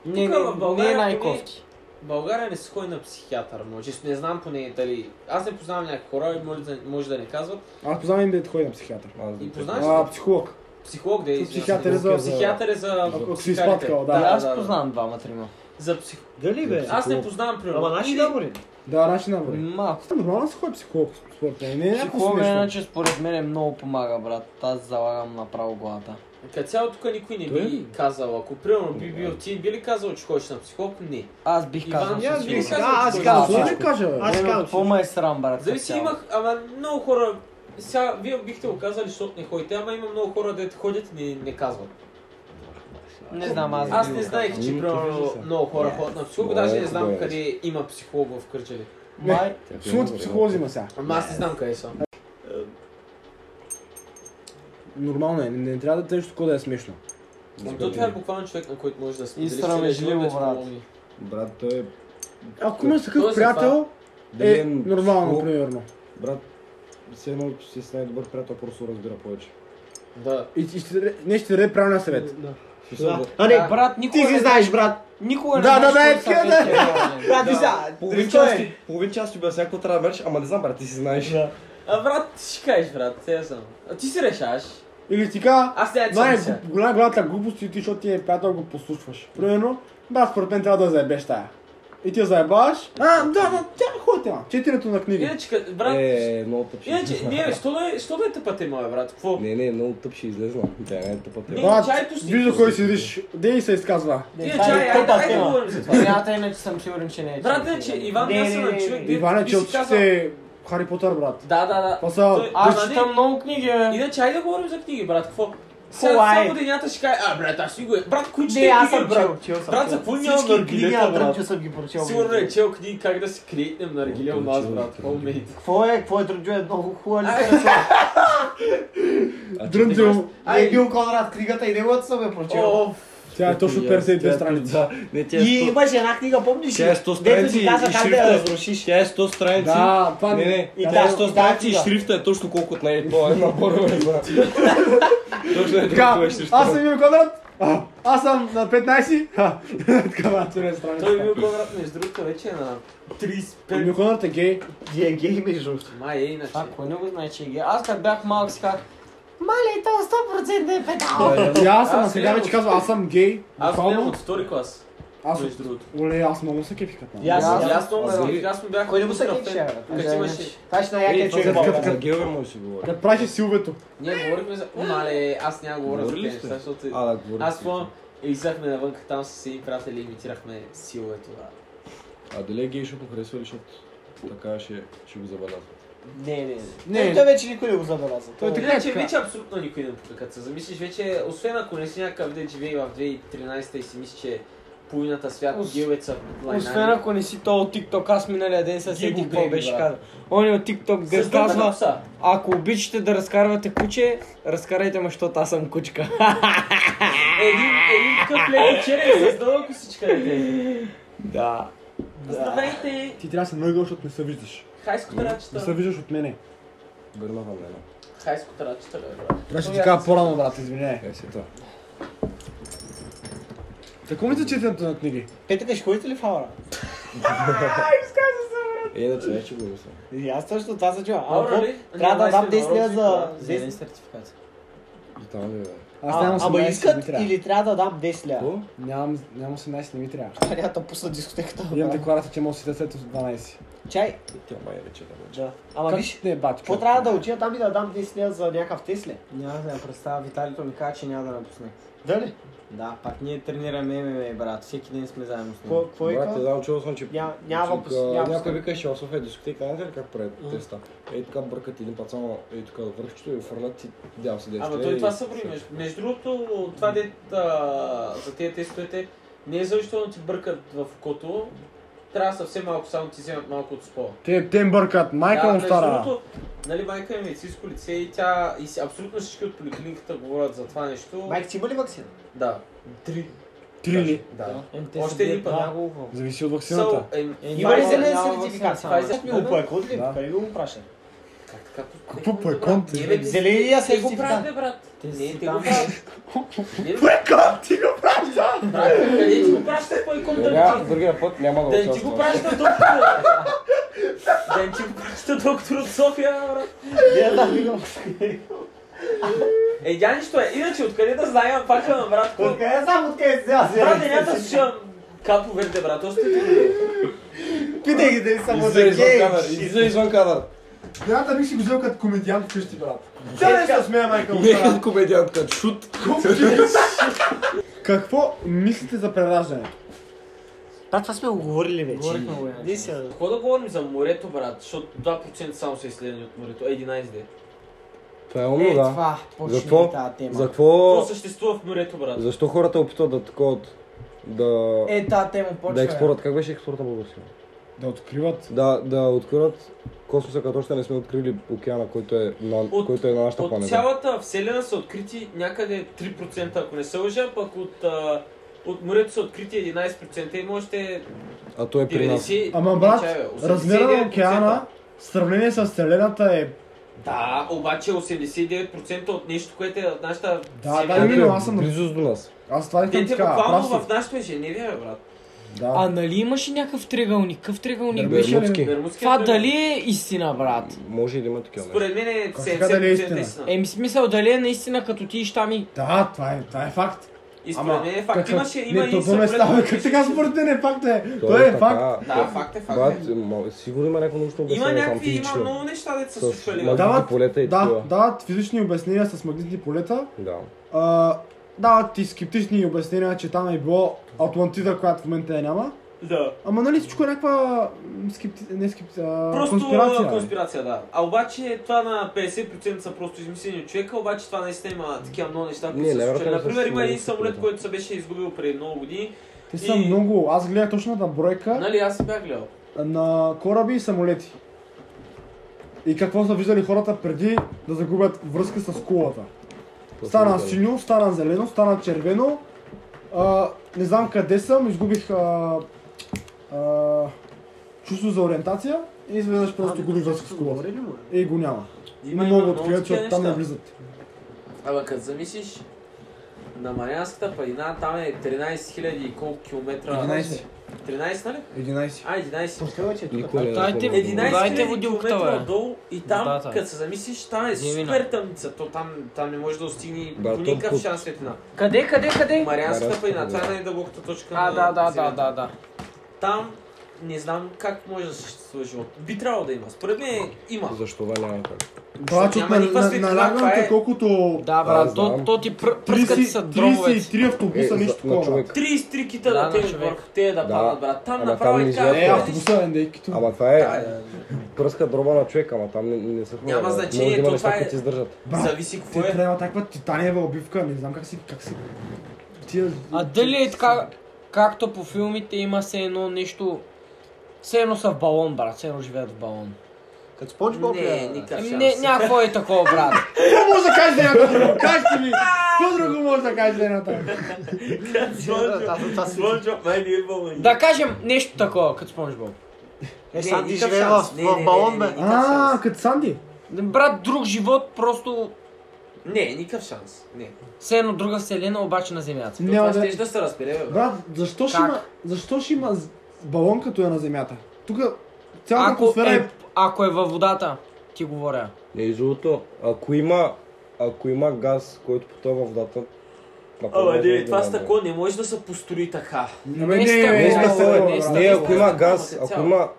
Speaker 6: Не,
Speaker 2: Тука
Speaker 6: не,
Speaker 2: в
Speaker 6: не е
Speaker 2: България
Speaker 6: най-кофти.
Speaker 2: България не се ходи на психиатър, може. Не знам поне дали... Аз не познавам някакви хора и може, да- може да не казват.
Speaker 3: Аз познавам един дед ходи на психиатър.
Speaker 5: Аз
Speaker 2: И
Speaker 5: да-
Speaker 2: познаваш ли?
Speaker 3: А, психолог.
Speaker 2: Психолог да е. извинявам се.
Speaker 3: Психиатър е за-
Speaker 2: Психиатър е за...
Speaker 3: Ако си
Speaker 2: психарите.
Speaker 3: изпаткал, да.
Speaker 6: Да, аз познавам двама-трима.
Speaker 2: За псих...
Speaker 4: Дали бе?
Speaker 2: Аз не познавам примерно.
Speaker 4: Ама наши
Speaker 2: И-
Speaker 4: набори.
Speaker 3: Да, наши набори.
Speaker 6: Малко.
Speaker 3: Нормално да се ходи психолог, според мен. Не е някакво
Speaker 6: Психолога
Speaker 3: смешно.
Speaker 6: иначе според мен е много помага, брат. Аз залагам направо главата.
Speaker 2: Като цяло тук никой не
Speaker 5: Той е
Speaker 2: би казал. Ако примерно би бил ти, би ли казал, че ходиш на психолог? Не.
Speaker 6: Аз бих
Speaker 2: Иван,
Speaker 6: казал.
Speaker 2: я
Speaker 6: със
Speaker 2: бих
Speaker 6: сигурност.
Speaker 2: казал,
Speaker 4: А, аз
Speaker 2: че-
Speaker 6: казвам.
Speaker 3: Защо
Speaker 4: казвам.
Speaker 3: не кажа, бе?
Speaker 4: Аз
Speaker 6: Мен
Speaker 4: казвам,
Speaker 6: от какво ме е срам, брат?
Speaker 2: Зависи,
Speaker 6: като цяло?
Speaker 2: имах, ама много хора, сега вие бихте го казали, защото не ходите, ама има много хора, дето ходят и не, не казват.
Speaker 6: Не знам, аз
Speaker 2: Аз
Speaker 6: би
Speaker 2: не
Speaker 6: го
Speaker 2: знаех,
Speaker 6: казал.
Speaker 2: че примерно много хора ходят на психолог, даже не знам
Speaker 5: Добре.
Speaker 2: къде има психолог в Кърджали.
Speaker 6: Май,
Speaker 3: Сумата психолози има сега.
Speaker 2: Ама аз не знам къде съм.
Speaker 3: Нормално е, не, не трябва да нещо такова да е смешно.
Speaker 2: Ама то това е буквално човек, на който може да
Speaker 5: е
Speaker 2: споделиш.
Speaker 6: срамежливо,
Speaker 2: целия живот, да ти
Speaker 6: брат.
Speaker 2: помогне.
Speaker 5: Брат, той е...
Speaker 3: Ако имаш
Speaker 2: Той
Speaker 3: такъв
Speaker 2: е
Speaker 3: приятел, е
Speaker 5: Дали
Speaker 3: нормално,
Speaker 5: психолог?
Speaker 3: примерно.
Speaker 5: Брат, все едно си с най-добър приятел, просто разбира повече.
Speaker 2: Да.
Speaker 3: И, и ще, даде- не ще даде правилния съвет.
Speaker 4: Да.
Speaker 5: В смисъл,
Speaker 4: Да. А не,
Speaker 6: брат,
Speaker 4: ти
Speaker 6: никога
Speaker 4: си
Speaker 6: не
Speaker 4: знаеш, брат.
Speaker 6: Никога не
Speaker 3: Да, да, да, е
Speaker 6: знаеш кой
Speaker 3: така, да.
Speaker 6: съвет е верен.
Speaker 4: Брат, ти са.
Speaker 5: Половин
Speaker 4: Той е.
Speaker 5: час, ти, половин час ти обясня какво трябва да мериш, ама не знам, брат, ти си знаеш.
Speaker 4: Да.
Speaker 2: А брат, ти ще кажеш, брат, сега съм. А ти си решаваш.
Speaker 3: Или ти кажа,
Speaker 2: Аз не съм
Speaker 3: най
Speaker 2: сега.
Speaker 3: голяма главата глупост и ти, защото ти е приятел, го послушваш. Примерно, да, според мен трябва да я заебеш тая. И ти я заебаш. А, да, да, тя е хубава тема. Четенето на книги.
Speaker 2: Иначе, ка- брат,
Speaker 5: Е, много тъп ще
Speaker 2: иначе,
Speaker 5: излезна.
Speaker 2: не, бе, що да е- що да е тъпа тема, бе, брат? Какво?
Speaker 5: Не, не, много тъп ще излезна. Тя не е тъпа тема.
Speaker 2: Не,
Speaker 3: Брат,
Speaker 2: чайто си.
Speaker 3: вижда кой седиш. Дей се изказва.
Speaker 2: Иначе,
Speaker 6: Това е
Speaker 2: айде, айде,
Speaker 6: тъпа
Speaker 2: айде,
Speaker 6: тема.
Speaker 2: говорим за това.
Speaker 6: Варианта иначе съм сигурен, че не е.
Speaker 2: Брат, е, че Иван,
Speaker 4: Не,
Speaker 2: аз
Speaker 4: не,
Speaker 2: съм
Speaker 4: не,
Speaker 2: на човек,
Speaker 4: не.
Speaker 2: дето
Speaker 3: Иване,
Speaker 2: би
Speaker 3: че
Speaker 2: си казал-
Speaker 3: отчете Хари Потър, брат.
Speaker 2: Да, да, да.
Speaker 3: Това са...
Speaker 2: Той- нали?
Speaker 6: Аз
Speaker 2: Ама не-
Speaker 6: четам много книги, бе.
Speaker 2: Иначе, айде да говорим за книги, брат. Какво? Сега
Speaker 4: Хубаво е.
Speaker 2: само денята ще каже, а, брат, аз си го е. Брат, кои
Speaker 4: Не,
Speaker 2: ще
Speaker 4: аз съм
Speaker 2: брат?
Speaker 4: чел, чел съм.
Speaker 2: Брат,
Speaker 4: чел.
Speaker 2: за какво нямам
Speaker 4: Всички книги
Speaker 2: наргилета,
Speaker 4: на
Speaker 2: брат?
Speaker 4: Дрънчо съм ги прочел.
Speaker 2: Сигурно е чел книги как да си крейтнем на регилия у нас, брат. Какво умеете?
Speaker 4: Какво е? Какво е Дрънчо? Е много хубава литература.
Speaker 3: Дрънтил.
Speaker 4: Ай, Бил Конрад книгата и неговата съм я прочел.
Speaker 2: О,
Speaker 3: Тя е точно 52 страници.
Speaker 5: Да, не, тя е
Speaker 4: И
Speaker 5: 100
Speaker 4: имаше една книга, помниш ли?
Speaker 5: Тя е 100
Speaker 4: Дето
Speaker 5: страници
Speaker 4: ти
Speaker 5: и
Speaker 4: каза как да я
Speaker 5: шрифта.
Speaker 4: разрушиш.
Speaker 5: Тя е 100 страници.
Speaker 3: Да, това
Speaker 5: Не, не.
Speaker 4: И
Speaker 5: Тя е
Speaker 4: да,
Speaker 5: 100
Speaker 4: и
Speaker 5: страници и
Speaker 4: да.
Speaker 5: шрифта е точно колко от нея. Това е набора, бе, брат. Точно е
Speaker 3: Така,
Speaker 5: толкова е шрифта.
Speaker 3: аз съм Мил Конрад. а, Аз съм на 15. ха, Така, брат, не
Speaker 2: той
Speaker 3: е
Speaker 2: е
Speaker 3: страница.
Speaker 2: бил Конрад, между другото, вече е на 35.
Speaker 3: Мил Конрад е гей.
Speaker 4: Ти е гей, между другото.
Speaker 2: Май е иначе.
Speaker 6: Това кой не го знае, че е гей. Аз като бях малък си казах, мале, то 100% е педал.
Speaker 3: И аз съм,
Speaker 2: Аз
Speaker 3: а сега
Speaker 2: гледам
Speaker 3: вече казвам, аз съм гей.
Speaker 2: Аз го гледам
Speaker 3: буквално.
Speaker 2: от втори клас,
Speaker 3: Аз
Speaker 2: между другото.
Speaker 3: Оле, аз много се кефих като
Speaker 4: И аз-
Speaker 3: него.
Speaker 6: аз-
Speaker 2: И Аз много
Speaker 5: аз-
Speaker 2: ме- аз му бях...
Speaker 4: Кой не му се
Speaker 2: крафтен.
Speaker 4: кефеше, Е, бе,
Speaker 2: Тук
Speaker 6: брат?
Speaker 2: имаше...
Speaker 4: Това ще е
Speaker 5: Е,
Speaker 4: най-якия човек в
Speaker 5: Като
Speaker 4: България.
Speaker 5: за геове може да си говори.
Speaker 3: Да правиш силвето.
Speaker 2: Ние говорихме за...
Speaker 1: Е,
Speaker 2: Мале, Е, аз няма да говоря за тези
Speaker 5: Говорили сте?
Speaker 2: неща, защото...
Speaker 5: А, да, говори.
Speaker 2: Аз спомням, излизахме навън там с един приятел и имитирахме силуето.
Speaker 5: А дали е гей, защото му харесва или защото така ще, ще го забелязват?
Speaker 2: Не, не, не.
Speaker 4: Е, Той вече никой не го забелязва.
Speaker 3: Той е така.
Speaker 2: Иначе вече абсолютно никой не пука, като се замислиш вече, освен ако не си някакъв дед живее в 2013 и си мисли, че половината свят е
Speaker 6: Ос-
Speaker 2: гилът са
Speaker 6: Освен ако не си то от TikTok, аз миналия ден се
Speaker 2: Ги
Speaker 6: сетих
Speaker 2: го
Speaker 6: какво
Speaker 2: греби,
Speaker 6: беше
Speaker 2: брат.
Speaker 6: казал. Он от TikTok гъс казва,
Speaker 2: казва...
Speaker 6: ако обичате да разкарвате куче, разкарайте ме, защото аз съм кучка.
Speaker 2: Един, един такъв леко черен е с дълга косичка. дете.
Speaker 6: Да.
Speaker 2: Здравейте!
Speaker 3: Ти трябва да се наъгъл, защото не се виждаш.
Speaker 2: Хайско
Speaker 3: Не се
Speaker 2: тарачета.
Speaker 3: виждаш от мене.
Speaker 5: Върна вам една.
Speaker 2: Хайско тарачета, бе, брат.
Speaker 3: Трябваше ти кажа по-рано, брат, извиняй.
Speaker 5: Е, си това.
Speaker 3: Какво ми за четенето е на книги?
Speaker 4: Те тук ще ходите ли в аура?
Speaker 5: Е, иначе не ще го мисля.
Speaker 4: И аз точно това се чувам. А,
Speaker 2: Аура
Speaker 4: какво?
Speaker 2: ли?
Speaker 4: трябва да дам 10 лева за...
Speaker 2: Зелен
Speaker 4: 10
Speaker 2: сертификат.
Speaker 5: И там е- ли бе?
Speaker 3: Аз
Speaker 4: А,
Speaker 3: нямам 18,
Speaker 4: ама
Speaker 3: не ми
Speaker 4: искат
Speaker 3: трябва.
Speaker 4: или трябва да дам 10 лева?
Speaker 5: Какво?
Speaker 3: Нямам, нямам 18, не ми трябва.
Speaker 4: Трябва да пусна дискотеката.
Speaker 3: Имам
Speaker 4: брат.
Speaker 3: декларация, че мога да си след 12.
Speaker 4: Чай.
Speaker 5: Тя май рече да бъде.
Speaker 4: Да. Ама
Speaker 3: Как- е,
Speaker 4: виж,
Speaker 3: Не, бат.
Speaker 4: какво трябва да уча там и да дам 10 лева за някакъв Тесле?
Speaker 6: Няма да я представя, Виталито ми каза, че няма да напусне.
Speaker 4: Дали?
Speaker 6: Да, пак ние тренираме ММА, брат. Всеки ден сме заедно с него.
Speaker 4: Какво
Speaker 5: Брат, не
Speaker 4: е
Speaker 5: знам, чувал съм, че...
Speaker 4: Ня- няма
Speaker 5: тук,
Speaker 4: пос- няма
Speaker 5: а, Някой
Speaker 4: пос-
Speaker 5: вика, че в София е дискотека, знаете ли как правят теста? Ей така бъркат един път само, ей така върхчето и фърлят и дял се десна. е.
Speaker 2: Ама той това са ври. Между, между другото, това дет а, за тези тестовете, не е задължително да ти бъркат в окото, трябва съвсем малко, само ти вземат малко от спола.
Speaker 3: Те, те бъркат, майка му
Speaker 2: Ами, между
Speaker 3: стара.
Speaker 2: другото, нали, майка е медицинско лице и тя, и си- абсолютно всички от поликлиниката говорят за това нещо.
Speaker 4: Майк, си има ли вакцина?
Speaker 2: Да. Три.
Speaker 3: Три ли?
Speaker 2: Да.
Speaker 6: Ем, те
Speaker 2: Още
Speaker 6: са
Speaker 2: един път.
Speaker 6: бе Няколко.
Speaker 3: Зависи от
Speaker 2: So,
Speaker 3: вакцината.
Speaker 2: ем,
Speaker 6: Е,
Speaker 2: има ли
Speaker 6: няма-
Speaker 2: зелен
Speaker 6: няма
Speaker 2: сертификат?
Speaker 6: вакцина,
Speaker 2: Това е
Speaker 6: само.
Speaker 2: за-
Speaker 4: Как ми го плакат ли?
Speaker 3: Да.
Speaker 4: Къде го го пращат?
Speaker 2: Как така?
Speaker 3: Какво по е еконт?
Speaker 2: Не, бе,
Speaker 4: Зеления
Speaker 2: те го
Speaker 4: сертификат.
Speaker 2: правят, бе, брат.
Speaker 6: Те си
Speaker 2: Не, те
Speaker 6: там.
Speaker 2: го правят. Пойкон, ти го праща! Къде ти го праща пойкон да
Speaker 5: Няма, другия път няма да
Speaker 2: Да не ти го
Speaker 5: участвам.
Speaker 2: праща доктор! Да не ти го праща доктор от София, брат!
Speaker 4: Не, да, вигам.
Speaker 2: Е, я нищо е. Иначе, откъде да знаем, пак на брат, кой...
Speaker 4: Откъде знам, откъде си аз?
Speaker 2: Брат, не да слушам Капо Верде, брат, още ти го
Speaker 4: Питай ги дали са му
Speaker 5: Излиза
Speaker 4: за
Speaker 5: извън
Speaker 4: гей.
Speaker 5: кадър, излиза извън кадър.
Speaker 3: Трябва да ми си го взел като комедиант вкъщи, брат.
Speaker 2: Е,
Speaker 4: Тя не се смея, майка му.
Speaker 5: Не е комедиантка, шут.
Speaker 3: Какво мислите за прераждането?
Speaker 4: Брат, това сме го говорили вече.
Speaker 6: Говорихме го, иначе.
Speaker 4: Не си, а-
Speaker 2: Какво да говорим за морето, брат? Защото 2% само са изследени от морето. 11 де.
Speaker 5: Правилно,
Speaker 6: Е,
Speaker 5: да.
Speaker 6: това
Speaker 5: За
Speaker 6: почни
Speaker 5: какво?
Speaker 6: тази
Speaker 4: е
Speaker 6: тема.
Speaker 5: За какво?
Speaker 2: Какво съществува в морето, брат?
Speaker 5: Защо хората опитват да такова от... Да...
Speaker 6: Е, тази тема почва.
Speaker 5: Да експорт. Как беше експорта български?
Speaker 3: Да откриват.
Speaker 5: Да, да откриват космоса, като още не сме открили океана, който е на,
Speaker 2: От-
Speaker 5: който е на нашата
Speaker 2: От
Speaker 5: планета.
Speaker 2: цялата вселена са открити някъде 3%, ако не се лъжа, пък от, а, от морето са открити 11% и още
Speaker 5: А той е при нас.
Speaker 2: 90...
Speaker 3: Ама брат,
Speaker 2: не, чай, бе,
Speaker 3: размера на
Speaker 2: 89%.
Speaker 3: океана в сравнение с Вселената е...
Speaker 2: Да, обаче 89% от нещо, което е от нашата
Speaker 3: Да,
Speaker 2: вселена.
Speaker 3: да,
Speaker 5: Който
Speaker 3: Именно,
Speaker 5: е
Speaker 3: аз съм-
Speaker 5: близост до нас.
Speaker 3: Аз това искам
Speaker 2: Те те
Speaker 3: така, прав
Speaker 2: буквално в
Speaker 3: си.
Speaker 2: нашето ежедневие, бе, брат.
Speaker 6: А
Speaker 3: Да.
Speaker 6: нали имаше някакъв триъгълник? Какъв триъгълник
Speaker 3: Да,
Speaker 6: беше?
Speaker 3: беше ли-
Speaker 5: Бермудски.
Speaker 2: Бермудския
Speaker 6: Това
Speaker 2: триъгъл.
Speaker 6: дали е истина, брат?
Speaker 5: Може и да има такива. не.
Speaker 2: Според мен е
Speaker 3: Как така дали е
Speaker 2: 70%
Speaker 3: истина?
Speaker 2: истина.
Speaker 6: Еми смисъл, дали е наистина като ти и ща ми...
Speaker 3: Да, това е, това е факт.
Speaker 2: И според мен е факт.
Speaker 3: какъв-
Speaker 2: Имаше, има
Speaker 3: не,
Speaker 2: и
Speaker 3: то, то не
Speaker 2: самолет,
Speaker 3: става.
Speaker 2: който
Speaker 3: Как
Speaker 2: беше-
Speaker 3: така според мен е факт е?
Speaker 5: Той
Speaker 3: То е
Speaker 5: така.
Speaker 3: факт.
Speaker 2: Да, факт е, факт е.
Speaker 5: Брат, ма- сигурно има някакво научно
Speaker 2: Има
Speaker 5: обяснение там
Speaker 2: някакви, има
Speaker 5: физично.
Speaker 2: много неща, да са
Speaker 5: С
Speaker 2: случвали. бе.
Speaker 5: магнитни
Speaker 3: Дават-
Speaker 5: полета и
Speaker 3: Да,
Speaker 5: такива.
Speaker 3: дават физични обяснения с магнитни полета.
Speaker 5: Да.
Speaker 3: А, дават и скептични обяснения, че там е било Атлантида, която в момента я няма.
Speaker 2: Да.
Speaker 3: Ама нали всичко е някаква м, скепти... не скепти... А,
Speaker 2: Просто
Speaker 3: конспирация.
Speaker 2: конспирация,
Speaker 3: нали?
Speaker 2: конспирация, да. А обаче това на 50% са просто измислени от човека, обаче това наистина има такива много неща, които
Speaker 5: Не,
Speaker 2: са
Speaker 5: невероятно
Speaker 2: случили.
Speaker 5: са
Speaker 2: Например, има
Speaker 5: много
Speaker 2: един
Speaker 5: неща,
Speaker 2: самолет,
Speaker 5: да.
Speaker 2: който се беше изгубил преди много години.
Speaker 3: Те са
Speaker 2: И-
Speaker 3: много. Аз гледах точната бройка
Speaker 2: Нали, аз си бях гледал.
Speaker 3: на кораби и самолети. И какво са виждали хората преди да загубят връзка с кулата. Стана синьо, стана зелено, стана червено. А, не знам къде съм, изгубих а, а, чувство за ориентация и изведнъж просто губих връзка с кулата.
Speaker 4: Говорили му, бе.
Speaker 3: И го няма.
Speaker 2: Има
Speaker 3: Има много
Speaker 2: много
Speaker 3: открият,
Speaker 2: такива
Speaker 3: че там не
Speaker 2: неща.
Speaker 3: влизат.
Speaker 2: Абе, като замислиш, на Марианската падина там е 13 000 и колко километра.
Speaker 3: 11.
Speaker 2: 13, нали?
Speaker 3: 11.
Speaker 2: А, 11.
Speaker 4: Пускай, бе, че е тук.
Speaker 5: Никой не е
Speaker 6: Дайте-
Speaker 5: запомнил.
Speaker 2: 11
Speaker 6: Дайте
Speaker 2: 000
Speaker 6: водилката,
Speaker 2: км
Speaker 6: бе.
Speaker 2: долу и там,
Speaker 6: Водата.
Speaker 2: като се замислиш, там е
Speaker 6: Земина.
Speaker 2: супер тъмница. То там, там не може да достигне
Speaker 5: Да,
Speaker 2: по
Speaker 5: то
Speaker 2: никакъв
Speaker 5: пук.
Speaker 2: шанс светлина.
Speaker 6: Къде, къде, къде?
Speaker 2: Марианската
Speaker 5: Марианската
Speaker 2: падина, това е
Speaker 5: падина.
Speaker 2: най-дълбоката точка
Speaker 6: А,
Speaker 2: на
Speaker 6: да, да, да,
Speaker 2: Земята.
Speaker 6: да, да.
Speaker 2: Там не знам как може да съществува живот. Би трябвало да има. Според мен има.
Speaker 5: Защо да няма как?
Speaker 3: Това, че
Speaker 2: Няма
Speaker 3: на,
Speaker 2: никаква
Speaker 3: на,
Speaker 2: светлина,
Speaker 3: налягам
Speaker 2: това
Speaker 3: те
Speaker 2: е-
Speaker 3: колкото
Speaker 6: Да,
Speaker 5: Аз
Speaker 6: брат, то,
Speaker 5: знам.
Speaker 6: то ти пръ- пръскат са
Speaker 3: 30,
Speaker 6: дробовете.
Speaker 3: 33
Speaker 5: Е,
Speaker 3: автобуса,
Speaker 5: за-
Speaker 3: нищо
Speaker 5: на
Speaker 3: такова.
Speaker 5: човек.
Speaker 2: 33 кита
Speaker 6: Да,
Speaker 2: да,
Speaker 6: на
Speaker 2: те
Speaker 6: човек.
Speaker 2: върху те да,
Speaker 5: Да.
Speaker 2: падат, брат. Там
Speaker 5: Ама
Speaker 2: направо
Speaker 5: там
Speaker 2: и
Speaker 5: не
Speaker 2: така.
Speaker 5: живеят.
Speaker 3: Е,
Speaker 5: Да.
Speaker 3: автобуса е индейкито.
Speaker 5: Ама това е,
Speaker 2: Да, да.
Speaker 5: пръска дроба на човека, ама там не, не са хора.
Speaker 2: Няма
Speaker 5: брат.
Speaker 2: значение,
Speaker 5: Може да има
Speaker 2: то това
Speaker 5: неща,
Speaker 2: е-
Speaker 5: които издържат.
Speaker 3: Брат,
Speaker 2: Зависи какво
Speaker 3: ти
Speaker 2: е.
Speaker 3: трябва таква титаниева обивка, не знам как си, как си... Тия...
Speaker 6: А дали е така, както по филмите има все едно нещо... Все едно са в балон, брат, все едно живеят в балон.
Speaker 4: Като спонч боб,
Speaker 2: Не,
Speaker 4: бе.
Speaker 2: никакъв
Speaker 6: Еми,
Speaker 2: шанс.
Speaker 6: Не, някакво е такова, брат.
Speaker 3: Какво може да кажеш за една друго? Кажете ми! Какво друго може да кажеш за една друго?
Speaker 4: Да, да, да, да, да.
Speaker 1: Е,
Speaker 2: Слънчо, май не идвам.
Speaker 6: Да кажем нещо такова, като спонжбоб.
Speaker 4: Е,
Speaker 2: Не,
Speaker 4: сам ти
Speaker 2: никакъв
Speaker 4: живее в
Speaker 2: шанс. Не, не, не,
Speaker 4: в балон,
Speaker 2: не,
Speaker 4: бе.
Speaker 2: не.
Speaker 3: А, като Санди.
Speaker 6: Брат, друг живот, просто
Speaker 2: Не, никакъв шанс. Не.
Speaker 6: все едно друга вселена, обаче на Земята.
Speaker 2: То това
Speaker 3: Няма да...
Speaker 2: ще да се разбере, бе, брат.
Speaker 3: Брат, защо ще
Speaker 6: Как?
Speaker 3: има... Защо ще има з- балон като е на земята? Тук цялата
Speaker 6: Ако
Speaker 3: атмосфера е...
Speaker 6: е, ако е във водата, ти говоря.
Speaker 5: Не, и другото, ако има, ако има газ, който потъва в водата, направо
Speaker 2: Ама
Speaker 5: може да
Speaker 2: не, това
Speaker 5: няма.
Speaker 2: с тако не може да се построи така.
Speaker 3: Ами
Speaker 6: не е
Speaker 5: Не,
Speaker 6: Е,
Speaker 5: не,
Speaker 6: е,
Speaker 5: не,
Speaker 6: е,
Speaker 5: не,
Speaker 6: е,
Speaker 5: не,
Speaker 6: е,
Speaker 5: не, ако
Speaker 2: е,
Speaker 5: има
Speaker 2: е,
Speaker 5: газ,
Speaker 2: е,
Speaker 5: ако
Speaker 2: цяло.
Speaker 5: има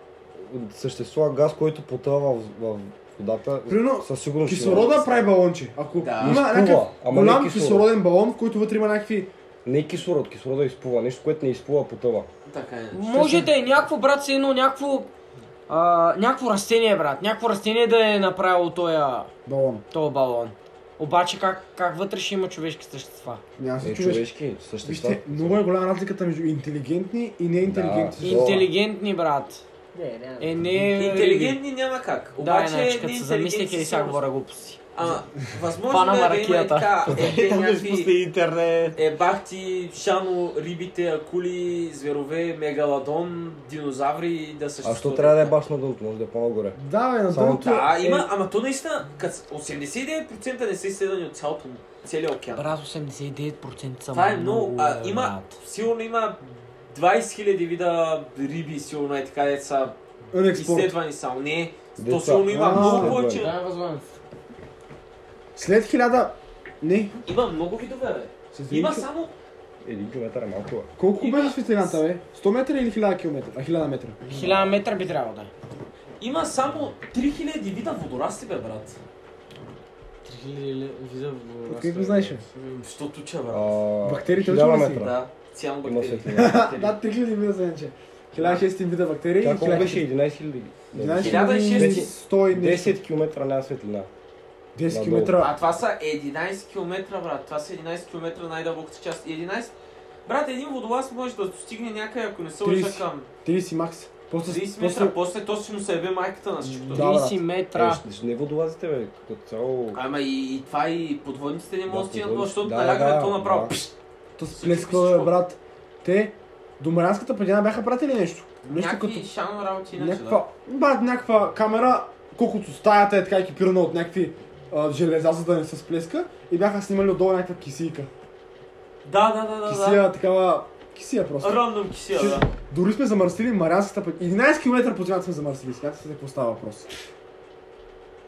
Speaker 5: съществува газ, който потъва в, в водата,
Speaker 3: Примерно,
Speaker 5: със сигурност ще има
Speaker 3: Кислорода
Speaker 5: газ.
Speaker 3: прави балонче. Ако
Speaker 2: Да.
Speaker 3: има
Speaker 5: Изплува,
Speaker 3: някакъв
Speaker 5: ама не е
Speaker 3: голям
Speaker 5: кислород.
Speaker 3: кислороден балон, в който вътре има някакви...
Speaker 5: Не е кислород, кислорода изплува, нещо, което не изплува, потъва.
Speaker 2: Така е.
Speaker 6: Може да е някакво, брат, все едно някакво... А, някакво растение, брат. Някакво растение да е направило този
Speaker 3: Балон.
Speaker 6: този балон. Обаче как, как вътре ще има човешки същества?
Speaker 3: Няма
Speaker 5: Е,
Speaker 3: се чуваш.
Speaker 5: човешки същества.
Speaker 3: Вижте, много е голяма разликата между интелигентни и неинтелигентни.
Speaker 5: Да.
Speaker 6: Интелигентни, брат.
Speaker 7: Не, няма.
Speaker 6: Е, не...
Speaker 2: Интелигентни няма как.
Speaker 6: Да,
Speaker 2: Обаче,
Speaker 6: иначе като
Speaker 2: не
Speaker 6: се замислих и
Speaker 2: интелигентни
Speaker 6: сега
Speaker 2: са-
Speaker 6: говоря глупости.
Speaker 2: Ама, възможно
Speaker 6: Хвана
Speaker 2: е да има и
Speaker 6: маракията.
Speaker 2: така. Е,
Speaker 4: Там беше пусне
Speaker 2: някакви
Speaker 4: интернет.
Speaker 2: е, бахти, шано, рибите, акули, зверове, мегаладон, динозаври да
Speaker 5: А
Speaker 2: съществуват.
Speaker 5: що трябва да е баш на дъното, може да е по-нагоре.
Speaker 3: Да, бе, на
Speaker 5: Само
Speaker 3: другото
Speaker 2: Да,
Speaker 3: е-
Speaker 2: има, ама то наистина, като 89% не са изследвани от цялото, целия океан.
Speaker 6: Брат, 89% са
Speaker 2: Това е много, а, има,
Speaker 6: брат.
Speaker 2: сигурно има 20 000 вида риби, сигурно е така, де са
Speaker 3: е Unexplored.
Speaker 2: изследвани само. Не, то
Speaker 5: Деца.
Speaker 2: сигурно има
Speaker 3: А,
Speaker 2: много
Speaker 5: изследвани.
Speaker 2: повече.
Speaker 6: е възможно.
Speaker 3: След хиляда... Не,
Speaker 2: Има много видове, бе.
Speaker 3: с
Speaker 2: Има
Speaker 3: един-
Speaker 2: само
Speaker 5: Един километър е малко. бе.
Speaker 3: Колко беше светлината, бе? 100 метра или 1000 км? А, 1000 метра.
Speaker 6: 1000 метра би трябвало да е.
Speaker 2: Има само 3000 вида водорасли, бе, брат.
Speaker 6: 3000 вида в
Speaker 3: Откъде го знаеш, бе?
Speaker 2: Що туча,
Speaker 5: А,
Speaker 2: брат?
Speaker 3: Бактериите
Speaker 5: хиляда
Speaker 3: ли си?
Speaker 5: метра.
Speaker 2: Да, цямо
Speaker 5: Има
Speaker 2: бактерии.
Speaker 5: светлина.
Speaker 3: Да, 3000 вида за иначе. 1600 вида бактерии и
Speaker 5: Тя колко
Speaker 3: 1000
Speaker 5: беше 11 хиляди?
Speaker 3: 1600 и нещо.
Speaker 5: 10 км няма светлина.
Speaker 3: 10
Speaker 5: надолу.
Speaker 3: км.
Speaker 2: А това са 11 км, брат. Това са 11 км най-дълбоката част. 11... Брат, един водолаз може да достигне някъде, ако не се лъжа
Speaker 3: 30.
Speaker 2: към
Speaker 3: 30 макс. После,
Speaker 2: 30
Speaker 3: после
Speaker 2: метра, после то ще му се ебе майката на всичкото.
Speaker 3: Да, брат.
Speaker 6: 30 метра.
Speaker 5: Е, ще- не водолазите, бе, като цяло.
Speaker 2: Ама и, и това и подводниците не могат да стигнат,
Speaker 5: подводници.
Speaker 2: защото
Speaker 5: Да,
Speaker 2: налягането
Speaker 5: да,
Speaker 2: то направо.
Speaker 5: да.
Speaker 2: Пш!
Speaker 3: то се плесква, бе, брат. Те до Марианската предина бяха пратили нещо. Нещо като
Speaker 2: Някакви шано работи иначе, да.
Speaker 3: някаква, брат, някаква камера, колкото стаята е така екипирана от някакви а, железа, за да не се сплеска и бяха снимали отдолу някаква кисийка.
Speaker 2: Да, да, да, да, да.
Speaker 3: Кисия, такава... Кисия просто.
Speaker 2: Рандом кисия, да.
Speaker 3: Дори сме замърсили Марианската път. 11 км по земята сме замърсили. Смятате се какво става въпрос.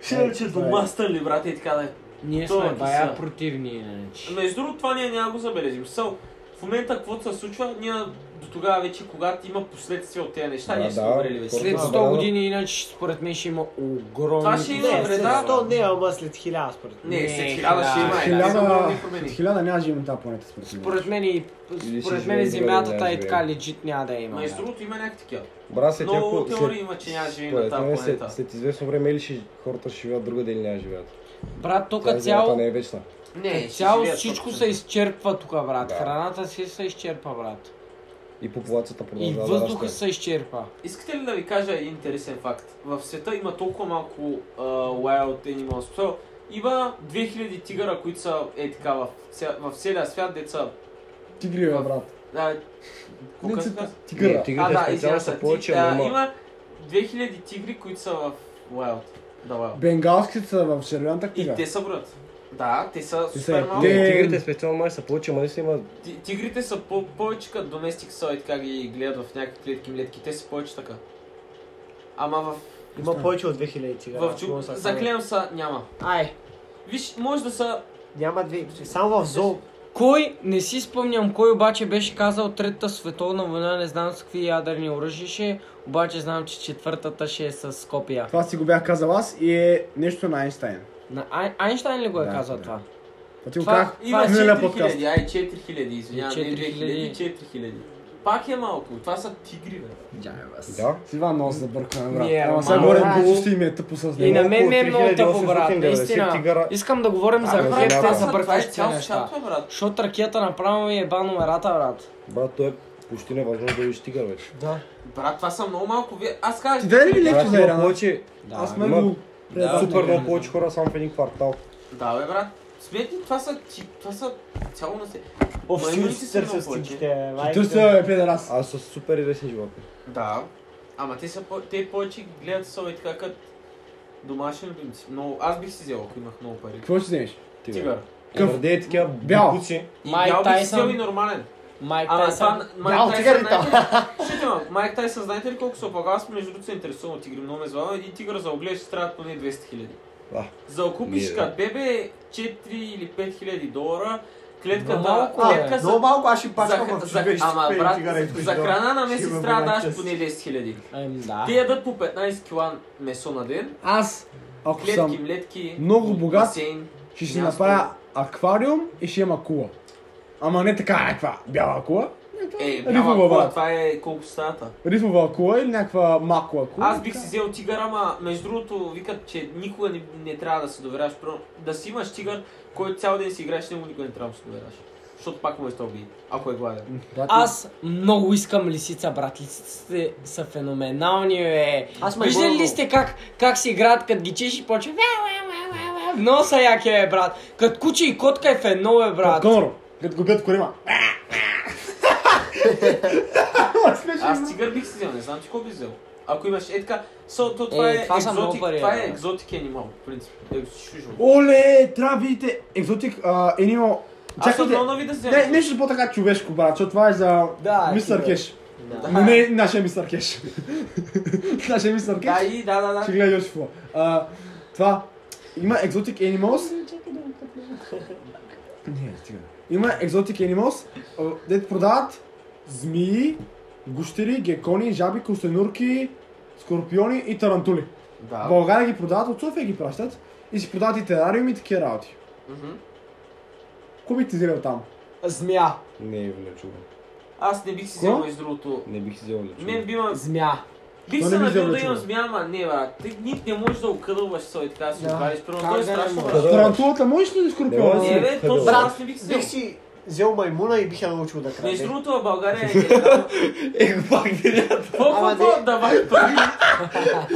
Speaker 2: Ще рече
Speaker 3: това е.
Speaker 2: дома ли, брат, и така да е.
Speaker 6: Ние
Speaker 2: Това
Speaker 6: сме
Speaker 2: е
Speaker 6: бая
Speaker 2: киса.
Speaker 6: противни, иначе.
Speaker 2: Между другото, това ние няма го забележим. Съл, в момента каквото се случва, ние до тогава вече, когато има последствия от тези неща,
Speaker 5: Да,
Speaker 2: ние сме
Speaker 5: да.
Speaker 2: говорили вече.
Speaker 5: Точно.
Speaker 6: След
Speaker 5: Да,
Speaker 6: 100
Speaker 5: да.
Speaker 6: години, иначе, според мен ще има
Speaker 2: Това
Speaker 6: огромни...
Speaker 2: ще има
Speaker 4: Не, след
Speaker 2: вреда.
Speaker 4: 100 не, ама след 1000 според мен.
Speaker 2: Не,
Speaker 6: Не,
Speaker 2: след хиляда ще има. е, да,
Speaker 3: Хиляда-
Speaker 2: не мога да ни
Speaker 3: От
Speaker 2: промени.
Speaker 3: хиляда няма да живеем на тази планета според мен.
Speaker 6: Според мен, и,
Speaker 5: Или си живеем
Speaker 6: според мен
Speaker 5: добре,
Speaker 6: земята
Speaker 5: или не
Speaker 6: та и
Speaker 5: живеем.
Speaker 6: така легит няма да я има.
Speaker 2: Между
Speaker 6: брат.
Speaker 2: другото има някакви такива.
Speaker 5: Брат, след
Speaker 2: Много
Speaker 5: няколко-
Speaker 2: теории
Speaker 5: след-
Speaker 2: има, че няма да живеем
Speaker 5: според
Speaker 2: на тази
Speaker 5: мен е след-
Speaker 2: планета.
Speaker 5: След известно време или ще хората ще живеят другаде или няма да живеят.
Speaker 6: Брат, тук
Speaker 5: Тази земята
Speaker 6: цяло...
Speaker 5: не е вечна.
Speaker 2: Не, ще
Speaker 6: Цяло
Speaker 2: живеят
Speaker 6: всичко
Speaker 2: точно.
Speaker 6: се изчерпва тук, брат.
Speaker 5: Да.
Speaker 6: Храната си се изчерпа, брат.
Speaker 5: И популацията
Speaker 6: И
Speaker 5: продължава да
Speaker 6: въздуха
Speaker 5: расте.
Speaker 6: се изчерпа.
Speaker 2: Искате ли да ви кажа един интересен факт? В света има толкова малко а, wild animals. So, има 2000 тигъра, които са е така в, ця- в целия свят, деца.
Speaker 3: Тигри, бе, брат.
Speaker 2: А,
Speaker 3: Не,
Speaker 2: как
Speaker 3: ти-
Speaker 2: се казва?
Speaker 5: Не,
Speaker 3: Тигъра.
Speaker 5: тигрите
Speaker 2: извинявам
Speaker 5: специално
Speaker 2: се,
Speaker 5: са
Speaker 2: ти-
Speaker 5: повече,
Speaker 2: а,
Speaker 5: но има-
Speaker 2: Има 2000 тигри, които са в Wild. Да, Wild.
Speaker 3: Бенгалските са в червената
Speaker 2: И
Speaker 3: книга.
Speaker 2: те са брат. Да, те са
Speaker 3: Те са-
Speaker 2: супер малко.
Speaker 3: те-
Speaker 5: Не, тигрите специално май са повече, ама не са има
Speaker 2: Ти- Тигрите са по- повече като доместик са и така ги гледат в някакви клетки млетки. Те са повече така. Ама в,
Speaker 4: Има повече от 2000 сега.
Speaker 2: в джу... Заклеям са няма.
Speaker 6: Ай,
Speaker 2: Виж, може да са...
Speaker 4: Няма две. Само в зоо.
Speaker 6: кой, не си спомням кой обаче беше казал третата световна война, не знам с какви ядрени оръжия ще, е, обаче знам, че четвъртата ще е с копия.
Speaker 3: Това си го бях казал аз и е нещо на Айнстайн.
Speaker 6: На Ай- Айнщайн ли го е
Speaker 3: Да,
Speaker 6: казал
Speaker 3: да.
Speaker 6: това?
Speaker 3: Това ти го
Speaker 6: Това-
Speaker 3: казах
Speaker 2: Има
Speaker 3: в миналия подкаст.
Speaker 2: 4000, ай 4000, извинявам, не 2000,
Speaker 6: 4000.
Speaker 2: 4000. Пак е малко, това са тигри, бе.
Speaker 5: Да.
Speaker 3: С Иван много се бъркаме, брат.
Speaker 6: Ние,
Speaker 3: Ама
Speaker 6: ама,
Speaker 3: сега говорим
Speaker 6: брат.
Speaker 3: глупости и ми е тъпо съзнание.
Speaker 6: И на мен ми е
Speaker 5: около
Speaker 6: много тъпо,
Speaker 5: 3890
Speaker 6: брат, наистина.
Speaker 5: тигъра.
Speaker 6: Искам да говорим за
Speaker 5: Абе,
Speaker 6: хлеб,
Speaker 5: земята.
Speaker 6: те
Speaker 2: Това са- Това е
Speaker 6: забъркващи
Speaker 2: цял
Speaker 6: неща.
Speaker 2: свят, бе, брат.
Speaker 6: Защото ракета направо ми е ба номерата, брат.
Speaker 5: Брат, той е почти невъзможно да видиш тигър вече.
Speaker 2: Брат, това са много малко, вие... Аз
Speaker 3: Ти
Speaker 2: кажа,
Speaker 3: дай ли ми лекто
Speaker 5: Брат,
Speaker 3: за
Speaker 5: има
Speaker 3: Ирана?
Speaker 5: повече,
Speaker 3: Аз
Speaker 5: има-
Speaker 3: ме го...
Speaker 5: да, супер
Speaker 3: да.
Speaker 5: много повече хора само в един квартал.
Speaker 2: да, бе, брат. Сметни, това са, ти- това са цяло на се...
Speaker 4: Овци
Speaker 2: Маймуните
Speaker 4: си
Speaker 2: са много
Speaker 4: търсят
Speaker 2: повече.
Speaker 4: стиките.
Speaker 3: Ти се педерас.
Speaker 5: Аз с супер известни животни.
Speaker 2: Да. Ама те, са, по- те повече гледат сол и така като домашен любимци. Но аз бих си взел, ако имах много пари.
Speaker 5: е
Speaker 3: Какво ще вземеш?
Speaker 5: Тигър.
Speaker 2: Тигър.
Speaker 3: Къв?
Speaker 5: Къв? е такива
Speaker 3: Бял.
Speaker 5: бутуци.
Speaker 2: И
Speaker 6: Майк
Speaker 2: бял бих си
Speaker 6: Тайсън.
Speaker 2: взел и нормален.
Speaker 6: Майк
Speaker 2: Ама това
Speaker 6: Тайсън.
Speaker 2: на- Майк
Speaker 4: Бял
Speaker 2: Тайсън,
Speaker 4: тигър ли
Speaker 2: знаете ли- Ще те ма, Майк Тайсън, знаете ли колко се опага? Аз между другото се интересувам от тигри, много ме звава. Един тигър за оглеж ще трябва поне 200 хиляди.
Speaker 5: А,
Speaker 2: За окупиш
Speaker 5: ми е.
Speaker 2: като бебе 4 или 5 хиляди долара. Клетка
Speaker 6: Но
Speaker 2: да,
Speaker 6: малко е.
Speaker 2: клетка
Speaker 4: Много
Speaker 2: за,
Speaker 4: малко, аз ще
Speaker 2: за,
Speaker 4: пачкам в
Speaker 2: за,
Speaker 4: джоба и ще
Speaker 2: ама
Speaker 4: купя тигъра и
Speaker 2: брат,
Speaker 4: ще
Speaker 2: за
Speaker 4: дам.
Speaker 2: храна на
Speaker 4: Ще
Speaker 2: месец
Speaker 4: имам
Speaker 2: трябва да
Speaker 4: една
Speaker 2: даш
Speaker 4: част.
Speaker 2: поне 10 хиляди.
Speaker 6: Ем, Ами, да.
Speaker 2: Те ядат по 15 кг месо на ден,
Speaker 3: Аз, ако
Speaker 2: клетки,
Speaker 3: съм,
Speaker 2: млетки,
Speaker 3: много богат,
Speaker 2: басейн.
Speaker 3: ще си
Speaker 2: място.
Speaker 3: направя аквариум и ще има кула. Ама не така е това. Бяла кула.
Speaker 2: Е,
Speaker 3: Рифова,
Speaker 2: няма кола,
Speaker 3: брат.
Speaker 2: това е колко стата.
Speaker 3: Рифова акула или някаква мако акула?
Speaker 2: Аз бих си взел тигър, ама между другото викат, че никога не, не трябва да се доверяваш. Първо, да си имаш тигър, който цял ден си играеш, с него никога не трябва да се доверяваш. Защото пак му е ще уби, ако е гладен.
Speaker 1: Аз много искам лисица, брат. Лисиците са феноменални, бе.
Speaker 2: Аз ме
Speaker 1: Виждали
Speaker 2: гонам.
Speaker 1: ли сте как, как си играят, като ги чеш и почва... Но са яки, бе, брат. Кът куче и котка е в едно, бе, брат.
Speaker 3: Гонор, като го бият корема. Е,
Speaker 2: Аз тигър бих си взел, не знам ти какво би взел. Ако имаш е така, со, то това
Speaker 1: Е,
Speaker 2: е,
Speaker 1: това са много
Speaker 2: екзотик,
Speaker 1: пари,
Speaker 2: това
Speaker 1: бе.
Speaker 2: е екзотик анимал, в принцип. Е, Екзотично.
Speaker 3: Оле, трябва да видите екзотик а, Animal.
Speaker 2: Аз съм
Speaker 3: Чакайте,
Speaker 2: много ви да взема.
Speaker 3: не, нещо по-така човешко, брат, защото това е за
Speaker 1: Да,
Speaker 3: мистер
Speaker 1: ти, бе.
Speaker 3: Кеш.
Speaker 2: Да.
Speaker 3: Но не нашия мистер Кеш. нашия мистер Кеш.
Speaker 2: Да, и да, да, да.
Speaker 3: Ще гледа Йосифова. А, това. Има Exotic Animals. Не, стига. Има Exotic Animals, а, дето продават змии, гущери, гекони, жаби, костенурки, скорпиони и тарантули. В
Speaker 2: Да.
Speaker 3: България ги продават, от София ги пращат и си продават и терариуми и такива работи.
Speaker 2: Мгм.
Speaker 3: Кой би ти взел там?
Speaker 1: Змия.
Speaker 5: Не е влечува.
Speaker 2: Аз не бих си взел
Speaker 3: Кво?
Speaker 2: между другото.
Speaker 5: Не бих си взел
Speaker 2: Мен
Speaker 5: влечува.
Speaker 2: би имам
Speaker 1: Змия.
Speaker 2: Бих
Speaker 3: Що
Speaker 2: се
Speaker 3: не ми
Speaker 2: надил да
Speaker 3: взел
Speaker 2: имам
Speaker 3: човек?
Speaker 2: змия, ама не, брат. Ти ник не можеш да окъдълваш сой, така да си
Speaker 1: Да.
Speaker 2: отвариш. Първо,
Speaker 1: Как
Speaker 2: той е
Speaker 1: да не
Speaker 2: страшно.
Speaker 1: можеш?
Speaker 2: брат.
Speaker 3: Тарантулата можеш ли да е скорпиона?
Speaker 5: Не,
Speaker 2: Не, бе,
Speaker 5: Брат,
Speaker 2: точно аз не бих се
Speaker 4: Бих
Speaker 2: взел.
Speaker 4: си взел маймуна и бих я научил да краде.
Speaker 2: Между другото, в България е нелегално.
Speaker 8: Ех, пак дирят.
Speaker 2: Какво,
Speaker 4: Ама
Speaker 2: какво, да вади пари?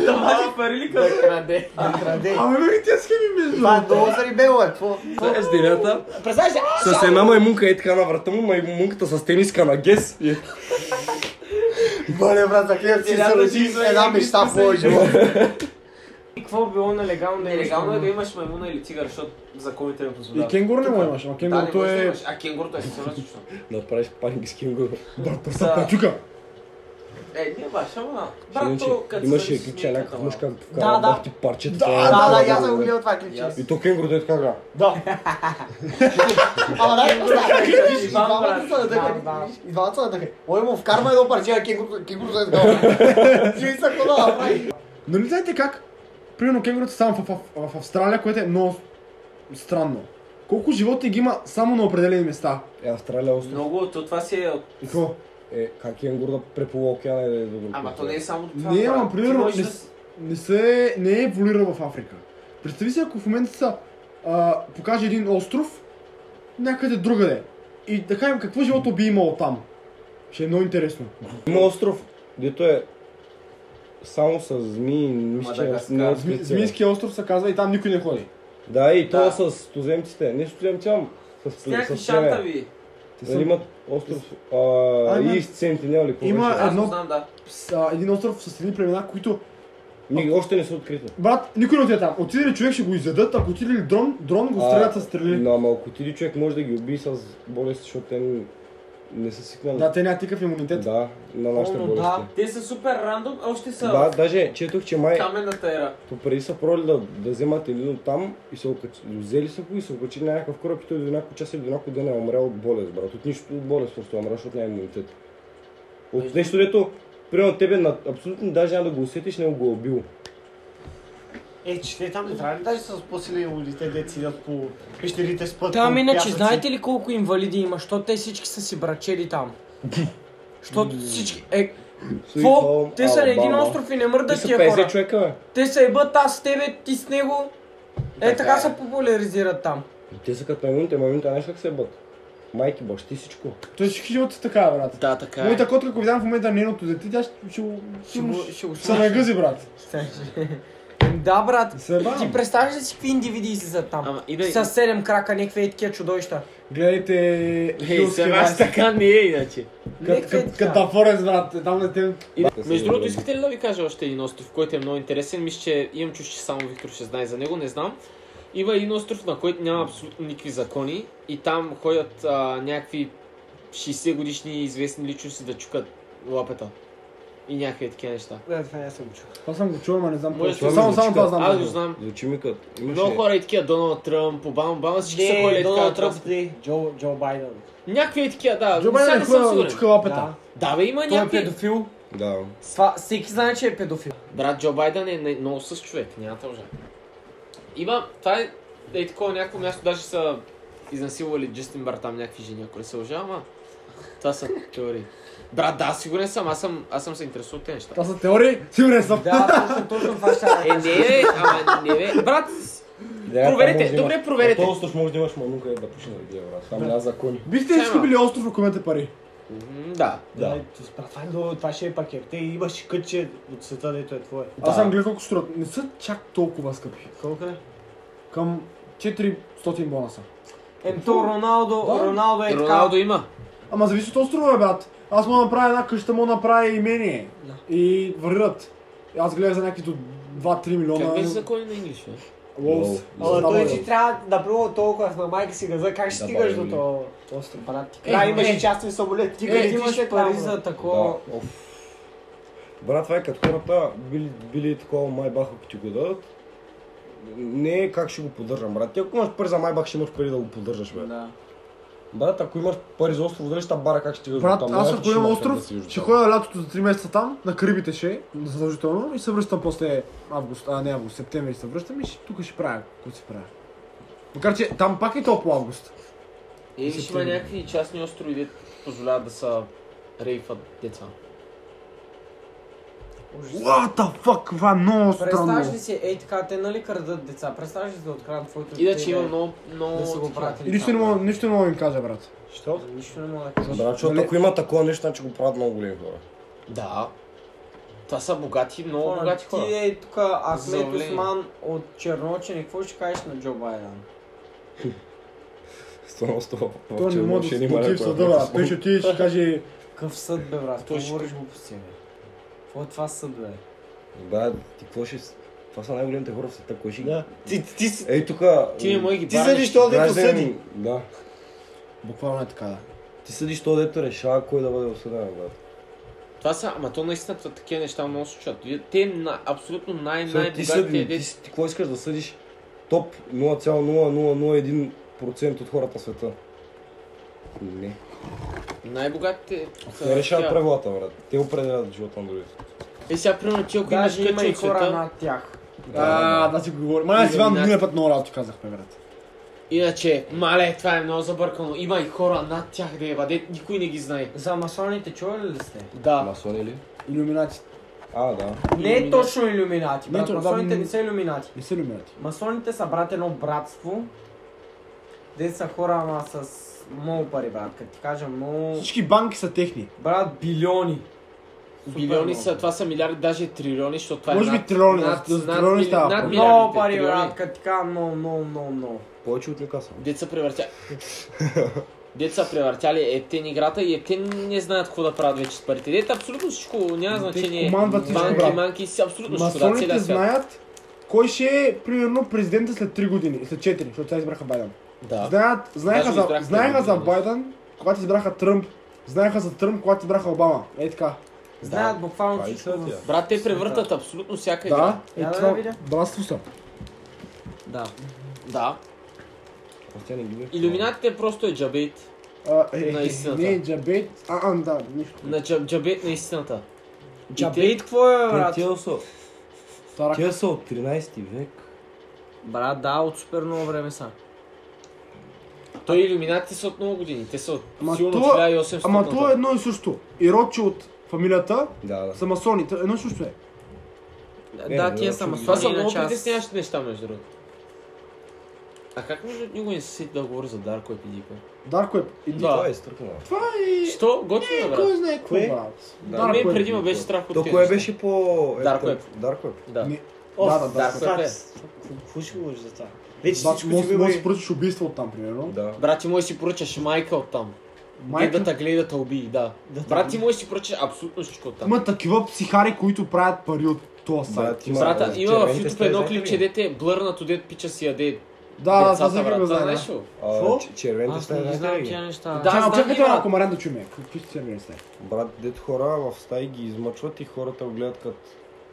Speaker 2: Да вади пари ли като?
Speaker 1: Краде.
Speaker 4: да краде.
Speaker 3: Ами бе, тия схеми между
Speaker 4: Това е много зарибело, е, какво?
Speaker 8: Това е с дирята.
Speaker 1: Представи се,
Speaker 8: С една маймунка е така на врата му, маймунката с тениска на гес. Е. И-
Speaker 4: Боле, брат, за клиент си
Speaker 2: Трябва
Speaker 4: се
Speaker 2: Е, да
Speaker 4: роди
Speaker 2: си за
Speaker 4: една
Speaker 2: един
Speaker 4: мечта
Speaker 2: мисъл,
Speaker 4: в моя
Speaker 2: се-
Speaker 4: живот.
Speaker 1: какво било нелегално да
Speaker 2: Нелегално е да имаш маймуна или тигър, защото законите не
Speaker 3: И
Speaker 2: позволяват.
Speaker 3: кенгур не му имаш, ама
Speaker 2: Да, не
Speaker 3: кенгурто
Speaker 2: можеш да
Speaker 3: е...
Speaker 2: имаш. А кенгурто е съвсем различно.
Speaker 8: Направиш паник с кенгур.
Speaker 3: Брат,
Speaker 2: Да.
Speaker 3: пръста пачука!
Speaker 2: Е, не баш, ама... Брат,
Speaker 8: Иначе
Speaker 2: то като
Speaker 8: имаше
Speaker 2: се зависи
Speaker 8: клипче,
Speaker 2: не е
Speaker 8: някакъв
Speaker 2: такова.
Speaker 8: мъж към
Speaker 1: Да, да.
Speaker 8: ти парче.
Speaker 3: Да,
Speaker 8: така,
Speaker 4: Да, да, и аз съм го гледал това клипче.
Speaker 8: И то кенгурто е така. га.
Speaker 4: Да. Ама дай, да, гледаш, и
Speaker 2: Иван,
Speaker 4: двамата
Speaker 2: брат.
Speaker 4: са надъхани.
Speaker 1: Да,
Speaker 4: И двамата са надъхани. Ой, му вкарва едно парче, а кенгурто кенгурто е такова. Ти са какво да направи?
Speaker 3: Нали знаете как? Примерно кенгурата са само в, в, в Австралия, което е много странно. Колко животни ги има само на определени места?
Speaker 5: Е, Австралия остров.
Speaker 2: Много, то това си е... от-
Speaker 3: И какво?
Speaker 5: Е, как е да преплува океана и да е до друг.
Speaker 2: Ама то не е само това.
Speaker 3: Не,
Speaker 2: брат.
Speaker 3: ама
Speaker 2: Ти
Speaker 3: примерно
Speaker 2: можеш
Speaker 3: не,
Speaker 2: да
Speaker 3: с- не, се, не е еволюирал в Африка. Представи си, ако в момента са, а, покаже един остров някъде другаде. И да кажем какво живото би имало там. Ще е много интересно.
Speaker 5: Има остров, дето е само с змии, мисля, че е
Speaker 2: Мадагаскар.
Speaker 5: много
Speaker 3: Зми,
Speaker 5: специален.
Speaker 3: Змийския остров се казва и там никой не ходи.
Speaker 5: Да, и то
Speaker 2: Да.
Speaker 5: с туземците. Не с туземци, ама с,
Speaker 2: С някакви
Speaker 5: с, с племе.
Speaker 2: шантави.
Speaker 3: Те
Speaker 5: Нали
Speaker 3: са,
Speaker 5: имат остров а,
Speaker 3: има-
Speaker 5: и с Сентинел или
Speaker 3: Има-
Speaker 5: има...
Speaker 2: Аз
Speaker 3: Едно-
Speaker 2: го знам, да.
Speaker 3: с, а, един остров с едни племена, които
Speaker 5: Ни, още не са открити.
Speaker 3: Брат, никой не отиде там. Отиде ли човек, ще го изядат, ако отиде ли дрон, дрон го
Speaker 5: А,
Speaker 3: стрелят с стрели.
Speaker 5: Но ама ако отиде човек може да ги уби с болести, защото те не- не са свикнали.
Speaker 3: Да, те нямат никакъв имунитет.
Speaker 5: Да, на нашите
Speaker 1: Пълно, да.
Speaker 5: болести.
Speaker 2: Те са супер рандом, а още са
Speaker 5: Да,
Speaker 2: в
Speaker 5: даже четох, че май
Speaker 2: каменната ера.
Speaker 5: попреди са пробвали да, да вземат един от там и се окачи, взели са го и се окачи на някакъв кораб и той до няколко часа или до няколко ден е умрял от болест, брат. От нищо от болест просто е умрял, защото няма имунитет. От нещо, дето, примерно тебе на, абсолютно даже няма да го усетиш, не го е убил.
Speaker 4: Е, че те там не трябва ли даже с по-силен улите, де сидят по пещерите с път.
Speaker 1: Там
Speaker 2: ами
Speaker 4: по
Speaker 1: иначе,
Speaker 4: пясъци?
Speaker 1: знаете ли колко инвалиди има? Що те всички са си брачели там? Защото всички... Е,
Speaker 5: Sweet
Speaker 1: какво?
Speaker 5: home,
Speaker 1: Те са на един
Speaker 5: Alabama.
Speaker 1: остров и не
Speaker 5: Те
Speaker 1: мърдат
Speaker 5: са
Speaker 1: тия
Speaker 5: 50
Speaker 1: хора.
Speaker 5: човека, бе.
Speaker 1: Те са ебат аз с тебе, ти с него. Е,
Speaker 2: Така
Speaker 1: така
Speaker 2: е.
Speaker 1: се популяризират там.
Speaker 5: Те са като мамините, мамините знаеш как се ебат. Майки, бащи, всичко.
Speaker 3: Той ще живот е така, брат.
Speaker 2: Да, така
Speaker 3: Моята котка, ако видям в момента нейното дете, тя ще, ще, го-
Speaker 1: Ще
Speaker 3: сигурно
Speaker 1: го,
Speaker 3: ще,
Speaker 1: ще го
Speaker 3: се нагъзи, брат.
Speaker 1: Да, брат.
Speaker 3: Се бавам.
Speaker 1: Ти представяш ли си какви индивиди излизат там?
Speaker 2: Ама и да...
Speaker 1: С седем крака, някакви е такива чудовища.
Speaker 3: Гледайте Хилски Вайс.
Speaker 2: така не е иначе.
Speaker 1: Някакви е такива.
Speaker 3: Като Форес, брат. Там да те...
Speaker 2: Между другото, искате ли да ви кажа още един остров, който е много интересен? Мисля, че имам чуш, че само Виктор ще знае за него, не знам. Има един остров, на който няма абсолютно никакви закони и там ходят а, някакви 60 годишни известни личности да чукат лапета. И някакви такива неща.
Speaker 1: Да, това не съм го чул.
Speaker 3: Това съм го чувал, ама не знам
Speaker 2: Може
Speaker 3: какво.
Speaker 2: да
Speaker 3: Само,
Speaker 5: ми
Speaker 3: само
Speaker 5: звучи
Speaker 3: това
Speaker 5: като-
Speaker 3: знам.
Speaker 2: Аз
Speaker 3: да.
Speaker 2: го знам.
Speaker 5: Звучи ми като...
Speaker 2: Много хора и такива, Доналд Тръмп, Обама, Обама, всички са ходили такива.
Speaker 1: Джо, Джо Байден.
Speaker 2: Някакви е такива, да.
Speaker 3: Джо
Speaker 2: но сега
Speaker 3: Байден е
Speaker 2: не съм
Speaker 3: хубава да
Speaker 2: сигурен.
Speaker 3: чука лапета.
Speaker 1: Да.
Speaker 2: Да, бе, има
Speaker 1: Той е
Speaker 2: някакви.
Speaker 1: педофил.
Speaker 5: Да.
Speaker 1: Сва, всеки знае, че е педофил.
Speaker 2: Брат Джо Байден е не- много със човек, няма да лъжа. Има, това е, е такова някакво място, даже са изнасилвали Джастин Бар там някакви жени, ако не се лъжа, ама Това са теории. Брат, да, сигурен съм, аз съм, аз съм се интересувал от тези неща.
Speaker 3: Това са теории, сигурен съм.
Speaker 1: Да, точно, точно това ще
Speaker 2: Е, не, бе, ама не, бе. Брат, проверете, добре, проверете.
Speaker 5: Този остров може да имаш мамука и да пуши на гия, брат. Там няма закони.
Speaker 3: Бихте ли изгубили остров, ако имате пари?
Speaker 2: М, Да.
Speaker 5: Да.
Speaker 4: Това, е много, това ще е пакет. Те имаш кътче от света, дето е твое.
Speaker 3: Аз съм гледал колко струват. Не са чак толкова скъпи.
Speaker 4: Колко е?
Speaker 3: Към 400 бонуса.
Speaker 1: Емто Роналдо,
Speaker 3: Да.
Speaker 1: Роналдо е така.
Speaker 2: Роналдо има.
Speaker 3: Ама зависи от острова, бе, брат. Аз мога да направя една къща, мога да направя имение. И варират. Аз гледах за някакви до 2-3 милиона.
Speaker 2: Как беше закони е на английски? бе?
Speaker 3: Лоус. е.
Speaker 4: Ама
Speaker 3: Става,
Speaker 4: той
Speaker 3: бе.
Speaker 4: ти трябва да пробва толкова на майка си газа, как ще
Speaker 5: Да,
Speaker 4: стигаш
Speaker 5: бе,
Speaker 4: до
Speaker 5: ми.
Speaker 4: това?
Speaker 1: Остро, брат, ти
Speaker 4: Да,
Speaker 1: кажа.
Speaker 4: имаш и частен самолет, ти
Speaker 1: Е,
Speaker 4: летиш
Speaker 1: имаш
Speaker 4: след
Speaker 1: пари
Speaker 4: там,
Speaker 1: за
Speaker 4: брат.
Speaker 1: такова.
Speaker 5: Да, оф. Брат, това е като хората били, били такова майбах, ако ти го дадат. Не е как ще го поддържам, брат. Ти ако имаш пари за майбах, ще имаш пари да го поддържаш, бе.
Speaker 1: Да.
Speaker 5: Брат, ако имаш пари за остров, дали ще та бара как Нали, ще стигаш
Speaker 3: Брат,
Speaker 5: до там?
Speaker 3: аз
Speaker 5: Най-вероятно
Speaker 3: ако имам
Speaker 5: имаш къде да
Speaker 3: остров,
Speaker 5: стигаш до
Speaker 3: ще
Speaker 5: там.
Speaker 3: ходя лятото за 3 месеца там, на Карибите ще, задължително, и се връщам после август, а не август, септември се връщам и ще, тук ще правя, какво си правя. Макар че там пак е топло август.
Speaker 2: Е, виж, има някакви частни острови, де позволяват да са рейфат деца.
Speaker 3: What the fuck, това е много странно.
Speaker 1: Представяш ли си, ей така, те нали крадат деца? Представяш ли си да открадат твоето
Speaker 2: И да,
Speaker 1: дете
Speaker 2: че
Speaker 1: и
Speaker 2: има
Speaker 1: да-
Speaker 2: много, много...
Speaker 1: да си го
Speaker 2: такива.
Speaker 1: пратили
Speaker 3: И нищо не
Speaker 1: там,
Speaker 3: мога, нищо не мога да им кажа, брат.
Speaker 5: Що?
Speaker 1: да. Нищо не мога да кажа.
Speaker 5: Брат, защото
Speaker 3: Нали?
Speaker 5: ако има такова нещо, значи го правят много големи хора.
Speaker 2: Да. Това са богати, много
Speaker 1: Хора,
Speaker 2: богати
Speaker 1: Ти
Speaker 2: хора.
Speaker 1: е тук Ахмед
Speaker 2: Заявление.
Speaker 1: Осман от Черночен и какво ще кажеш на Джо Байден?
Speaker 5: Стана острова.
Speaker 3: Той не може да се против съда, брат. Той ще отиде и ще каже,
Speaker 1: Какъв съд бе, брат? Какво
Speaker 2: Той ще-
Speaker 1: говориш глупости, бе? Какво е това съд, бе?
Speaker 5: Брат, ти какво ще... с- Това са най-големите хора в света, кой ще ги...
Speaker 4: Ти, ти, ти, си-
Speaker 5: Ей тук...
Speaker 2: Ти не може ги
Speaker 4: ти съдиш това, дето съди.
Speaker 5: Да.
Speaker 3: буквално е така да.
Speaker 5: Ти съдиш то, дето решава кой да бъде осъден, брат.
Speaker 2: Това са, ама то наистина това- такива неща много се случват. Вие- Те на, абсолютно най-
Speaker 5: Сега Ти съди,
Speaker 2: най-богатите
Speaker 5: ти,
Speaker 2: деца.
Speaker 5: си- ти какво искаш да съдиш? Топ 0,0001% от хората в света. Не.
Speaker 2: Най-богатите са
Speaker 5: Не решават
Speaker 2: такива.
Speaker 5: правилата, брат. Те определят живота на другите.
Speaker 2: Е сега, примерно, ти ако имаш
Speaker 1: Даже има и
Speaker 2: кътче от
Speaker 1: хора
Speaker 2: света,
Speaker 1: над тях.
Speaker 3: А, да си го говорим. Май, аз Иван,
Speaker 2: Иллюминати.
Speaker 3: миналия път много работи казахме, брат.
Speaker 2: иначе, мале, това е много забъркано. Има и хора над тях, да ева, де никой не ги знае.
Speaker 1: За масоните чували ли сте?
Speaker 2: Да.
Speaker 5: Масони ли?
Speaker 3: Иллюминати.
Speaker 5: А, да.
Speaker 1: Не
Speaker 2: Иллюминати.
Speaker 1: е точно ами- иллюминати, брат.
Speaker 3: Не, то- да,
Speaker 1: масоните
Speaker 3: м-
Speaker 1: не са иллюминати.
Speaker 3: Не са иллюминати.
Speaker 1: Масоните са брат едно братство. Де са хора ама с много пари, брат. Като ти кажа много...
Speaker 3: Всички банки са техни.
Speaker 1: Брат, билиони. Супер
Speaker 2: Билиони
Speaker 1: много.
Speaker 2: са, това са милиарди, даже и трилиони, защото това е
Speaker 3: Може би
Speaker 2: над-
Speaker 3: трилиони,
Speaker 2: над-
Speaker 3: за- за
Speaker 2: над
Speaker 3: трилиони
Speaker 2: мили-
Speaker 3: става
Speaker 2: над
Speaker 3: въпрос.
Speaker 2: милиардите,
Speaker 1: Много пари,
Speaker 2: трилиони.
Speaker 1: брат. Като ти кажа много, много, много, много.
Speaker 5: Повече от Нюкасъл.
Speaker 2: Деца превъртя... Деца превъртяли Ептен играта и Ептен не знаят какво да правят вече с парите. Дете абсолютно всичко, няма значение.
Speaker 3: командват всичко,
Speaker 2: банки,
Speaker 3: брат.
Speaker 2: манки, си абсолютно всичко, да,
Speaker 3: Масоните
Speaker 2: целият свят.
Speaker 3: знаят кой ще е, примерно, президента след 3 години, след 4, защото сега избраха Байден.
Speaker 2: Да.
Speaker 3: Знаят, знаеха,
Speaker 2: Даже
Speaker 3: за,
Speaker 2: избраха
Speaker 3: знаеха за
Speaker 2: Байден.
Speaker 3: Байден, когато избраха Тръмп, знаеха за Тръмп, когато избраха Обама. Е така.
Speaker 1: Знаят буквално
Speaker 5: Това и
Speaker 1: всичко.
Speaker 5: са
Speaker 1: в-
Speaker 5: тия.
Speaker 2: Брат, те превъртат абсолютно всяка игра.
Speaker 3: Да, е
Speaker 1: Я да
Speaker 3: това.
Speaker 1: я видя.
Speaker 3: Братство са.
Speaker 1: Да.
Speaker 2: Да.
Speaker 5: Аз тя не ги виждам.
Speaker 2: Иллюминатите просто е джабейт.
Speaker 3: А, е,
Speaker 2: На истината.
Speaker 3: Не, Джабет. А, а, да, нищо.
Speaker 2: На джаб, джабейт на истината. И те-
Speaker 1: Джабейт, какво е,
Speaker 5: Те-
Speaker 1: брат?
Speaker 5: Тия са,
Speaker 3: Тарак.
Speaker 2: е
Speaker 5: тия са от 13 век.
Speaker 1: Брат, да, от супер много време са.
Speaker 2: Той иллюминатите са от много години. Те са от
Speaker 3: Ама
Speaker 2: сигурно
Speaker 3: то-
Speaker 2: 1800.
Speaker 3: Ама то е
Speaker 2: назад.
Speaker 3: едно и също. И Рочи от фамилията
Speaker 5: Да, да.
Speaker 3: са масони. То Едно и също е.
Speaker 5: Е,
Speaker 1: да,
Speaker 5: да,
Speaker 1: тия
Speaker 5: да,
Speaker 1: са
Speaker 5: чудо.
Speaker 1: масони.
Speaker 2: Това са много
Speaker 1: иначе аз-
Speaker 2: притесняващи неща, между другото. А как между никога не се сети да говори за Дарко Епидика?
Speaker 3: Dark Web. И е-
Speaker 2: Да.
Speaker 5: Това е изтръпано.
Speaker 2: Що? Готино, е, брат.
Speaker 3: кой знае какво,
Speaker 4: Кое?
Speaker 3: брат.
Speaker 5: Да,
Speaker 2: На
Speaker 3: Dark
Speaker 2: мен
Speaker 3: Web.
Speaker 2: Ами, преди ме беше страх от
Speaker 5: е То
Speaker 2: тези
Speaker 5: кое
Speaker 2: неща.
Speaker 5: беше по... е,
Speaker 2: Dark Web.
Speaker 5: Dark Web.
Speaker 2: Да.
Speaker 3: Не.
Speaker 4: О,
Speaker 3: Да, да, да.
Speaker 2: Dark
Speaker 4: брат,
Speaker 2: Web е.
Speaker 4: Какво ще говориш за това? Вече
Speaker 3: Бат,
Speaker 4: всичко
Speaker 3: може
Speaker 4: ти го
Speaker 3: може да
Speaker 4: има.
Speaker 3: си поръчаш убийство от там, примерно.
Speaker 5: Да.
Speaker 2: Брат, ти можеш да си поръчаш майка от там. Майка?
Speaker 3: Майка.
Speaker 2: Да те гледа да те убие, да.
Speaker 4: Да,
Speaker 2: Брат, ти можеш да си поръчаш абсолютно всичко от там.
Speaker 3: Има такива психари, които правят пари от този сайт.
Speaker 5: Брат, има-
Speaker 2: Брата,
Speaker 5: Брат,
Speaker 2: има в
Speaker 5: червените
Speaker 2: YouTube
Speaker 5: сте
Speaker 2: едно
Speaker 5: взели
Speaker 2: клипче,
Speaker 5: ли?
Speaker 2: дете е блърнато, дет пича си яде
Speaker 3: Да, да, това
Speaker 2: децата,
Speaker 3: всеки
Speaker 2: брат.
Speaker 3: го
Speaker 2: Това
Speaker 3: знае.
Speaker 2: знаеш ли? го?
Speaker 5: А,
Speaker 4: Какво?
Speaker 5: ч- Червените
Speaker 1: Аз
Speaker 5: сте
Speaker 1: не знам
Speaker 5: взели ли?
Speaker 1: тия неща.
Speaker 2: Да,
Speaker 3: Да,
Speaker 2: знам
Speaker 3: чакайте
Speaker 2: ги, брат.
Speaker 3: малко, Марян да чуме. Какви сте сервери сте?
Speaker 5: Брат, дето хора в стаи ги измъчват и хората го гледат като...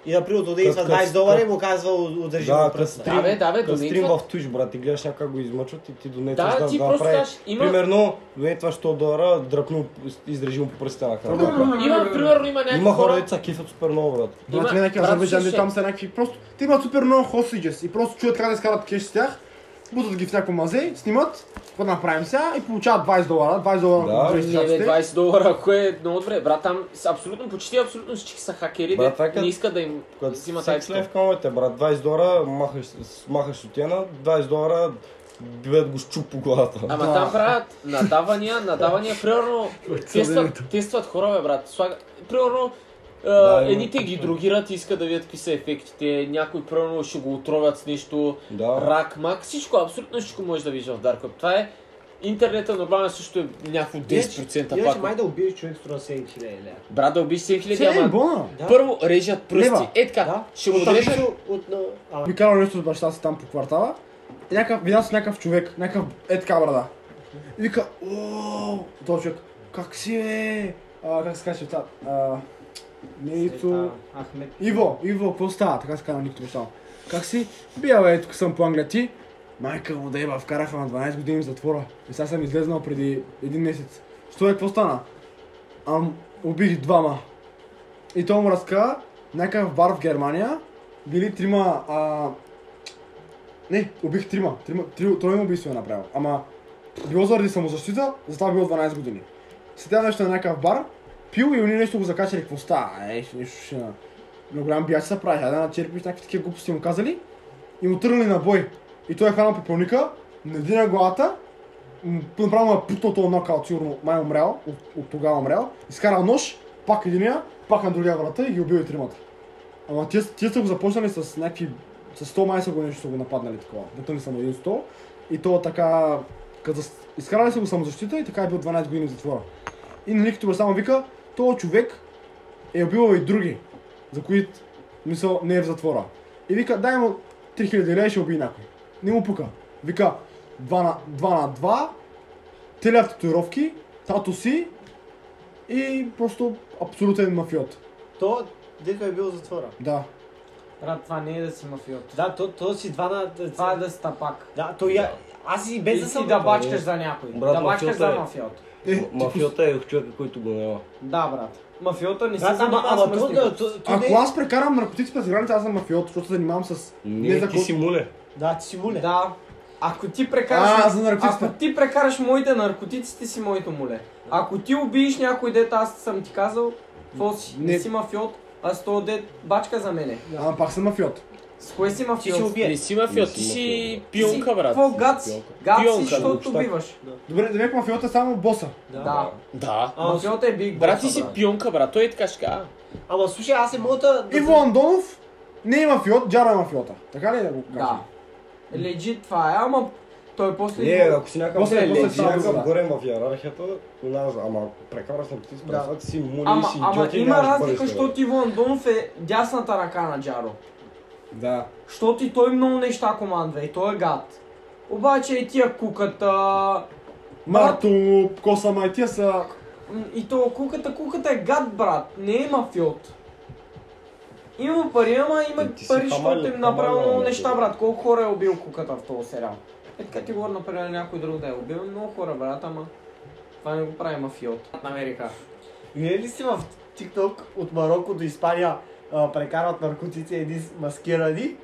Speaker 4: И на прилото да идва
Speaker 5: Къс, къс,
Speaker 4: 20 долара и
Speaker 5: къс.
Speaker 4: му казва удържи
Speaker 5: Да,
Speaker 4: му
Speaker 5: къс.
Speaker 4: пръста.
Speaker 2: Да, бе, да, бе,
Speaker 5: Като стрим
Speaker 2: донейтва.
Speaker 5: в Twitch, брат, ти гледаш някак го измъчват и ти донетваш
Speaker 2: Да,
Speaker 5: да,
Speaker 2: ти
Speaker 5: да,
Speaker 2: просто
Speaker 5: направи.
Speaker 2: кажеш, има...
Speaker 5: Примерно, донетваш 100 долара, дръпни, изрежи му по пръста на храната.
Speaker 2: Има, примерно, има някакви
Speaker 5: Има хора,
Speaker 2: хора...
Speaker 5: деца са кефят супер много, брат.
Speaker 2: Има-
Speaker 3: Брат, гледай как
Speaker 2: брат,
Speaker 3: Азербайджан,
Speaker 2: слушай.
Speaker 3: там са някакви просто... Те имат супер много хосиджес и просто чуят как да изкарат кеш с тях. бутат ги в някакво мазе, снимат, какво да направим сега и получават 20 долара, 20 долара
Speaker 5: Да.
Speaker 3: ако
Speaker 5: Не,
Speaker 3: говориш с
Speaker 2: Не, бе,
Speaker 3: цаците.
Speaker 2: 20 долара, ако е много добре. Брат, там с- абсолютно, почти абсолютно всички са хакери,
Speaker 5: Брат,
Speaker 2: де
Speaker 5: това е като-
Speaker 2: не иска да им
Speaker 5: Когато
Speaker 2: взимат
Speaker 5: секс
Speaker 2: айпито.
Speaker 5: лайф камерите, брат, 20 долара, махаш, с- махаш сутена, 20 долара, бият го с чуп по главата.
Speaker 2: Ама там правят надавания, надавания, примерно тестват, тестват хора, бе, брат. Слага... Примерно, е,
Speaker 5: Да, има
Speaker 2: едните ги другират и искат да видят какви са ефектите, някой примерно ще го отровят с нещо,
Speaker 5: Да.
Speaker 2: рак, мак, всичко, абсолютно всичко можеш да виждаш в Dark Web. Това е интернета нормално също е някакво 10%
Speaker 4: Иначе май
Speaker 2: пак.
Speaker 4: да убиеш човек струва 7000 лева.
Speaker 2: Брат да убиш 7000,
Speaker 3: Седем
Speaker 2: ама
Speaker 3: бона.
Speaker 2: първо режат пръсти.
Speaker 3: Лева.
Speaker 2: Е така, ще му
Speaker 4: От
Speaker 2: отрежат
Speaker 4: Нищо от на... А,
Speaker 3: Би карал нещо с баща си там по квартала. И някакъв, видя с някакъв човек, някакъв е така брада. И вика, ооо, този човек, как си е? А, как се казва това? А, не Ицо...
Speaker 4: Ахмед.
Speaker 3: Иво, Иво, какво става? Така се казва Никто Мусал. Как си? Бил е, тук съм по Англия ти. Майка му да еба, вкараха на 12 години в затвора. И сега съм излезнал преди един месец. Що е, какво стана? Ам, убих двама. И то му разказа, някакъв бар в Германия, били трима, а... Не, убих трима. трима три, тройно убийство е направил. Ама, било заради самозащита, затова било 12 години. Седя нещо на някакъв бар, пил и уни нещо го закачали, какво става? Е, нещо, нещо ще... на- но голям бияч се прави, да начерпиш някакви такива глупости му казали и му тръгнали на бой. И той е хванал пепелника, надина главата, м, направо му е путнал този нокаут, сигурно май е умрял, от, от тогава е умрял, изкарал нож, пак единия, пак на другия врата и ги убил и тримата. Ама тия, тия са го започнали с някакви, с 100 май са го нещо са го нападнали такова, бутнали са му един стол и то така, като зас- изкарали са го самозащита и така е бил 12 години в затвора. И нали като само вика, този човек е убивал и други, за които мисъл не е в затвора. И вика, дай му 3000 лева и ще убие някой. Не му пука. Вика, 2 на 2, на 2 теля в татуировки, тато си и просто абсолютен мафиот.
Speaker 4: То, дето е бил в затвора.
Speaker 3: Да.
Speaker 1: Брат, това не е да си мафиот.
Speaker 4: Да, то, то си два на...
Speaker 1: Това е да си тапак.
Speaker 4: Да, то я... Аз и без
Speaker 1: И
Speaker 4: да
Speaker 1: си
Speaker 4: съм...
Speaker 1: да бачкаш за някой.
Speaker 5: Брат,
Speaker 1: да бачкаш за
Speaker 5: мафиота е.
Speaker 1: мафиот.
Speaker 3: Е,
Speaker 5: Мафията е човека, който го няма.
Speaker 1: Да, брат. Мафиота не се
Speaker 4: Да, ама,
Speaker 1: занимава с
Speaker 4: ама то,
Speaker 1: мъжника.
Speaker 4: да, то, то не...
Speaker 3: ако аз прекарам наркотици през граница, аз съм мафиот, защото се занимавам с...
Speaker 5: Не, ти си муле.
Speaker 4: Да, ти си муле.
Speaker 1: Да. Ако ти прекараш...
Speaker 3: А, за наркотиците.
Speaker 1: Ако ти прекараш моите наркотици, ти си моето моле. Ако ти убиеш някой дет, аз съм ти казал, какво си? Не,
Speaker 3: Не.
Speaker 1: си мафиот, а с този дет бачка за мене.
Speaker 3: Ама пак съм мафиот.
Speaker 1: С кое си мафиот?
Speaker 4: Ти ще убие.
Speaker 2: Не си мафиот, ти си пионка, брат.
Speaker 1: Какво гад си? Гад
Speaker 2: Пионка,
Speaker 1: си, защото
Speaker 5: да,
Speaker 1: убиваш.
Speaker 3: Добре, да век мафиот е само боса.
Speaker 1: Да.
Speaker 2: Да.
Speaker 4: Ама, с-
Speaker 1: Мафиота е биг
Speaker 2: Брат,
Speaker 1: боса,
Speaker 2: ти си
Speaker 1: брат.
Speaker 2: пионка, брат. Той е така ще каже, а,
Speaker 4: ама слушай, аз не мога да... да-
Speaker 3: Иво Андонов не е мафиот, Джара е мафиота. Така ли е да го кажем?
Speaker 1: Да. Легит това е, ама той после...
Speaker 5: Не, ако си някакъв
Speaker 3: После- после
Speaker 5: не, си
Speaker 3: става
Speaker 5: някакъв
Speaker 3: друго, да.
Speaker 5: горен в йерархията, не знам, ама ако прекараш на ти да. си мули и
Speaker 1: Ама,
Speaker 5: си
Speaker 1: ама
Speaker 5: идиот и
Speaker 1: има
Speaker 5: нямаш
Speaker 1: разлика,
Speaker 5: бъдеще,
Speaker 1: защото Иво Андонов е дясната ръка на Джаро.
Speaker 3: Да.
Speaker 1: Защото и той много неща командва и той е гад. Обаче и тия куката...
Speaker 3: Марто, Коса, май, тия са...
Speaker 1: м, И то куката, куката е гад, брат. Не е мафиот. Има пари, ама има
Speaker 5: Ти си
Speaker 1: пари,
Speaker 5: хамал,
Speaker 1: защото им
Speaker 5: хамал,
Speaker 1: направил много
Speaker 5: мафиот.
Speaker 1: неща, брат. Колко хора е убил куката в този сериал? Е така ти говоря, например, някой друг да е убил. Много хора, брат, ама... Това не го прави мафиот. На Америка.
Speaker 4: Вие ли сте в TikTok от Марокко до Испания а, прекарват наркотици едни с- маскирани?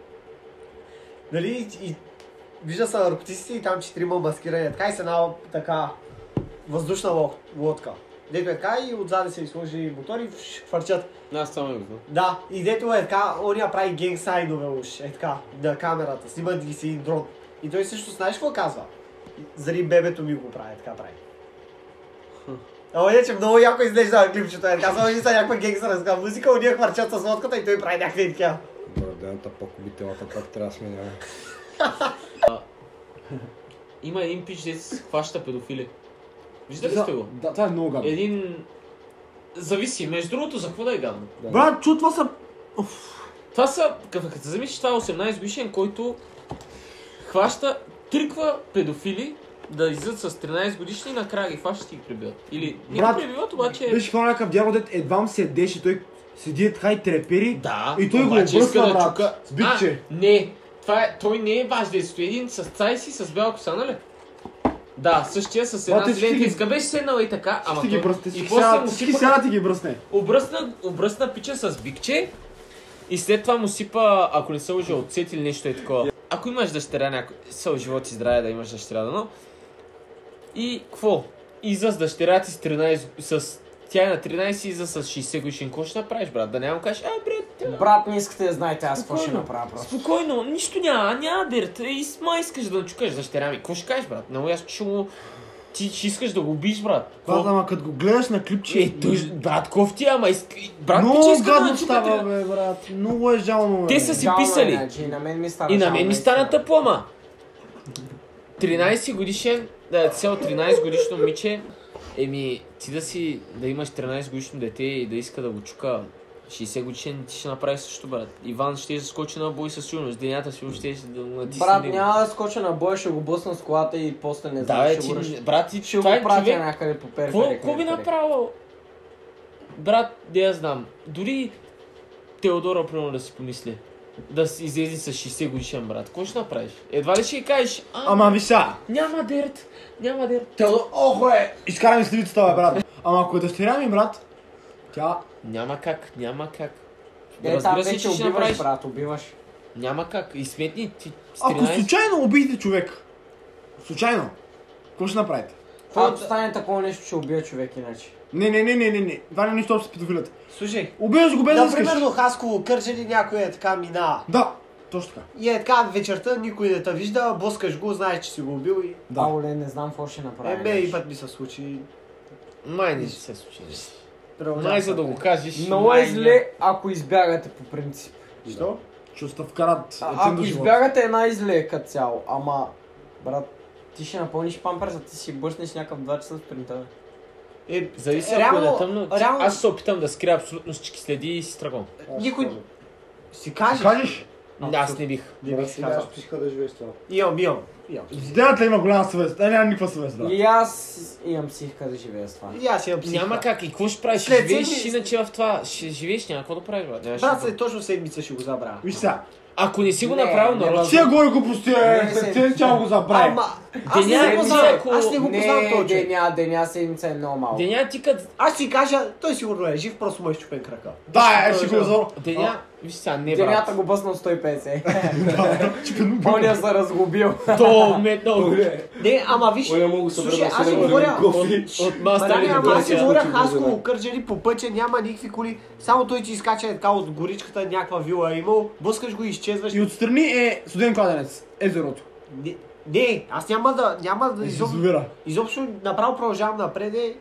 Speaker 4: Нали? и- И, вижда са наркотиците и там четирима маскирани. Така и се една така въздушна ло- лодка. Дето е така и отзаде се изложи мотори и вш- хвърчат.
Speaker 2: не, аз само не го знам.
Speaker 4: Да, и дето е така, ония прави генг сайнове уж, е така, на камерата, снимат ги си един дрон. И той също, знаеш какво казва? Зари бебето ми го прави, така прави. Ама иначе много яко изглежда на клипчето, е така, само са някаква генгстерска музика, уния хвърчат с лодката и той прави някакви такива.
Speaker 5: бе. Брат, дената пак уби темата, пак трябва да сменяме.
Speaker 2: Има един пич, де се хваща педофили. Виждали сте го?
Speaker 3: Да, това е много гадно.
Speaker 2: Един... Зависи. Между другото, за какво да е гадно?
Speaker 3: Брат, чу, това са...
Speaker 2: Това са, като като се замислиш, това е 18 годишен, който хваща, триква педофили да излизат с 13 годишни и накрая ги хващат и ги прибиват. Или не
Speaker 3: Брат,
Speaker 2: ги прибиват, обаче... е
Speaker 3: Беше хвана някакъв дявол, дет едва му седеше, той седи е така и трепери.
Speaker 2: Да,
Speaker 3: И той го
Speaker 2: обаче иска
Speaker 3: обръсна,
Speaker 2: да
Speaker 3: брат.
Speaker 2: чука.
Speaker 3: С битче.
Speaker 2: А, не, това е, той не е ваш детство. Един с цай си, с бяла коса, нали? Да, същия с една
Speaker 3: Брат, е, всички
Speaker 2: зелена
Speaker 3: ги-
Speaker 2: иска. Беше седнала и така, ама
Speaker 3: Всички ги
Speaker 2: той-
Speaker 3: бръсне,
Speaker 2: и
Speaker 3: всички
Speaker 2: после
Speaker 3: сядат-
Speaker 2: му
Speaker 3: всички
Speaker 2: сипа
Speaker 3: сядат и ги бръсне.
Speaker 2: обръсна, обръсна пича с бикче и след това му сипа, ако не се лъжа, оцет или нещо е такова. Ако ако имаш дъщеря, някой, са живот и здраве да имаш дъщеря, но. И какво? И за с дъщеря ти с 13, с тя е на 13 и за с 60 годишен, какво ще направиш, брат? Да нямам кажеш, а, брат, тя...
Speaker 9: Брат, не искате да знаете аз какво ще
Speaker 2: Спокойно.
Speaker 9: направя просто.
Speaker 2: Спокойно, нищо няма, няма дирт. И с май искаш да начукаш дъщеря ми. Какво ще кажеш, брат? Много ясно, че му... Ти ще искаш да го убиеш, брат.
Speaker 3: Брат,
Speaker 2: Какво?
Speaker 3: ама като го гледаш на клипче...
Speaker 2: Е, той, брат, ков ти, е, ама иска... брат, ми, че
Speaker 3: Много
Speaker 2: иска да
Speaker 3: гадно
Speaker 2: начука.
Speaker 3: става,
Speaker 2: трябва-
Speaker 3: бе, брат. Много е жално, бе.
Speaker 2: Те са си
Speaker 9: Жално е,
Speaker 2: писали.
Speaker 9: иначе, И на мен ми стана
Speaker 2: И на
Speaker 9: жално,
Speaker 2: мен ми
Speaker 9: наистина.
Speaker 2: стана тъпо, ама. 13 годишен, да, цел 13 годишно момиче, еми, ти да си, да имаш 13 годишно дете и да иска да го чука 60 годишен, ти ще направиш също, брат. Иван ще заскочи на бой със сигурност, денята сигурно ще да му натисне.
Speaker 1: Брат,
Speaker 2: него.
Speaker 1: няма да скоча на боя, ще го бусна с колата и после не
Speaker 2: Да,
Speaker 1: знам,
Speaker 2: бе,
Speaker 1: ще
Speaker 2: ти,
Speaker 1: го ръш-
Speaker 2: брат, ти,
Speaker 1: Ще
Speaker 2: значи това
Speaker 1: го
Speaker 2: е
Speaker 1: пратя
Speaker 2: човек.
Speaker 1: някъде по е. перфери.
Speaker 2: Какво- Какво би направил? Брат, да я знам. Дори Теодора, примерно, да си помисли. Да си излезе с 60 годишен брат. Какво ще направиш? Едва ли ще й кажеш, а,
Speaker 3: Ама виша,
Speaker 2: няма дерт, няма дерт.
Speaker 3: Теодор, охо е! Изкараме сливицата, бе, брат. Ама ако е дъщеря ми, брат, тя...
Speaker 2: Няма как, няма как. Да
Speaker 1: Е, там
Speaker 2: разбира се,
Speaker 1: вече
Speaker 2: че ще
Speaker 1: убиваш,
Speaker 2: направиш.
Speaker 1: брат, убиваш.
Speaker 2: Няма как. И сметни, ти с
Speaker 3: Ако
Speaker 2: 13...
Speaker 3: случайно убиете човек, случайно, какво ще направите?
Speaker 1: Ако стане такова нещо, ще убия човек иначе.
Speaker 3: Не, не, не, не, не, не. Това не е нищо общо с педофилията.
Speaker 4: Слушай,
Speaker 3: Убиваш го без да искаш.
Speaker 4: например, до Хасково, Кърджали някой е така мина.
Speaker 3: Да, точно така.
Speaker 4: И е така вечерта, никой не те вижда, боскаш го, знаеш, че си го убил и...
Speaker 3: Да.
Speaker 1: Ало, ле, не знам какво ще направя.
Speaker 4: Е, бе, и
Speaker 1: иначе.
Speaker 4: път ми се случи.
Speaker 2: Май не ще се случи.
Speaker 4: Преодолява
Speaker 2: Май за да го кажеш.
Speaker 1: Много
Speaker 2: май
Speaker 1: е
Speaker 2: няма.
Speaker 1: зле, ако избягате по принцип.
Speaker 4: Що?
Speaker 3: Ще сте вкарат
Speaker 1: А,
Speaker 3: един до
Speaker 1: ако
Speaker 3: живота.
Speaker 1: избягате е най-зле като цяло, ама брат, ти ще напълниш памперса, ти си бъснеш някакъв 2 часа сутринта. бе.
Speaker 2: Е, зависи
Speaker 1: Реално-
Speaker 2: ако е на тъмно. Ти-
Speaker 1: реално-
Speaker 2: Аз ще се опитам да скрия абсолютно всички следи и си тръгвам.
Speaker 1: Никой...
Speaker 4: Си кажеш?
Speaker 3: Кажеш,
Speaker 2: Да, аз не бих.
Speaker 4: Не бих си казал.
Speaker 5: психа да живееш това.
Speaker 4: Имам, имам. имам.
Speaker 3: Дената има голяма съвест. Е, няма никаква съвест, брат.
Speaker 1: И аз имам психика да живея с това.
Speaker 4: И аз имам психа.
Speaker 2: Няма как. И какво ще правиш? Ще
Speaker 4: След
Speaker 2: живееш
Speaker 4: седми-
Speaker 2: иначе в това. Ще живееш, няма какво да правиш, брат. Нямаш
Speaker 4: Брат,
Speaker 2: какво.
Speaker 4: след точно седмица ще го забравя.
Speaker 3: Виж сега,
Speaker 2: Ако не си го
Speaker 1: Не,
Speaker 2: направил
Speaker 1: не,
Speaker 2: нарочно,
Speaker 3: сега горе го пусти, е,
Speaker 1: Не,
Speaker 3: след
Speaker 1: не,
Speaker 3: тези тя го забрави.
Speaker 4: Ама, аз не
Speaker 2: Деня
Speaker 4: го
Speaker 2: е
Speaker 4: познавам,
Speaker 2: ако-
Speaker 4: аз не го познавам
Speaker 1: Не,
Speaker 4: този човек.
Speaker 1: деня, деня седмица е много малко.
Speaker 2: деня ти като...
Speaker 4: Аз си кажа, той сигурно е жив, просто му е щупен крака.
Speaker 3: Да, е, ще го зор.
Speaker 2: Деня... Виж сега, не, брат.
Speaker 1: Денята го бъснал 150. Боня се разгубил.
Speaker 2: То, ме, много.
Speaker 4: Не, ама виж,
Speaker 5: Ой, не мога да се
Speaker 4: слушай,
Speaker 5: върна,
Speaker 4: аз
Speaker 5: сега
Speaker 4: си
Speaker 5: да
Speaker 4: говоря,
Speaker 5: видим кофи.
Speaker 2: От
Speaker 4: Ма,
Speaker 2: мастер
Speaker 4: не,
Speaker 2: ми
Speaker 4: ама аз си
Speaker 2: донася.
Speaker 4: говоря
Speaker 5: Случи го,
Speaker 4: Хасково,
Speaker 5: да.
Speaker 4: Кърджали по пътя, няма никакви коли, само той ти изкача е така от горичката, някаква вила е имал, блъскаш го и изчезваш.
Speaker 3: И отстрани е студен кладенец. Езерото.
Speaker 4: Не, не, аз няма да, няма да, изоб...
Speaker 3: Изовира.
Speaker 4: Е, изобщо направо продължавам напред. Е.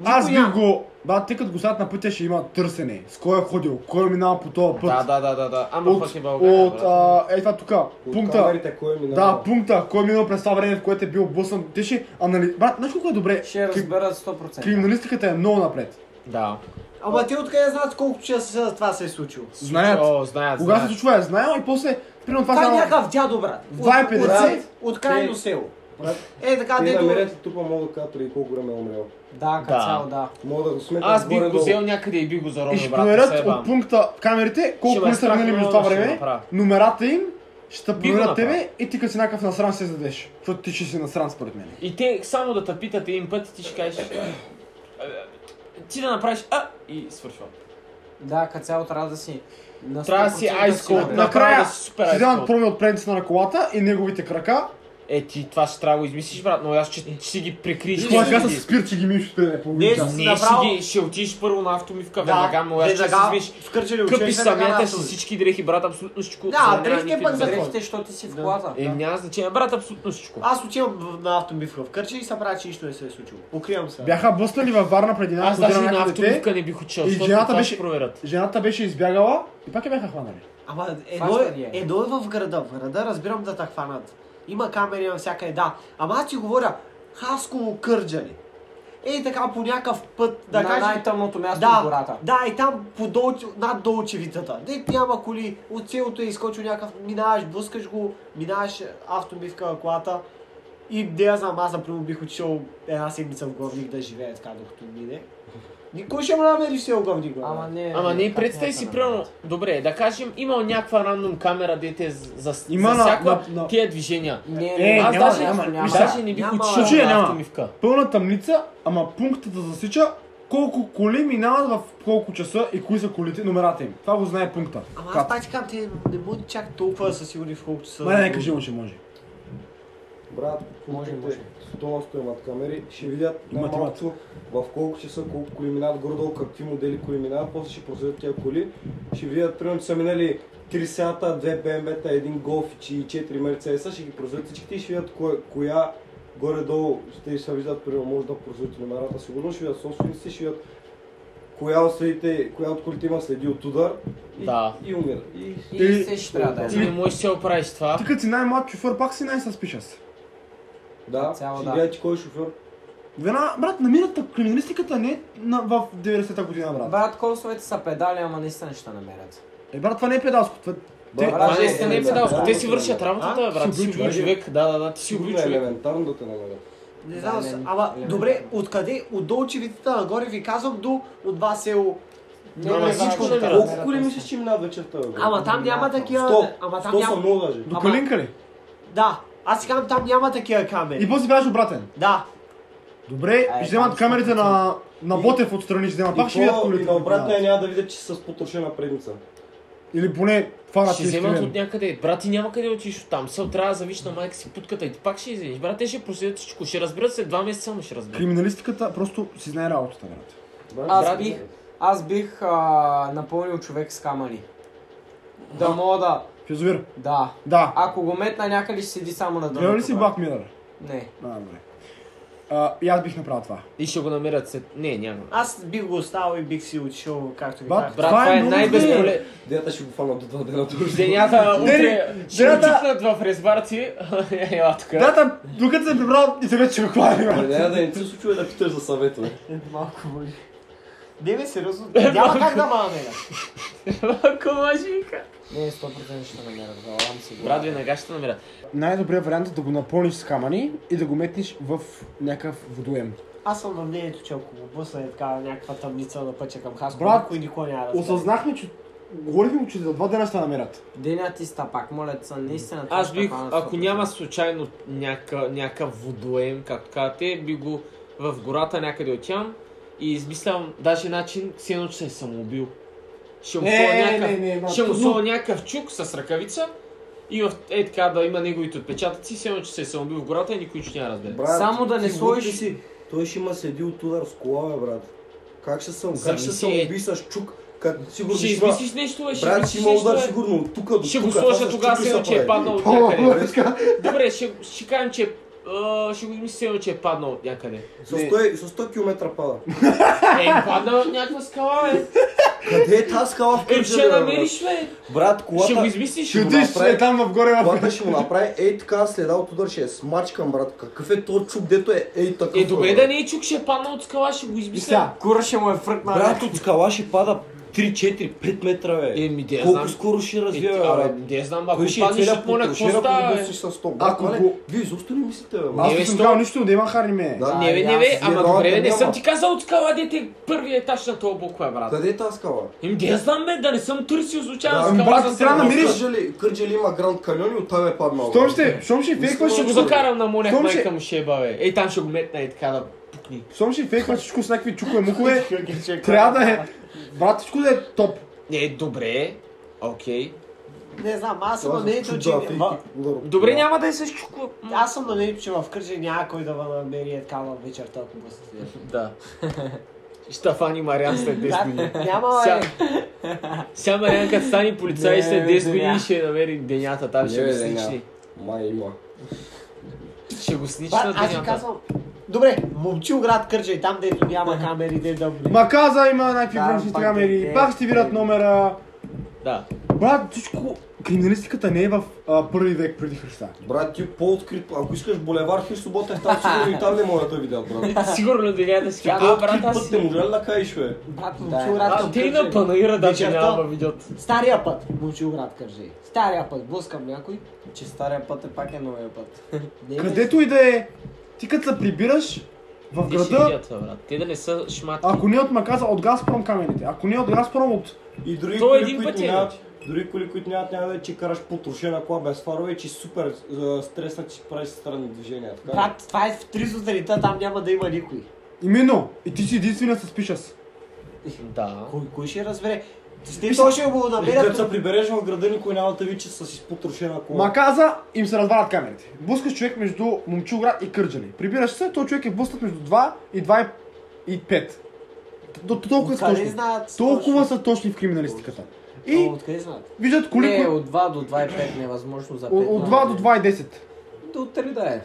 Speaker 4: Никой
Speaker 3: Аз бих
Speaker 4: няма.
Speaker 3: го... Брат, тъй като го сад на пътя ще има търсене. С кой е ходил, кой е минал по този път.
Speaker 10: Да, да, да, да, да. Ама
Speaker 3: От,
Speaker 10: пък е България,
Speaker 3: от,
Speaker 10: брат.
Speaker 3: а, е това тук,
Speaker 5: От
Speaker 3: пункта.
Speaker 5: камерите, кой е
Speaker 3: Да,
Speaker 5: минал?
Speaker 3: пункта, кой е минал през това време, в което е бил блъснат. Те ще анали... Брат, знаеш колко е добре?
Speaker 1: Ще
Speaker 3: Кри-
Speaker 1: разберат 100%.
Speaker 3: Криминалистиката е много напред.
Speaker 10: Да.
Speaker 4: Ама те откъде знаят колко часа това се е случило?
Speaker 3: Знаят.
Speaker 10: О, знаят,
Speaker 3: Кога се
Speaker 10: знаят.
Speaker 3: случва е знаел и после, примерно това
Speaker 4: Това е
Speaker 3: стана...
Speaker 4: някакъв дядо, брат. От-
Speaker 3: 2,50.
Speaker 4: от- От крайно село.
Speaker 5: Брат,
Speaker 4: Е, така,
Speaker 5: Те
Speaker 4: дето...
Speaker 5: намерят и тупа мога да кажа преди колко време е умрял.
Speaker 1: Да, като
Speaker 10: Да.
Speaker 1: цяло да.
Speaker 5: Мога да го сметна
Speaker 10: Аз бих го
Speaker 5: горе-долу.
Speaker 10: взел някъде и бих го
Speaker 3: И
Speaker 10: заровил,
Speaker 3: ще
Speaker 10: брат.
Speaker 2: е
Speaker 3: проверят
Speaker 10: Сега.
Speaker 3: от пункта в камерите колко
Speaker 10: Ще ме
Speaker 3: коли са
Speaker 10: страх,
Speaker 3: минали през
Speaker 10: но
Speaker 3: това
Speaker 10: ще го
Speaker 3: време,
Speaker 10: направя.
Speaker 3: номерата им, ще
Speaker 10: Би го
Speaker 3: проверят
Speaker 10: направя.
Speaker 3: тебе и ти като си някакъв насран ще се задеш. Защото ти ще си насран според мен.
Speaker 2: И те само да те питат един път и ти ще кажеш... Ти да направиш а и свършва.
Speaker 1: Да, като цяло трябва да си... на
Speaker 2: Трябва да си
Speaker 1: 100%
Speaker 2: ice cold.
Speaker 1: сигурен.
Speaker 3: Накрая
Speaker 2: да си супер
Speaker 3: ще вземат
Speaker 2: айскал.
Speaker 3: проби от предницата на колата и неговите крака.
Speaker 2: Е, ти това ще трябва да го измислиш, брат, но аз ще, ще си ги прикриеш.
Speaker 3: Той сега
Speaker 2: ще
Speaker 3: с
Speaker 2: ги-
Speaker 3: спир, че ги миш преди половин
Speaker 4: Не,
Speaker 3: час.
Speaker 2: Не,
Speaker 4: Направо-
Speaker 2: ще, ги, ще отидеш първо на автомивка, веднага, но аз ще си измислиш.
Speaker 4: в Кърджали
Speaker 2: Къпиш
Speaker 4: отиваш веднага
Speaker 2: самята
Speaker 4: на
Speaker 2: си
Speaker 4: Сузо.
Speaker 2: всички дрехи, брат, абсолютно всичко.
Speaker 4: Да,
Speaker 2: Сега няма
Speaker 4: дрехите
Speaker 2: никакви
Speaker 4: пък за-
Speaker 2: резерви.
Speaker 1: Дрехите, защото ти си в колата.
Speaker 2: Е, няма значение, брат, абсолютно всичко.
Speaker 4: Аз отивам в- на автобивка в Кърджали и се правя, че нищо не се е случило. Покривам се.
Speaker 3: Бяха блъснали във Варна преди една
Speaker 2: Аз даже
Speaker 3: година
Speaker 2: и на
Speaker 3: някакво дете.
Speaker 2: автомивка не бих учил,
Speaker 3: И
Speaker 2: защото
Speaker 3: жената
Speaker 2: това
Speaker 3: беше-
Speaker 2: ще проверят.
Speaker 3: Жената беше избягала и пак я бяха хванали.
Speaker 4: Ама едно,
Speaker 1: Хващат
Speaker 4: е-
Speaker 1: ги е.
Speaker 4: едно е в града. В града разбирам да те хванат. Има камери навсякъде, да. Ама аз ти говоря, Хасково Кърджали. Ей Е, така по някакъв път, да
Speaker 1: на
Speaker 4: кажем...
Speaker 1: най-тъмното място в
Speaker 4: Да,
Speaker 1: гората.
Speaker 4: да, и там по долу- над долчевитата. Де няма коли, от селото е изкочил някакъв, минаваш, блъскаш го, минаваш автобивка на колата. И не я знам, аз например бих отишъл една седмица в главник да живее така, докато мине. Никой ще му намери в село главник. бе,
Speaker 1: Ама
Speaker 4: брат.
Speaker 1: не.
Speaker 2: Ама не,
Speaker 1: как
Speaker 2: представи
Speaker 1: няма да
Speaker 2: си,
Speaker 1: направят?
Speaker 2: примерно, добре, да кажем, имал някаква рандом камера, дете за, за,
Speaker 3: Има
Speaker 2: за
Speaker 3: на-
Speaker 2: всяка
Speaker 3: на- на-
Speaker 2: тия движения.
Speaker 1: Не,
Speaker 3: Е,
Speaker 1: не,
Speaker 2: Аз
Speaker 3: няма,
Speaker 2: даже,
Speaker 3: няма,
Speaker 2: аз
Speaker 3: няма.
Speaker 2: даже не бих
Speaker 4: Няма,
Speaker 2: учил
Speaker 3: случая
Speaker 2: на
Speaker 3: няма.
Speaker 2: автомивка.
Speaker 3: Пълна тъмница, ама пунктата засича колко коли минават в колко часа и кои са колите, номерата им. Това го знае пункта.
Speaker 4: Ама
Speaker 3: Кат.
Speaker 4: аз пак ти казвам, те не може чак толкова да са сигурни в колкото са.
Speaker 3: Май не кажи му, че може.
Speaker 5: Брат, може, може. 100 имат камери, ще видят
Speaker 3: Имат,
Speaker 5: малко в колко часа, колко коли минават, гордо какви модели коли минават, после ще проследят тия коли, ще видят, примерно, че са минали 3 сеата, 2 BMW-та, 1 Golf и 4 Mercedes, ще ги проследят всичките и ще видят кое- коя горе-долу ще се виждат, примерно, може да проследят номерата, сигурно ще видят собственици, ще видят коя от, следите, коя от колите има следи от удар и,
Speaker 2: Да.
Speaker 5: и умира. И
Speaker 3: Или-
Speaker 1: И се ще трябва да е.
Speaker 2: Ти не можеш да се оправиш това.
Speaker 3: Ти като си най-млад шофьор, пак си най-съспиш аз.
Speaker 5: да,
Speaker 1: Цяло
Speaker 5: ще
Speaker 1: да.
Speaker 5: гледате кой е шофьор.
Speaker 3: Вена, брат, намират криминалистиката не на, в 90-та година, брат.
Speaker 1: Брат, колсовете са педали, ама наистина ще намерят.
Speaker 3: Е, брат, това не е педалско. Това... Те,
Speaker 2: Това наистина не е
Speaker 5: е,
Speaker 2: педалско.
Speaker 5: да,
Speaker 2: Те
Speaker 5: да,
Speaker 2: си
Speaker 5: да.
Speaker 2: вършат работата, брат. Ти
Speaker 3: си нали?
Speaker 2: си
Speaker 3: убил
Speaker 2: убил човек. Да, да, да. Ти си убил
Speaker 5: Сигурно е
Speaker 2: човек.
Speaker 5: елементарно да те намерят.
Speaker 4: Не знам,
Speaker 1: Да,
Speaker 4: са-
Speaker 1: не-
Speaker 4: ама
Speaker 1: не-
Speaker 4: добре, откъде? От долу черитата нагоре ви казвам до от вас село.
Speaker 2: Ама
Speaker 4: не,
Speaker 2: всичко
Speaker 4: не,
Speaker 2: намират.
Speaker 5: Колко коли мислиш, че минават вечерта? бе?
Speaker 4: Ама там няма
Speaker 5: Сто.
Speaker 4: такива. Ама там
Speaker 5: Сто са
Speaker 4: няма.
Speaker 5: много даже.
Speaker 3: до
Speaker 4: ама-
Speaker 3: калинка ли?
Speaker 4: Да, аз си казвам, там няма такива
Speaker 3: И
Speaker 4: камери.
Speaker 3: после бяхш обратен.
Speaker 4: Да.
Speaker 3: Добре,
Speaker 1: Е,
Speaker 3: ще вземат
Speaker 1: там
Speaker 3: камерите
Speaker 1: са-
Speaker 3: на, на Ботев отстрани, ще вземат. Пак ще видят
Speaker 5: И
Speaker 3: колите.
Speaker 5: на обратно е
Speaker 3: Да.
Speaker 5: няма да видят, че са с потрошена предница.
Speaker 3: Или поне фарат
Speaker 2: Ще
Speaker 3: ти
Speaker 2: вземат
Speaker 3: изкривен.
Speaker 2: от някъде. Брат, ти няма къде да отиш от там. Сел трябва да завиш на майка си путката и ти пак ще излезеш. Брат, те ще проследят всичко. Ще разберат след два месеца, ама ще разберат.
Speaker 3: Криминалистиката просто си знае работата, брат.
Speaker 1: Аз бих, аз бих а, напълнил човек с камъни. Да мога да...
Speaker 3: В язовир.
Speaker 1: Да.
Speaker 3: Да.
Speaker 1: Ако го метна някъде, ще седи само на дъното.
Speaker 3: Гледал ли си
Speaker 1: брат.
Speaker 3: Бак Милър?
Speaker 1: Не.
Speaker 3: А, добре. А, и аз бих направил това.
Speaker 2: И ще го намерят след... Не, няма.
Speaker 4: Аз бих го оставил и бих си отишъл, както ви
Speaker 3: Бат,
Speaker 4: казах.
Speaker 2: Брат,
Speaker 3: Това е
Speaker 2: това е
Speaker 3: много
Speaker 2: най-безполезно.
Speaker 5: Дята ще го фанат до два дена дори.
Speaker 2: Денята утре
Speaker 3: Дени,
Speaker 2: ще
Speaker 3: дената-
Speaker 2: отчитнат в резбарци. Ела тук.
Speaker 3: Да, там, докато се прибрал и се вече го хвали, брат.
Speaker 5: Няма да не ти се случва да питаш за съвет, бе.
Speaker 4: Малко може. Не бе, сериозно. Няма как да ма намеря.
Speaker 2: Ако може вика.
Speaker 1: Не, 100% ще намерят. Залагам си. го.
Speaker 2: Брат, веднага ще намерят.
Speaker 3: Най-добрият вариант е да го напълниш с камъни и да го метнеш в някакъв водоем.
Speaker 4: Аз съм на мнението, че ако го бусна е така някаква тъмница на пътя към Хаско,
Speaker 3: Брат,
Speaker 4: никой никой няма да разбере.
Speaker 3: Осъзнахме, че говорихме, че за два дена ще намерят.
Speaker 1: Деня ти ста пак, моля те, са, наистина. това
Speaker 2: Аз
Speaker 1: ще
Speaker 2: бих,
Speaker 1: хвана
Speaker 2: ако
Speaker 1: 100%.
Speaker 2: няма случайно някакъв няка водоем, както казвате, би го в гората някъде отивам и измислям даже начин, с едно, че се е самоубил. Ще му
Speaker 3: Не,
Speaker 2: сложа
Speaker 3: не,
Speaker 2: някакъв,
Speaker 3: не, не, брат,
Speaker 2: ще му
Speaker 3: трудно.
Speaker 2: сложа някакъв чук с ръкавица и в, е така да има неговите отпечатъци, с едно, че се е самоубил в гората и никой нищо няма да разбере.
Speaker 1: Само да не
Speaker 5: ти
Speaker 1: сложиш-
Speaker 5: луд ли си? Той ще има следи от удар с кола, бе, брат. Как ще съм? Как ще
Speaker 2: Замисли
Speaker 5: съм
Speaker 2: е.
Speaker 5: уби с чук? Как сигурно
Speaker 2: Ще
Speaker 5: ще има-
Speaker 2: измислиш нещо, бе, ще
Speaker 5: Брат, ще
Speaker 2: измислиш нещо,
Speaker 5: има удар
Speaker 2: бе.
Speaker 5: сигурно от тук до тук.
Speaker 2: Ще го сложа тогава, с едно, че е паднал от някъде. Добре, ще, ще кажем, че е- а, ще го измисля, с едно, че е паднал от някъде.
Speaker 5: С 100 с 100 км пада.
Speaker 2: Е, падна от някаква скала, бе.
Speaker 5: Къде е тази скала в
Speaker 2: Е,
Speaker 5: Кърджали,
Speaker 2: ще
Speaker 5: бе, брат?
Speaker 2: намериш, бе.
Speaker 5: Брат,
Speaker 2: Ще го
Speaker 5: колата...
Speaker 2: измислиш.
Speaker 3: Ще отидеш
Speaker 5: направи.
Speaker 3: е там в горе в...
Speaker 5: Колата ще му направи ей така следа от удар, ще е смачкан, брат. Какъв е то чук, дето е ей такъв?
Speaker 2: Е, добре
Speaker 5: бе,
Speaker 2: да не е чук, ще е паднал от скала, ще го
Speaker 3: И
Speaker 2: измисля.
Speaker 3: сега,
Speaker 1: Кура ще му е фръкнал.
Speaker 5: Брат, от скала ще пада 3, 4, 5 метра, бе.
Speaker 2: Е, ми де я
Speaker 5: Колко
Speaker 2: знам.
Speaker 5: скоро ще
Speaker 2: Е,
Speaker 5: развива,
Speaker 2: ти-
Speaker 5: бе,
Speaker 2: Абе,
Speaker 5: брат?
Speaker 2: де я знам, ако
Speaker 5: Кой ще е
Speaker 2: паднеш е.
Speaker 5: целият
Speaker 2: от моля, какво
Speaker 5: потрошен, ако
Speaker 2: става,
Speaker 5: го
Speaker 2: бе?
Speaker 5: бутнеш с 100?
Speaker 3: Ако
Speaker 5: Ако
Speaker 3: го-
Speaker 5: го... Вие изобщо не мислите, бе, брат.
Speaker 3: аз
Speaker 2: Не,
Speaker 3: не
Speaker 2: бе,
Speaker 3: съм
Speaker 2: сто.
Speaker 3: казал нищо, да има харме.
Speaker 5: Да.
Speaker 2: Не, бе, не,
Speaker 1: аз
Speaker 2: бе, ама
Speaker 5: виновен
Speaker 2: добре, бе, не
Speaker 5: няма.
Speaker 2: съм ти казал от скала, дете първият етаж на този блок, бе, брат.
Speaker 5: Къде е тази скала?
Speaker 2: Им, де я знам, бе, да не съм търсил случайно
Speaker 5: Да,
Speaker 2: скала.
Speaker 3: ами, брат,
Speaker 2: за
Speaker 3: трябва да
Speaker 2: срам.
Speaker 3: намериш-
Speaker 5: Кърджали, Кърджали има Гранд Каньон и оттам е паднал.
Speaker 3: Щом
Speaker 5: брат.
Speaker 3: ще, щом ще фейкваш,
Speaker 2: Ще го закарам на моля,
Speaker 3: Щом ще-
Speaker 2: майка му ще е, бе. Ей, там ще го метна и така да пукни.
Speaker 3: щом ще фейкваш всичко с някакви чукове мухове, трябва да е... Брат, всичко да е топ.
Speaker 2: Е, добре. Окей.
Speaker 4: Не знам, аз съм
Speaker 5: Това
Speaker 4: на
Speaker 5: са
Speaker 4: мнението,
Speaker 5: чудо,
Speaker 4: че...
Speaker 5: африки,
Speaker 4: в-
Speaker 5: удар от
Speaker 2: Добре,
Speaker 5: кола.
Speaker 2: няма да е с чук.
Speaker 4: Аз съм на мнението, че в Кърджи някой да ме намери е така във вечерта, ако бъсате.
Speaker 2: Да. Штафани Мариан след 10 години.
Speaker 4: Няма,
Speaker 2: Сега-
Speaker 4: е.
Speaker 2: Сега Мариан като стане полицай
Speaker 1: Не,
Speaker 2: след 10 години
Speaker 1: деня.
Speaker 2: ще я намери денята там, ще
Speaker 5: Не,
Speaker 2: го
Speaker 5: бе, деня.
Speaker 2: снични.
Speaker 5: Май има.
Speaker 2: Ще го снична
Speaker 4: Брат, аз ви
Speaker 2: денята.
Speaker 4: казвам... Добре, момчил град Кърджи, там дето няма камери, де да...
Speaker 3: Ма каза, има някакви
Speaker 1: Да,
Speaker 3: външни
Speaker 1: пак
Speaker 3: камери,
Speaker 1: е,
Speaker 3: пак
Speaker 1: е,
Speaker 3: ще вират номера.
Speaker 2: Да.
Speaker 3: Брат, всичко... Криминалистиката не е в а, първи век преди Христа.
Speaker 5: Брат, ти е по-открит, ако искаш булевар Христо Ботев, е там сигурно и там не могат да видят, брат.
Speaker 2: Сигурно денята ще кажа, а брат,
Speaker 5: Открит
Speaker 2: аз
Speaker 5: път не
Speaker 2: си...
Speaker 5: можа ли да кажеш, бе?
Speaker 4: Брат, момчил град
Speaker 2: А,
Speaker 4: към
Speaker 2: те и
Speaker 4: Кърджали.
Speaker 2: на панаира даже
Speaker 4: Вечерта.
Speaker 2: няма видеото.
Speaker 4: Стария път, момчил град Кърджи. Стария път, блъскам някой.
Speaker 1: Че стария път е пак е новия път.
Speaker 4: Не, не.
Speaker 3: Където и да е, ти като се прибираш в
Speaker 2: Те ще
Speaker 3: града,
Speaker 2: видят, това, брат. Те да не са шмат.
Speaker 3: ако не е от Маказа, от Газпром камените, ако не е от Газпром, от
Speaker 5: И други
Speaker 2: То
Speaker 5: коли,
Speaker 2: един
Speaker 5: които
Speaker 2: път е.
Speaker 5: нямат, дори коли, които нямат, няма да е, че караш потрошена кола без фарове, че супер е, стресна, че правиш странни движения. Така. ли?
Speaker 4: Брат, това е в 3 сутринта, там няма да има никой.
Speaker 3: Именно. И ти си единствена с пишас.
Speaker 2: Да.
Speaker 4: Кой, кой ще разбере? Те той ще го намерят.
Speaker 5: Като се прибереш в града, никой няма да ви, че са си спотрошена кола.
Speaker 3: Ма каза, им се развалят камерите. Блъскаш човек между Момчилград и Кърджали. Прибираш се, той човек е блъснат между 2 и 2 и 5. До, толкова са
Speaker 4: Откъде
Speaker 3: точни.
Speaker 4: знаят?
Speaker 3: Толкова
Speaker 4: точно?
Speaker 3: са точни в криминалистиката.
Speaker 4: О,
Speaker 3: И
Speaker 4: Откъде знаят?
Speaker 3: виждат коли...
Speaker 1: Не,
Speaker 3: коли-
Speaker 1: от 2 до 25 невъзможно за 5.
Speaker 3: От, от 2 до 2 и 10.
Speaker 1: До 3 да е.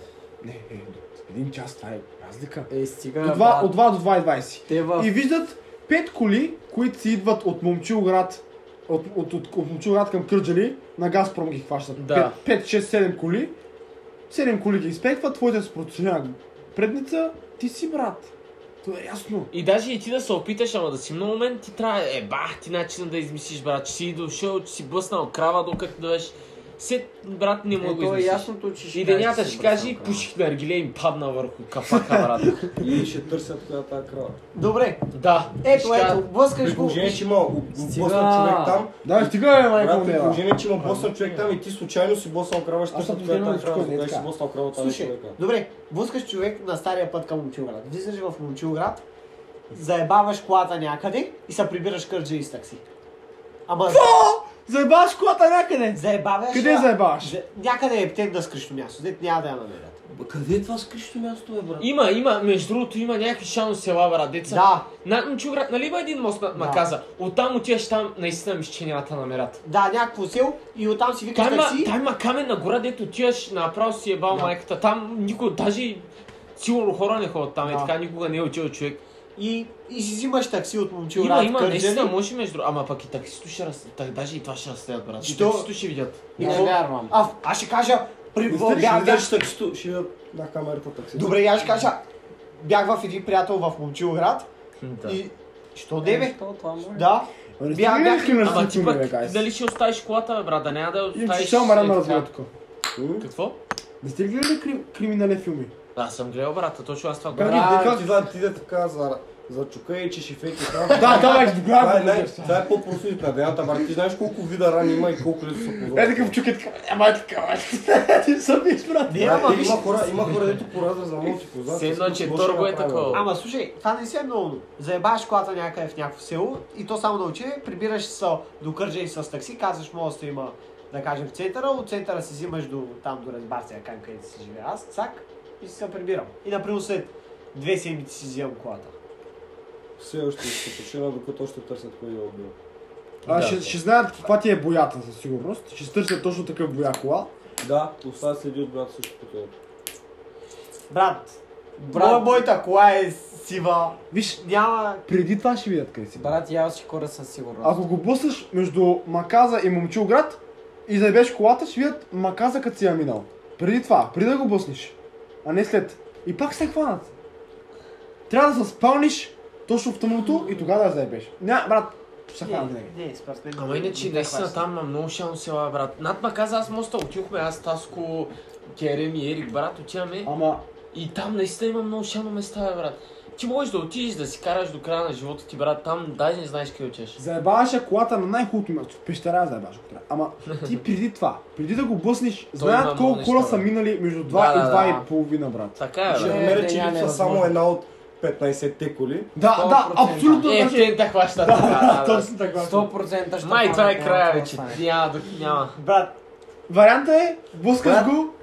Speaker 3: Не, е, до един час, това е разлика.
Speaker 1: Е, стига,
Speaker 3: До два,
Speaker 1: брат.
Speaker 3: от 2 до 2 и 20.
Speaker 1: Те в...
Speaker 3: И виждат пет коли, които си идват от Момчилград, от, от, от, от Момчилград към Кърджали, на Газпром ги хващат.
Speaker 2: Да.
Speaker 3: 5, 6, 7 коли. 7 коли ги изпекват, твоите с процесионална предница, ти си брат. Това е ясно.
Speaker 2: И даже и ти да се опиташ, ама да си много момент, ти трябва, е бах, ти начин да измислиш, брат, че си дошъл, че си блъснал крава, докато дойдеш. Се, брат, не мога
Speaker 1: Е,
Speaker 2: го
Speaker 1: то е
Speaker 2: измислиш.
Speaker 1: ясното, че ще
Speaker 2: И
Speaker 1: кажеш,
Speaker 2: денята
Speaker 1: че си
Speaker 2: ще каже, и
Speaker 1: брат.
Speaker 2: пуших на аргиле и им падна върху капака, брат.
Speaker 5: И ще търсят коя е тая крава.
Speaker 4: Добре,
Speaker 2: да.
Speaker 4: ето,
Speaker 2: ще кажа,
Speaker 4: ето, блъскаш
Speaker 5: При
Speaker 4: го.
Speaker 5: положение, че има босан човек там,
Speaker 3: Да, стига е, майко
Speaker 5: брат, при
Speaker 3: ми.
Speaker 5: положение, че има босан човек там и ти случайно си босал крава, ще
Speaker 3: Аз съм
Speaker 5: търсят коя е тая
Speaker 3: погледнал
Speaker 5: крава,
Speaker 3: на
Speaker 5: тогава ще
Speaker 3: така.
Speaker 5: боснал крава
Speaker 3: е
Speaker 5: тази
Speaker 4: Слушай,
Speaker 5: човека.
Speaker 4: добре, блъскаш човек на стария път към Момчилград. Влизаш в Момчилград, заебаваш колата някъде и се прибираш кърджа и с такси. Ама...
Speaker 3: Заебаш колата някъде.
Speaker 4: Заебаваш...
Speaker 3: Къде
Speaker 4: я-
Speaker 3: заебаваш?
Speaker 4: за- Някъде е птен на скришно място, дет няма да я намерят.
Speaker 5: Ба, Къде е това скришно място, бе, брат?
Speaker 2: Има, има, между другото, има някакви шано села, брат, деца.
Speaker 4: Да,
Speaker 2: На Мчуград, нали има един мост на да. Маказа? Оттам отиваш там, наистина мисля, че няма да намерят.
Speaker 4: да, някакво село и оттам си викаш
Speaker 2: Там има,
Speaker 4: такси.
Speaker 2: там има каменна гора, дето отиваш, направо си ебал майката. Там никой, даже и сигурно хора не ходят там, е
Speaker 4: Да.
Speaker 2: така никога не е отивал човек.
Speaker 4: И, и си взимаш такси от Момчилград,
Speaker 2: Има, има, наистина
Speaker 4: Кърджали.
Speaker 2: може между... Ама пък и таксито ще раз... Так, даже и това ще разследят, брат. И
Speaker 4: Що?
Speaker 2: таксито ще видят.
Speaker 4: И
Speaker 1: Не
Speaker 4: какво?
Speaker 1: вярвам.
Speaker 4: А, аз ще кажа, при... бях,
Speaker 5: Не сте ли, ще
Speaker 4: бях,
Speaker 5: видиш таксито, ще видя на камерата такси.
Speaker 4: добре, аз ще кажа, бях в един приятел в Момчилград
Speaker 2: Да.
Speaker 4: и... Що не бе?
Speaker 1: Е, Що това може?
Speaker 4: Да,
Speaker 3: Бях,
Speaker 4: бях-
Speaker 3: бях, бях,
Speaker 2: Ама
Speaker 3: бях,
Speaker 2: ти
Speaker 3: бях,
Speaker 2: пък,
Speaker 3: бях,
Speaker 2: дали ще оставиш колата, бе, брат, да няма да
Speaker 3: Имам че
Speaker 2: оставиш...
Speaker 3: шел маран
Speaker 2: е,
Speaker 3: на
Speaker 2: така.
Speaker 3: разговор тук.
Speaker 2: Какво?
Speaker 3: Не сте ли гледали кри- криминален филми?
Speaker 2: Аз съм гледал, брат, точно аз това го
Speaker 5: Как
Speaker 2: правя.
Speaker 5: ги декат, ти да ти да така за, за чука и че ще фейки там.
Speaker 3: Да, да, бе,
Speaker 5: Това е, най-
Speaker 3: главно.
Speaker 5: това е по-проследната дената, брат. Ти знаеш колко вида рани има и колко лето са
Speaker 3: Е,
Speaker 5: позорни.
Speaker 3: такъв чук е така, ама е така, бе. ти съм биш, брат.
Speaker 4: не, ама
Speaker 5: Брат,
Speaker 4: виж,
Speaker 5: Има хора, има хора, дето по разраз на моти позорни.
Speaker 2: Все едно, че
Speaker 5: Какво ще
Speaker 2: Торго е
Speaker 5: направим?
Speaker 2: такова.
Speaker 4: Ама слушай, това не си е много. Заебаваш колата някъде в някакво село и то само да учи, прибираш се до Кърджа и с такси, казваш моста да има, да кажем, в центъра, от центъра си взимаш до там до Резбарция, към където си живея аз, цак, и си се прибирам. И например след две седмици си взимам колата.
Speaker 5: Все още ще почина, докато още търсят кой е убил.
Speaker 3: А, ще, ще знаят каква ти е боята със сигурност. Ще се търсят точно такъв боя кола.
Speaker 5: Да, остава следи от брат също по това.
Speaker 4: Брат,
Speaker 1: Брат.
Speaker 4: Моя, моята кола е сива,
Speaker 3: Виж,
Speaker 4: няма...
Speaker 3: преди това ще видят къде си.
Speaker 1: Брат, я си хора със сигурност.
Speaker 3: Ако го блъснеш между Маказа и Момчилград и заебеш колата, ще видят Маказа като си я минал. Преди това, преди да го блъснеш, а не след. И пак ще се хванат. Трябва да се спалниш точно в тъмното и тогава да я заебеш. Няма, брат, ще се хванат винаги.
Speaker 4: Не, не, според мен.
Speaker 2: Ама
Speaker 4: не-
Speaker 2: иначе
Speaker 4: не
Speaker 2: наистина
Speaker 4: хваща.
Speaker 2: там има много шално села, брат. Над Маказа аз моста отихме, аз Таско, Керем и Ерик, брат, отиваме.
Speaker 3: Ама,
Speaker 2: И там наистина има много шано места, бе, брат. Ти можеш да отидеш да си караш до края на живота ти, брат. Там даже не знаеш къде отиваш.
Speaker 3: заебаваш я колата на най-хубавото място. В пещера я заебаваш ако трябва. Ама ти преди това, преди да го блъснеш,
Speaker 2: има
Speaker 3: знаят колко
Speaker 2: много
Speaker 3: кола
Speaker 2: неща,
Speaker 3: са
Speaker 2: бе.
Speaker 3: минали между 2
Speaker 2: Да, да,
Speaker 3: и 2
Speaker 2: да.
Speaker 3: и половина, брат.
Speaker 2: Така е,
Speaker 5: Ще
Speaker 2: брат.
Speaker 1: Е,
Speaker 5: намеря,
Speaker 1: да,
Speaker 5: че липсва
Speaker 1: невъзможно.
Speaker 5: само една от 15-те коли.
Speaker 3: Да, да,
Speaker 1: 100%.
Speaker 3: абсолютно.
Speaker 2: Е,
Speaker 3: значи-
Speaker 2: те да хващат. Да, да, да.
Speaker 3: Точно така.
Speaker 1: 100% ще
Speaker 2: Май, това е
Speaker 1: паднат,
Speaker 2: края
Speaker 1: няма
Speaker 2: вече.
Speaker 1: какво да стане.
Speaker 2: Няма, да- няма.
Speaker 4: Брат,
Speaker 3: Вариантът е, блъскаш
Speaker 5: Брат.
Speaker 3: го.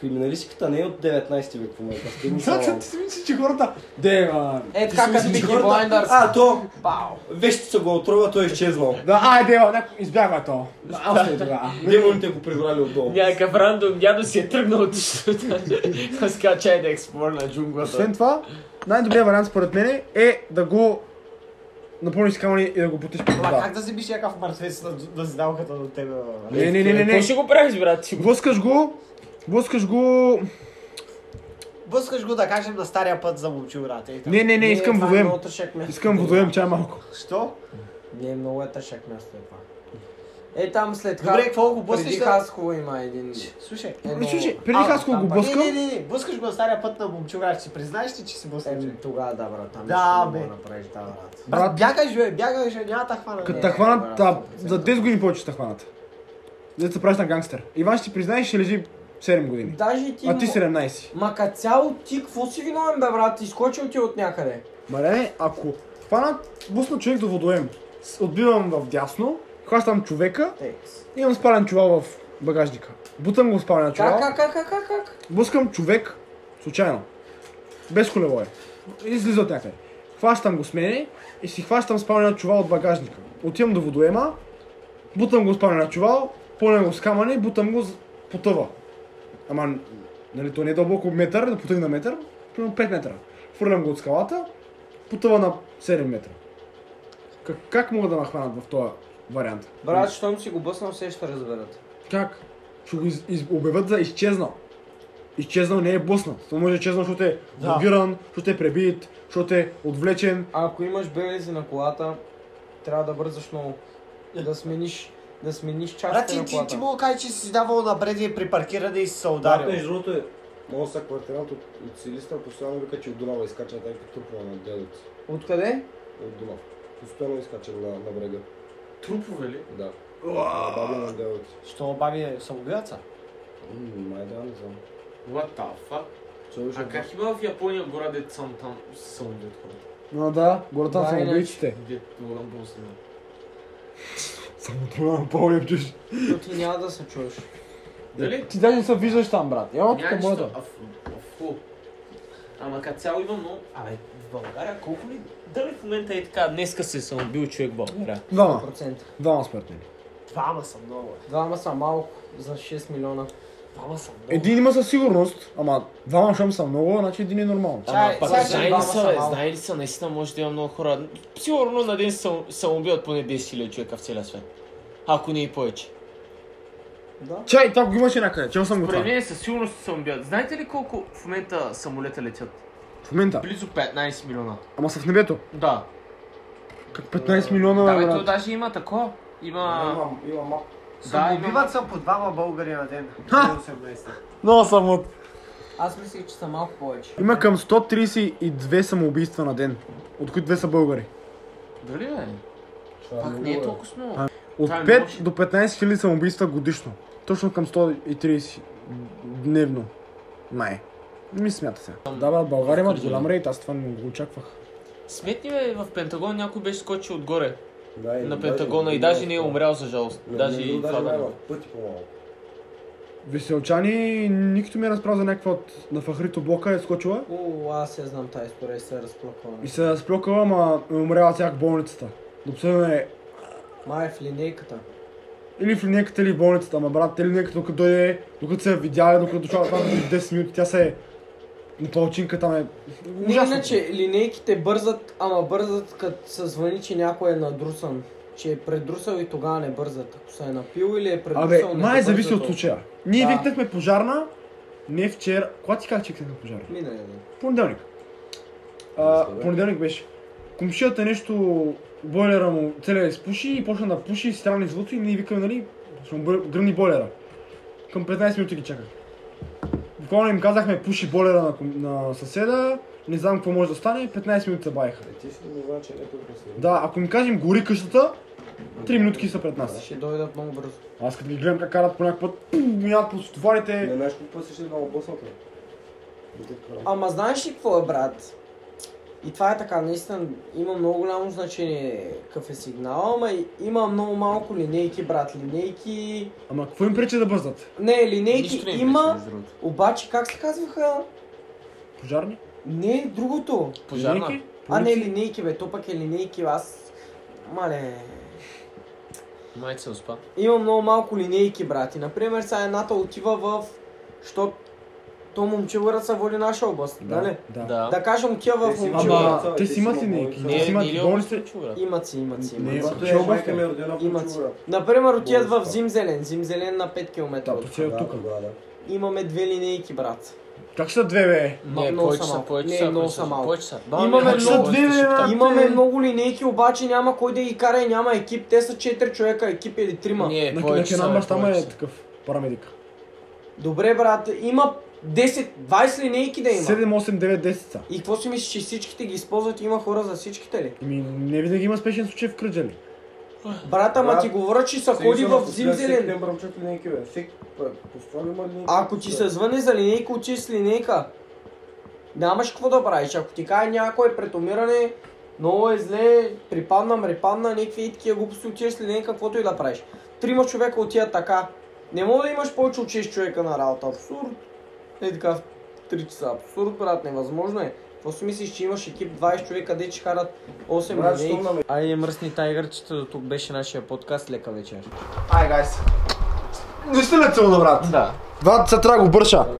Speaker 5: Криминалистиката не е от 19 век в момента. Стигни само.
Speaker 3: Зад ти си мислиш, че хората... Дева.
Speaker 1: Е, Значи, така като Бики
Speaker 5: хората-
Speaker 1: Блайндърс.
Speaker 5: А, то
Speaker 1: Бау.
Speaker 5: вещица го отрува, той е изчезнал.
Speaker 3: Да, ай, дева, някой избягва то. Да, Още е тогава.
Speaker 5: Демоните го прибрали отдолу.
Speaker 2: Някакъв рандом дядо си е тръгнал от къщата. Аз каза, чай да експлор на джунглата.
Speaker 3: Освен това, най-добрият вариант според мен е да го напълниш с камъни и да го бутиш по
Speaker 4: ама
Speaker 3: това.
Speaker 4: как да си биш някакъв мъртвец на, на зидалката до тебе, бе, брат?
Speaker 3: Не, не, не, не, не.
Speaker 2: Какво ще го правиш, брат? Ти го-
Speaker 3: Блъскаш го, блъскаш го...
Speaker 4: Блъскаш го, да кажем, на стария път за Момчилград. Ей, така.
Speaker 3: Не, не, не, искам
Speaker 1: това е
Speaker 3: водоем.
Speaker 1: много тъшък място.
Speaker 3: Искам водоем, чай малко.
Speaker 4: Що?
Speaker 1: Не, много е тъшък място е това. Е, там след
Speaker 4: Добре, какво го
Speaker 1: Преди
Speaker 4: блъскаш? да-
Speaker 1: Хасково има един...
Speaker 4: Слушай,
Speaker 1: едно-
Speaker 3: Не, Ами, Слушай, преди
Speaker 4: А,
Speaker 3: аз го
Speaker 1: там, бе.
Speaker 3: блъскам,
Speaker 4: Не, не, не, не, блъскаш го на стария път на момчугар, ще признаеш ли, че си блъскаш?
Speaker 1: Еми, тогава да, брат, там
Speaker 4: Да,
Speaker 1: нищо не мога
Speaker 4: бе.
Speaker 1: да направиш, да, брат.
Speaker 4: Брат, бягаш, бе, бягаш, бе, няма да хвана.
Speaker 3: като
Speaker 4: Не.
Speaker 3: те хванат,
Speaker 1: брат,
Speaker 3: да,
Speaker 1: 100%.
Speaker 3: за 10 години повече ще те хванат. Дето се правиш на гангстер. Иван ще ти признаеш, ще лежи 7 години.
Speaker 1: Даже ти...
Speaker 3: А ти
Speaker 1: му-
Speaker 3: 17.
Speaker 1: Мака цяло ти, какво си виновен бе брат? Изкочил ти е от някъде.
Speaker 3: Маре, ако хванат, бусна човек до водоем, с- отбивам в дясно, хващам човека, имам спален чувал в багажника. Бутам го в спален чувал.
Speaker 1: Как, как, как, как, как, как?
Speaker 3: Блъскам човек, случайно. Без колело е. Излиза от някъде. Хващам го с мене и си хващам спалния чувал от багажника. Отивам до водоема, бутам го с спалния чувал, пълням го с камъни, бутам го, с- потъва. Ама, нали, то не е дълбоко метър, да потъгне на метър, примерно 5 метра. Фърлям го от скалата, потъва на 7 метра. Как, как могат да ме хванат в този вариант?
Speaker 1: Брат, щом си го бъснал, все ще разберат.
Speaker 3: Как? Ще го из, из, обявят за изчезнал. Изчезнал не е блъснат. То може да е изчезнал, защото е
Speaker 4: Да.
Speaker 3: блокиран, защото е пребит, защото е отвлечен.
Speaker 1: А ако имаш белези на колата, трябва да бързаш много. Да смениш, да смениш
Speaker 4: Брат,
Speaker 1: частите
Speaker 4: ти,
Speaker 1: на
Speaker 4: ти, ти
Speaker 1: колата.
Speaker 4: му кажеш, че си давал
Speaker 1: е
Speaker 4: напред при паркиране и си се
Speaker 5: Да,
Speaker 4: ударил.
Speaker 5: между другото е. Моя са квартирант от, от Силистра постоянно вика, че от Дунава изкача на тази трупова на дедото си.
Speaker 1: Откъде?
Speaker 5: От Дунав. Постоянно изкача на, на брега.
Speaker 2: Трупове ли?
Speaker 5: Да. На баби на дедото си.
Speaker 4: Що баби е самоубиваца?
Speaker 5: М, Май да, не знам.
Speaker 2: What the fuck?
Speaker 5: Чуваш
Speaker 2: А как има в Япония гора, дет сам там сам дет хората?
Speaker 3: Но да, гората
Speaker 1: Да,
Speaker 3: са
Speaker 1: иначе.
Speaker 3: убийците.
Speaker 2: Дет Лоран Бон снима.
Speaker 3: Само това на по чуш.
Speaker 1: Но ти няма да се чуеш. Нали?
Speaker 2: Дали?
Speaker 3: Ти даже не се виждаш там, брат. Няма тук е
Speaker 2: Няма нищо.
Speaker 3: моята.
Speaker 2: А, фу- а, фу. Ама като цяло има много... Абе, в България колко ли... Дали в момента е така, днеска се съм бил човек в България?
Speaker 3: Двама.
Speaker 1: Процент.
Speaker 3: Двама смъртни.
Speaker 4: Двама са много. е.
Speaker 1: Двама са малко за 6 милиона.
Speaker 4: Двама са много.
Speaker 3: Един има със сигурност, ама двама шум са много, значи един е нормално.
Speaker 1: Чай,
Speaker 11: Пак
Speaker 1: сега ще
Speaker 11: знае ли
Speaker 1: двама
Speaker 11: са,
Speaker 1: са
Speaker 11: бе,
Speaker 1: малко.
Speaker 11: знае ли са, наистина може да има много хора. Сигурно на ден са, са убиват поне 10 000 човека в целия свят. Ако не и повече.
Speaker 3: Чай, това го имаше някъде, чел съм го
Speaker 2: Според
Speaker 3: това.
Speaker 2: мен със сигурност се убият. Знаете ли колко в момента самолета летят?
Speaker 3: В момента.
Speaker 2: Близо 15 милиона.
Speaker 3: Ама са в небето.
Speaker 2: Да.
Speaker 3: Как 15 милиона,
Speaker 2: Да,
Speaker 3: бе,
Speaker 2: бе, то
Speaker 3: брат.
Speaker 2: даже има такова. Има...
Speaker 5: Има, има малко.
Speaker 2: Да, има...
Speaker 4: Самоубиват са по двама българи на ден. На 18.
Speaker 3: Много съм от.
Speaker 1: Аз мислих, че са малко повече.
Speaker 3: Има към 132 самоубийства на ден, от които две са българи.
Speaker 2: Дали бе?
Speaker 5: Това
Speaker 2: Пак не е толкова много.
Speaker 3: От
Speaker 2: Това е
Speaker 3: 5
Speaker 2: много.
Speaker 3: до 15 хиляди самоубийства годишно. Точно към 130 дневно. Май. Ми смята се. Да, брат, България има голям рейд, аз това не го очаквах.
Speaker 11: Сметни бе, в Пентагон някой беше скочил отгоре на
Speaker 5: Да, и Е, даже-
Speaker 11: Пентагона и даже не е умрял за жалост.
Speaker 5: Не,
Speaker 11: Даже
Speaker 5: не,
Speaker 11: и
Speaker 5: даже
Speaker 11: това да
Speaker 5: май
Speaker 11: не
Speaker 5: в пъти по-малко.
Speaker 3: Веселчани, никто ми е разправил за някаква от на Фахрито блока е скочила
Speaker 1: О, аз я знам тази история и се е разплаквала.
Speaker 3: и се е сплюкала, ама е умряла сега в болницата. Да обсъдим е
Speaker 1: Май в линейката.
Speaker 3: или в линейката, или в болницата, ама брат, те линейката, докато дойде, докато се е видяла, докато дошла там преди 10 минути, тя се е на палчинка там е...
Speaker 1: Не,
Speaker 3: Ужасно.
Speaker 1: иначе линейките бързат, ама бързат като се звъни, че някой е надрусан. Че е предрусал и тогава не бързат. Ако се е напил или е предрусал,
Speaker 3: Абе,
Speaker 1: не
Speaker 3: май
Speaker 1: бързат
Speaker 3: зависи от
Speaker 1: толкова.
Speaker 3: случая. Ние
Speaker 1: Да.
Speaker 3: викнахме пожарна, не вчера. Кога ти казах, че викнахме пожарна?
Speaker 1: Миналия ден.
Speaker 3: Понеделник. А, понеделник беше. Комшията нещо, бойлера му целия изпуши и почна да пуши странни звуци и ние викаме, нали, ще му бър- гръмни бойлера. Към 15 минути ги чаках. Буквално им казахме, пуши бойлера на, ком- на съседа, не знам какво може да стане, 15 минути се баеха.
Speaker 5: Е, ти ще го знаеш, че не по-късно.
Speaker 3: Да, ако им кажем гори къщата, 3 минутки са пред нас.
Speaker 1: Ще дойдат много бързо.
Speaker 3: Аз като ги гледам как карат по някакъв път, пум, минават по стоварите,
Speaker 5: Не знаеш колко път си ще да обосната.
Speaker 1: Ама знаеш ли какво е, брат? И това е така, наистина има много голямо значение какъв е сигнал, ама и- има много малко линейки, брат. Линейки...
Speaker 3: Ама какво им пречи да бързат?
Speaker 1: Не,
Speaker 11: Нищо
Speaker 2: е
Speaker 1: линейки
Speaker 11: не им
Speaker 1: има,
Speaker 11: пречи, между другото.
Speaker 1: обаче как се казваха?
Speaker 3: Пожарни?
Speaker 1: Не, е другото.
Speaker 11: Пожарна.
Speaker 3: Линейки?
Speaker 1: А не
Speaker 3: Полици?
Speaker 1: линейки, бе, то пък е линейки, аз... Мале...
Speaker 11: Майка се успа.
Speaker 1: Има много малко линейки, брати. Например, сега едната отива в... Що... То момче лъра се води наша област, да. нали?
Speaker 3: Да.
Speaker 11: Да.
Speaker 1: Да кажем, тя в
Speaker 5: Те си
Speaker 1: момче
Speaker 3: Ама,
Speaker 5: Чува,
Speaker 3: те
Speaker 5: те
Speaker 3: си
Speaker 5: си
Speaker 3: имат
Speaker 5: има
Speaker 3: линейки.
Speaker 11: Не,
Speaker 3: Те си
Speaker 11: е-
Speaker 3: имат
Speaker 11: не ли
Speaker 3: болници.
Speaker 1: Имат си, имат си,
Speaker 3: Не,
Speaker 1: имат си.
Speaker 3: брат,
Speaker 5: Когато
Speaker 3: Чува,
Speaker 5: е майка
Speaker 3: бе.
Speaker 5: ми е родена в
Speaker 1: Имат си.
Speaker 5: Чувра.
Speaker 1: Например, отиват в
Speaker 5: Болница.
Speaker 1: Зимзелен. Зимзелен на 5 км.
Speaker 3: Да,
Speaker 1: от тук.
Speaker 3: почти е тук.
Speaker 5: Да, да.
Speaker 1: Имаме две линейки, брат.
Speaker 3: Как ще са две, бе?
Speaker 11: Не,
Speaker 1: много
Speaker 11: повече
Speaker 1: са
Speaker 11: са,
Speaker 1: малко.
Speaker 11: повече
Speaker 1: Не, е
Speaker 11: са,
Speaker 1: много
Speaker 11: повече
Speaker 1: са
Speaker 11: са,
Speaker 1: малко.
Speaker 11: повече са. Да,
Speaker 3: Имаме
Speaker 11: повече са,
Speaker 3: много
Speaker 11: повече
Speaker 3: две,
Speaker 11: са.
Speaker 3: бе,
Speaker 1: Имаме много линейки, обаче няма кой да ги кара и няма екип. Те са 4 човека, екип или 3.
Speaker 11: Не,
Speaker 3: На
Speaker 11: Е, повече са,
Speaker 3: една
Speaker 11: бе,
Speaker 3: баща ме
Speaker 11: повече
Speaker 3: е
Speaker 11: са.
Speaker 3: такъв парамедик.
Speaker 1: Добре, брат, има 10, 20 линейки да има.
Speaker 3: 7, 8, 9, 10 са.
Speaker 1: И какво
Speaker 3: Ами,
Speaker 1: си мислиш, че всичките ги използват и има хора за всичките ли?
Speaker 3: Ми, не винаги има спешен случай в Кръджали.
Speaker 1: Брат, ама
Speaker 5: Брат,
Speaker 1: ти говоря, че са ходи в Зимзелен.
Speaker 5: Всеки бръмчат линейки, бе. е Всеки път. Постоянно има линейки.
Speaker 1: Ако ти се звъни за линейка, отиш с линейка. Нямаш какво да правиш. Ако ти каже някое претомиране, много е зле, припадна, мрепадна, някакви и такива глупости, отиваш с линейка, каквото и да правиш. Трима човека отиват така. Не мога да имаш повече от 6 човека на работа. Абсурд. Е така, в 3 часа. Абсурд, брат, невъзможно е. Какво си мислиш, че имаш екип 20 човека, де че карат 8
Speaker 5: Брат,
Speaker 1: линейки?
Speaker 5: щом на
Speaker 1: Айде, мръсни тайгърчета, до тук беше нашия подкаст. Лека вечер.
Speaker 2: Ай, гайс. Не сте ли целуна, е брат?
Speaker 12: Да.
Speaker 2: Два деца трябва да го бърша.